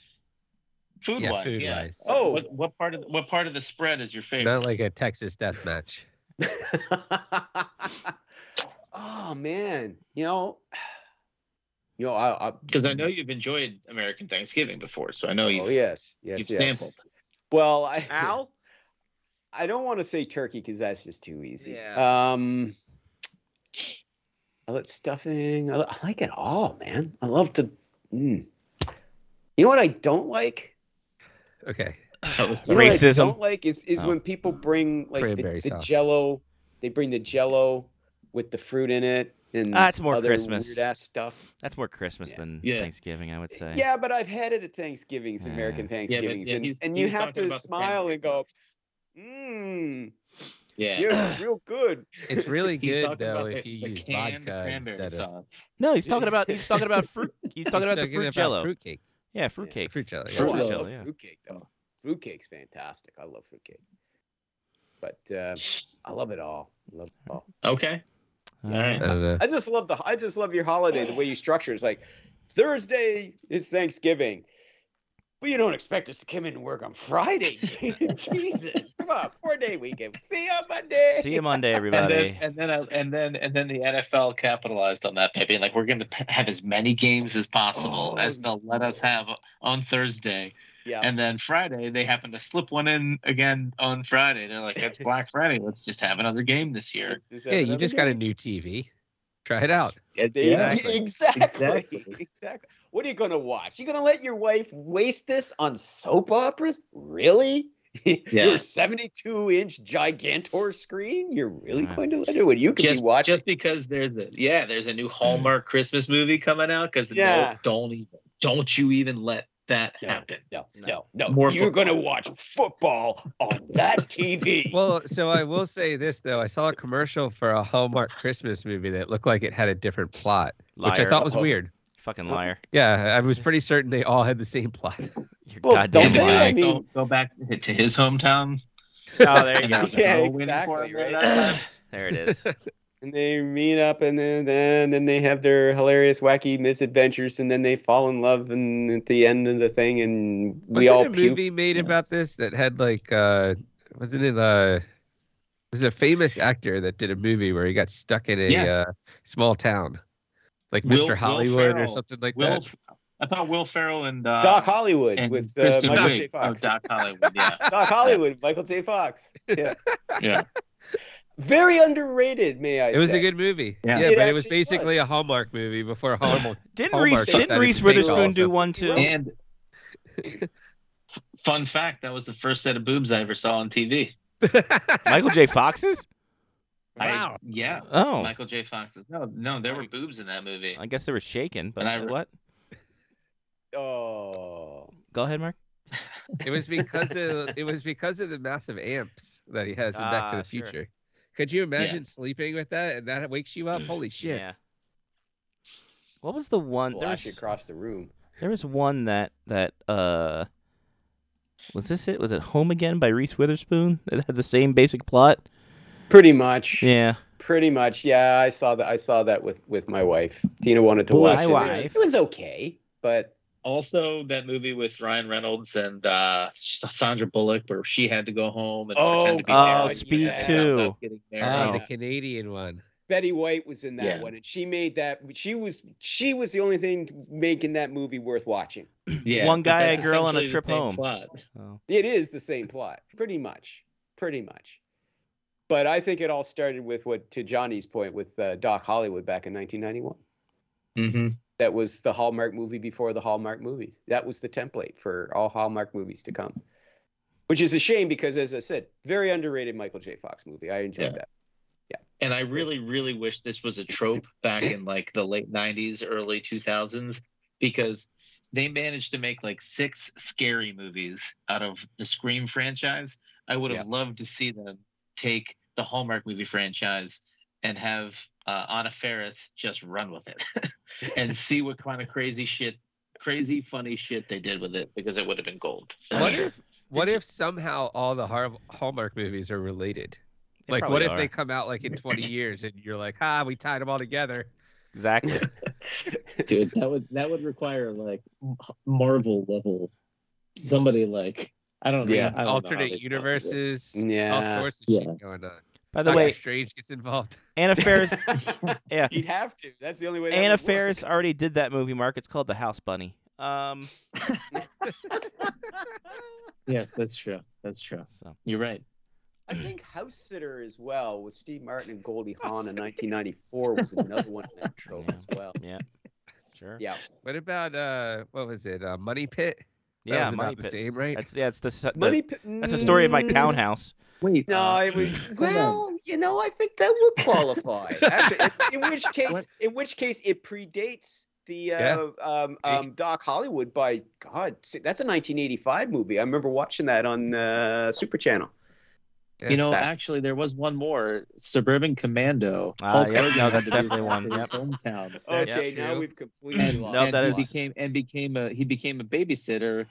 S3: Food
S4: Yeah,
S3: wise,
S4: food
S3: yeah.
S4: wise.
S6: Oh.
S3: what, what part of the, what part of the spread is your favorite?
S4: Not like a Texas death match.
S6: oh man, you know, you know, I, oh, I
S3: Because I know you've enjoyed American Thanksgiving before, so I know you've,
S6: oh yes, yes,
S3: you've
S6: yes.
S3: sampled.
S6: Well, I
S1: Al?
S6: I don't want to say turkey because that's just too easy.
S1: Yeah.
S6: Um, I like stuffing. I, li- I like it all, man. I love to. Mm. You know what I don't like?
S4: Okay.
S3: That was
S6: You know what I
S1: Racism.
S6: don't like is is
S1: Oh.
S6: when people bring like the,
S4: Cranberry
S6: the
S4: sauce.
S6: Jello. They bring the Jello with the fruit in it and
S1: Ah, it's more
S6: other
S1: Christmas.
S6: weird ass stuff.
S1: That's more Christmas than
S3: Yeah.
S1: Thanksgiving, I would say.
S6: Yeah, but I've had it at Thanksgivings, American
S1: Yeah,
S6: Thanksgivings,
S3: yeah,
S6: and,
S3: he's-
S6: and
S3: he
S6: you
S3: was
S6: have
S3: talking
S6: to
S3: about the
S6: smile
S3: cranberry
S6: and go,
S3: sauce.
S6: Mmm,
S3: Yeah.
S6: yeah, real good.
S4: It's really
S3: He's
S4: good
S3: talking
S4: though
S3: about
S4: if you
S3: the
S4: use
S3: canned
S4: vodka
S3: cranberry
S4: instead of.
S3: sauce.
S1: No, he's talking about he's talking about fruit. He's talking about the
S4: Talking
S1: fruit jello.
S4: fruitcake.
S1: Yeah, fruit cake.
S4: Fruit jello.
S3: Fruit
S6: Oh, I
S1: jello,
S6: love
S1: yeah.
S6: fruitcake though. Fruitcake's fantastic. I love fruitcake. But uh, I love it all. I love it all.
S3: Okay. All
S4: And,
S3: right.
S4: uh,
S6: I just love the I just love your holiday the way you structure it. it's like Thursday is Thanksgiving. But you don't expect us to come in and work on Friday. Jesus. Come on, four day weekend. See you on Monday.
S1: See you Monday,
S3: And
S1: everybody.
S3: then, and then, I- and then, and then, the NFL capitalized on that, baby. Like we're going to have as many games as possible
S6: Oh,
S3: as they'll let us have on Thursday,
S6: Yeah.
S3: and then Friday they happen to slip one in again on Friday. They're like, it's Black Friday. Let's just have another game this year.
S6: Let's just have
S4: yeah, you
S6: another
S4: just
S6: day.
S4: got a new TV. Try it out.
S6: Yeah,
S1: Exactly.
S6: Exactly.
S3: Exactly.
S6: Exactly. What are you going to watch? You're going to let your wife waste this on soap operas? Really?
S3: Yeah.
S6: Your 72 inch gigantor screen? You're really
S1: Yeah.
S6: going to let her? When you could
S3: Just,
S6: be watching.
S3: just because there's a yeah, there's a new Hallmark Christmas movie coming out. Because
S6: Yeah.
S3: no, don't even, don't you even let that
S6: No.
S3: happen.
S6: no, no, no.
S3: More
S6: You're
S3: football.
S6: going to watch football on that TV.
S4: Well, so I will say this though. I saw a commercial for a Hallmark Christmas movie that looked like it had a different plot,
S1: liar.
S4: which I thought was
S6: Uh-oh.
S4: weird.
S1: Fucking liar.
S4: Yeah, I was pretty certain they all had the same plot.
S1: You're
S6: Well,
S1: goddamn
S6: don't they?
S1: lying.
S6: I mean-
S3: go, go back to his hometown.
S1: Oh, there you
S3: And
S1: go.
S3: there's
S6: Yeah,
S3: no winning for
S6: exactly,
S3: him
S6: right?
S3: there.
S1: There it is.
S6: and they meet up and then, then then they have their hilarious wacky misadventures and then they fall in love and at the end of the thing and we
S4: Wasn't
S6: all
S4: a
S6: puke.
S4: movie made about this that had like uh wasn't it uh there's a famous actor that did a movie where he got stuck in a
S3: Yeah.
S4: uh, small town. Like
S3: Will-
S4: Mr.
S3: Will
S4: Hollywood or
S3: Ferrell.
S4: something like
S3: Will,
S4: that.
S3: I thought Will Ferrell and uh,
S6: Doc
S4: um,
S6: Hollywood
S3: and
S6: with uh,
S3: Kristen
S6: Michael
S3: Wiig.
S6: J. Fox.
S3: Oh, Doc Hollywood. Yeah,
S6: Doc Hollywood, Michael J. Fox. Yeah.
S3: Yeah.
S6: Very underrated, may I
S4: It was
S6: say.
S4: a good movie.
S3: Yeah.
S4: Yeah,
S6: It
S4: but it was
S6: actually
S4: basically
S6: was.
S4: a Hallmark movie before Hallmark.
S1: Didn't
S4: Hallmark
S1: Reese didn't
S4: decided
S1: Reese
S4: to take
S1: Witherspoon
S4: all
S1: do
S4: of
S1: one too?
S3: and fun fact: that was the first set of boobs I ever saw on TV.
S1: Michael J. Fox's?
S3: I-
S4: Wow.
S3: yeah,
S1: Oh,
S3: Michael J. Fox's. No, no, there were boobs in that movie.
S1: I guess they were shaken. But
S3: And I re-
S1: what?
S6: Oh.
S1: Go ahead, Mark.
S4: It was because of it was because of the massive amps that he has in Back to
S1: Ah,
S4: the
S1: sure.
S4: Future. Could you imagine sleeping with that and that wakes you up? Holy shit!
S1: Yeah. What was the one? there
S6: Flash
S1: was-
S6: across the room.
S1: There was one that that uh was this it? Was it Home Again by Reese Witherspoon? That had the same basic plot.
S6: Pretty much.
S1: Yeah.
S6: Pretty much. Yeah, I saw that I saw that with with my wife. Tina wanted to
S1: My
S6: watch it.
S1: wife.
S6: It was okay, but
S3: Also, that movie with Ryan Reynolds and uh, Sandra Bullock, where she had to go home and
S6: Oh,
S3: pretend to be
S1: oh,
S3: married.
S1: Speed
S3: Yeah,
S1: Two.
S3: stuff getting
S4: Oh,
S3: married.
S4: the Canadian one.
S6: um, Betty White was in that
S3: Yeah.
S6: one, and she made that. She was she was the only thing making that movie worth watching.
S3: Yeah,
S1: One
S3: but
S1: guy,
S3: that's
S1: a girl, and a
S3: essentially the
S1: trip
S3: same
S1: home.
S3: plot.
S1: Oh.
S6: It is the same plot, pretty much, pretty much. But I think it all started with what, to Johnny's point, with uh, Doc Hollywood back in 1991.
S1: Mm-hmm.
S3: Mhm.
S6: That was the Hallmark movie before the Hallmark movies. That was the template for all Hallmark movies to come, which is a shame because, as I said, very underrated Michael J. Fox movie. I enjoyed
S3: Yeah.
S6: that.
S3: And I really, really wish this was a trope back in like the late 90s, early 2000s, because they managed to make like six scary movies out of the Scream franchise. I would have loved to see them take the Hallmark movie franchise and have uh, Anna Ferris just run with it and see what kind of crazy shit, crazy funny shit they did with it, because it would have been gold.
S4: What if what
S1: Did you-
S4: if somehow all the Har- Hallmark movies are related?
S1: They
S4: like, what
S1: probably
S4: if they
S1: are.
S4: come out like in 20 years and you're like, ah, we tied them all together?
S1: Exactly.
S3: dude that would that would require like M- marvel level somebody like i don't know
S6: Yeah.
S3: I don't know how they
S4: Alternate
S3: possibly-
S4: universes, all
S6: Yeah.
S4: sorts of
S3: Yeah.
S4: shit going on.
S1: By the
S4: Doctor
S1: way,
S4: Strange gets involved.
S1: Anna Faris. yeah.
S6: You'd have to. That's the only way. that
S1: Anna
S6: would work.
S1: Faris already did that movie, Mark. It's called The House Bunny. Um.
S3: yes that's true that's true
S1: So.
S3: you're right
S6: I think House Sitter as well with Steve Martin and Goldie Hawn in 1994 was another one in that trope
S1: Yeah.
S6: as well.
S1: Yeah. Sure.
S6: Yeah,
S4: What about uh, what was it? Uh, Money Pit. That
S1: Yeah.
S4: was
S1: Money
S4: about the
S1: Pit.
S4: same, right?
S1: That's yeah. It's the, s- the
S6: Money. Pit-
S1: That's the story of my
S6: Mm,
S1: townhouse.
S3: wait
S6: No,
S3: uh,
S6: it was,
S3: hold
S6: well, you know, I think that would qualify. Actually, in, in which
S3: What?
S6: case, in which case, it predates the uh,
S4: Yeah.
S6: um, um, Doc Hollywood by God. see, That's a 1985 movie. I remember watching that on uh, Super Channel.
S4: Yeah,
S3: you know,
S6: that-
S3: actually, there was one more Suburban Commando.
S1: Ah,
S3: Hulk
S1: yeah,
S3: Hogan
S1: no,
S3: had
S1: that's
S3: to do
S1: definitely
S3: that
S1: one,
S3: in his
S1: yep.
S3: hometown.
S1: That's
S6: Okay, now
S4: true.
S6: we've completely
S3: And,
S6: lost.
S1: No,
S3: and
S1: that
S3: he
S1: is-
S3: became and became a he became a babysitter.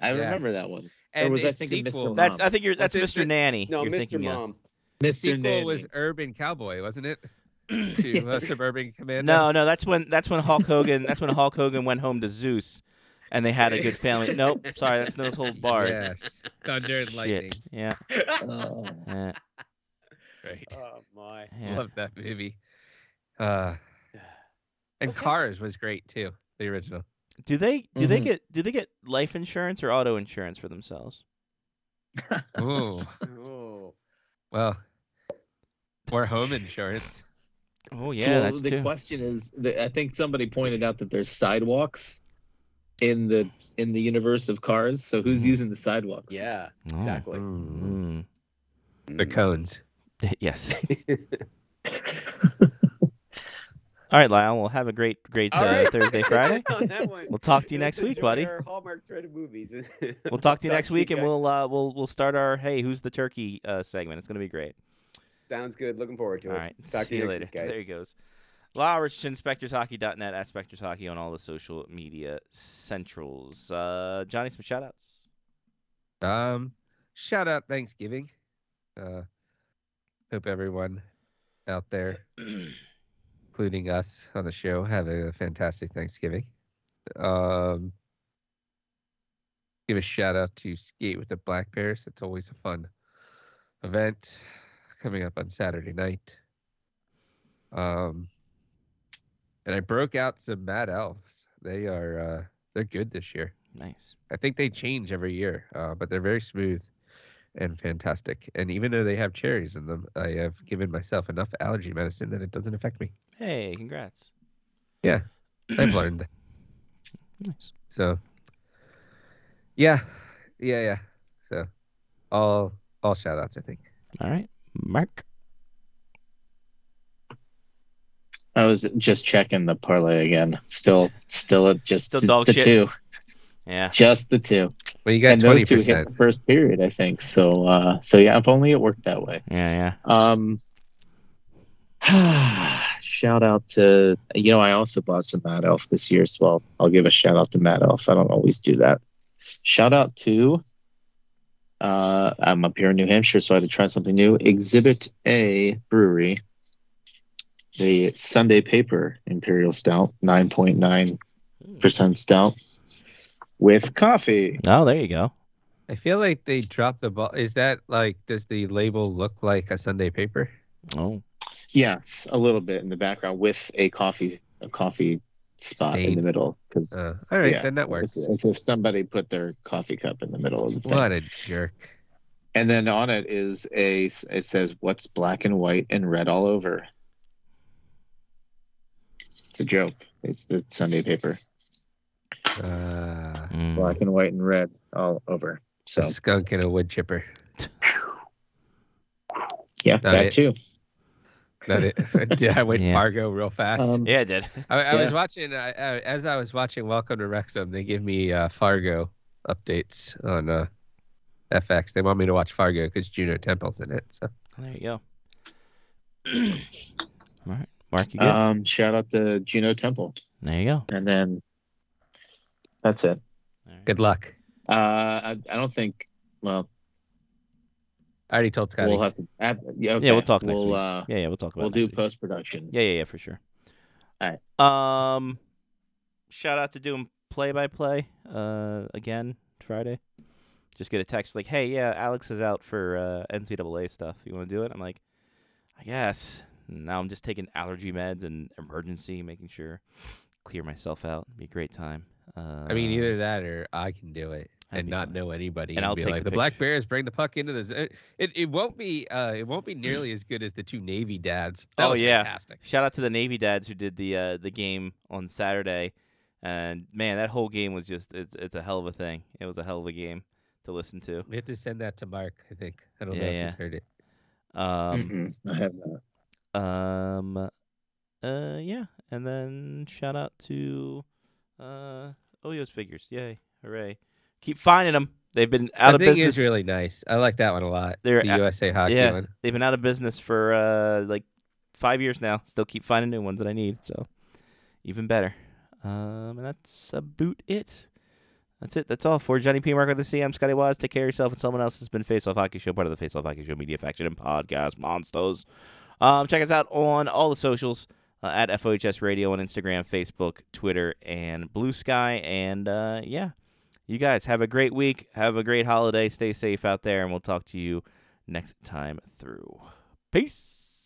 S3: I
S4: Yes.
S3: remember that one.
S4: and
S3: was, I
S4: its
S3: think, a Mr.
S4: sequel-
S3: Mom.
S1: That's I think you're that's
S4: That's
S1: Mr.
S4: it.
S1: Nanny.
S6: no,
S1: you're
S6: Mr.
S1: thinking of.
S6: Mom.
S4: The
S3: Mr.
S4: sequel
S3: Nanny.
S4: was Urban Cowboy, wasn't it? to uh, Suburban Commando.
S1: No, no, that's when that's when Hulk Hogan that's when Hulk Hogan went home to Zeus, and they had a good family. Nope, sorry, that's no whole bar.
S4: Yes. Thunder and Lightning.
S1: Shit. Yeah.
S3: Oh.
S1: eh,
S4: Great.
S6: Oh my.
S1: yeah.
S4: Love that movie. Uh, and Cars was great too. The original.
S1: Do they do they
S3: Mhm.
S1: get do they get life insurance or auto insurance for themselves?
S4: Ooh.
S6: Oh.
S4: well, more home insurance.
S1: Oh
S3: So,
S1: yeah,
S3: well,
S1: that's
S3: the
S1: too.
S3: question is the, I think somebody pointed out that there's sidewalks in the in the universe of cars. So who's
S1: Mm-hmm.
S3: using the sidewalks?
S6: Yeah,
S1: Oh.
S6: exactly.
S1: Mm.
S4: The cones.
S1: Yes. All right, Lyle. Well, have a great, great uh,
S6: All right.
S1: Thursday, Friday.
S6: On that one.
S1: We'll talk to you next
S6: Let's
S1: week,
S6: enjoy
S1: buddy.
S6: Our Hallmark thread of movies.
S1: We'll talk to you next week, and
S6: guys.
S1: we'll uh, we'll we'll start our hey, who's the turkey uh, segment. It's gonna be great.
S6: Sounds good. Looking forward to
S1: All
S6: it.
S1: right.
S6: Talk
S1: See
S6: to you,
S1: you
S6: next
S1: later.
S6: week, guys.
S1: There he goes. Lyle Richardson, SpectorsHockey.net, at Spectors Hockey on all the social media centrals. Uh, Johnny, some shout outs.
S4: Um, shout out Thanksgiving. Uh, hope everyone out there, including us on the show, have a fantastic Thanksgiving. Um, give a shout out to Skate with the Black Bears. It's always a fun event coming up on Saturday night. Um, and I broke out some Mad Elves. They are uh, they're good this year.
S1: Nice.
S4: I think they change every year, uh, but they're very smooth and fantastic. And even though they have cherries in them, I have given myself enough allergy medicine that it doesn't affect me.
S1: Hey, congrats.
S4: I've learned.
S1: Nice.
S4: So, yeah, yeah, yeah. So, all all shout outs, I think.
S1: All right. Mark.
S3: I was just checking the parlay again. Still, still at just
S1: Still
S3: the,
S1: dog
S3: the
S1: shit.
S3: two,
S1: Yeah.
S3: just the two.
S4: Well, you got
S3: and
S4: twenty
S3: those two hit the
S4: percent.
S3: first period, I think. So, uh, so yeah, if only it worked that way.
S1: Yeah, yeah.
S3: Um, shout out to you know I also bought some Mad Elf this year, so I'll, I'll give a shout out to Mad Elf. I don't always do that. Shout out to uh, I'm up here in New Hampshire, so I had to try something new. Exhibit A Brewery, the Sunday Paper Imperial Stout, nine point nine percent stout with coffee.
S1: Oh, there you go.
S4: I feel like they dropped the ball. Is that like? Does the label look like a Sunday paper?
S1: Oh,
S3: Yes, a little bit in the background with a coffee a coffee spot in
S4: Stain.
S3: the middle because.
S4: Uh, all right,
S3: Yeah.
S4: then that works.
S3: It's, it's if somebody put their coffee cup in the middle of the thing.
S4: What a jerk.
S3: And then on it is a it says what's black and white and red all over. It's a joke. It's the Sunday paper.
S4: Uh,
S1: Mm.
S3: Black and white and red all over.
S4: a
S3: So
S4: skunk and a wood chipper.
S3: yeah,
S4: Got
S3: that
S4: it.
S3: too.
S4: That it. yeah, I went
S1: Yeah.
S4: Fargo real fast.
S3: Um,
S1: yeah, I did.
S4: I, I was
S3: Yeah.
S4: watching uh, uh, as I was watching Welcome to Wrexham. They give me uh, Fargo updates on uh, FX. They want me to watch Fargo because Juno Temple's in it. So
S1: There you go. all right. Mark, you good?
S3: um, shout out to Juno Temple,
S1: there you go. All
S3: and then that's it.
S1: right.
S4: good luck.
S3: Uh, I, I don't think. Well,
S4: I already told Scotty.
S3: we'll have to. ab- yeah, okay.
S1: Yeah, we'll talk next
S3: we'll,
S1: week.
S3: Uh,
S1: Yeah, yeah, we'll talk about
S3: we'll
S1: it
S3: do
S1: next week.
S3: post production.
S1: Yeah, yeah, yeah, for sure.
S3: All
S1: right. Um, shout out to doing play by play. Uh, again Friday. Just get a text like, "Hey, yeah, Alex is out for uh, NCAA stuff. You want to do it?" I'm like, "I guess." Now I'm just taking allergy meds and emergency, making sure clear myself out. Be a great time. Uh,
S4: I mean, either that or I can do it
S1: that'd
S4: and
S1: be
S4: not
S1: fun.
S4: know anybody.
S1: And I'll
S4: be
S1: take
S4: like
S1: the
S4: the, Black
S1: picture."
S4: Bears bring the puck into this. It, it it won't be uh it won't be nearly as good as the two Navy dads. That
S1: Oh,
S4: was
S1: yeah.
S4: fantastic.
S1: Shout out to the Navy dads who did the uh, the game on Saturday, and man, that whole game was just it's it's a hell of a thing. It was a hell of a game to listen to.
S4: We have to send that to Mark. I think I don't
S1: Yeah,
S4: know if
S1: yeah.
S4: he's heard it.
S1: Um,
S3: Mhm. I have uh,
S1: um, uh, yeah, and then shout out to uh, Oyo's figures. Yay, hooray! Keep finding them. They've been out
S4: I
S1: of
S4: think
S1: business.
S4: it's really nice. I like that one a lot.
S1: They're
S4: the
S1: at-
S4: USA Hockey
S1: yeah.
S4: one.
S1: They've been out of business for uh, like five years now. Still keep finding new ones that I need. So even better. Um, and that's about it. That's it. That's all for Johnny P. Mark of the C. I'm Scotty Waz. Take care of yourself and someone else. Has been Face Off Hockey Show, part of the Face Off Hockey Show media faction and podcast monsters. Um, check us out on all the socials uh, at FOHS Radio on Instagram, Facebook, Twitter, and Blue Sky. And uh, yeah, you guys have a great week. Have a great holiday. Stay safe out there, and we'll talk to you next time through. Peace.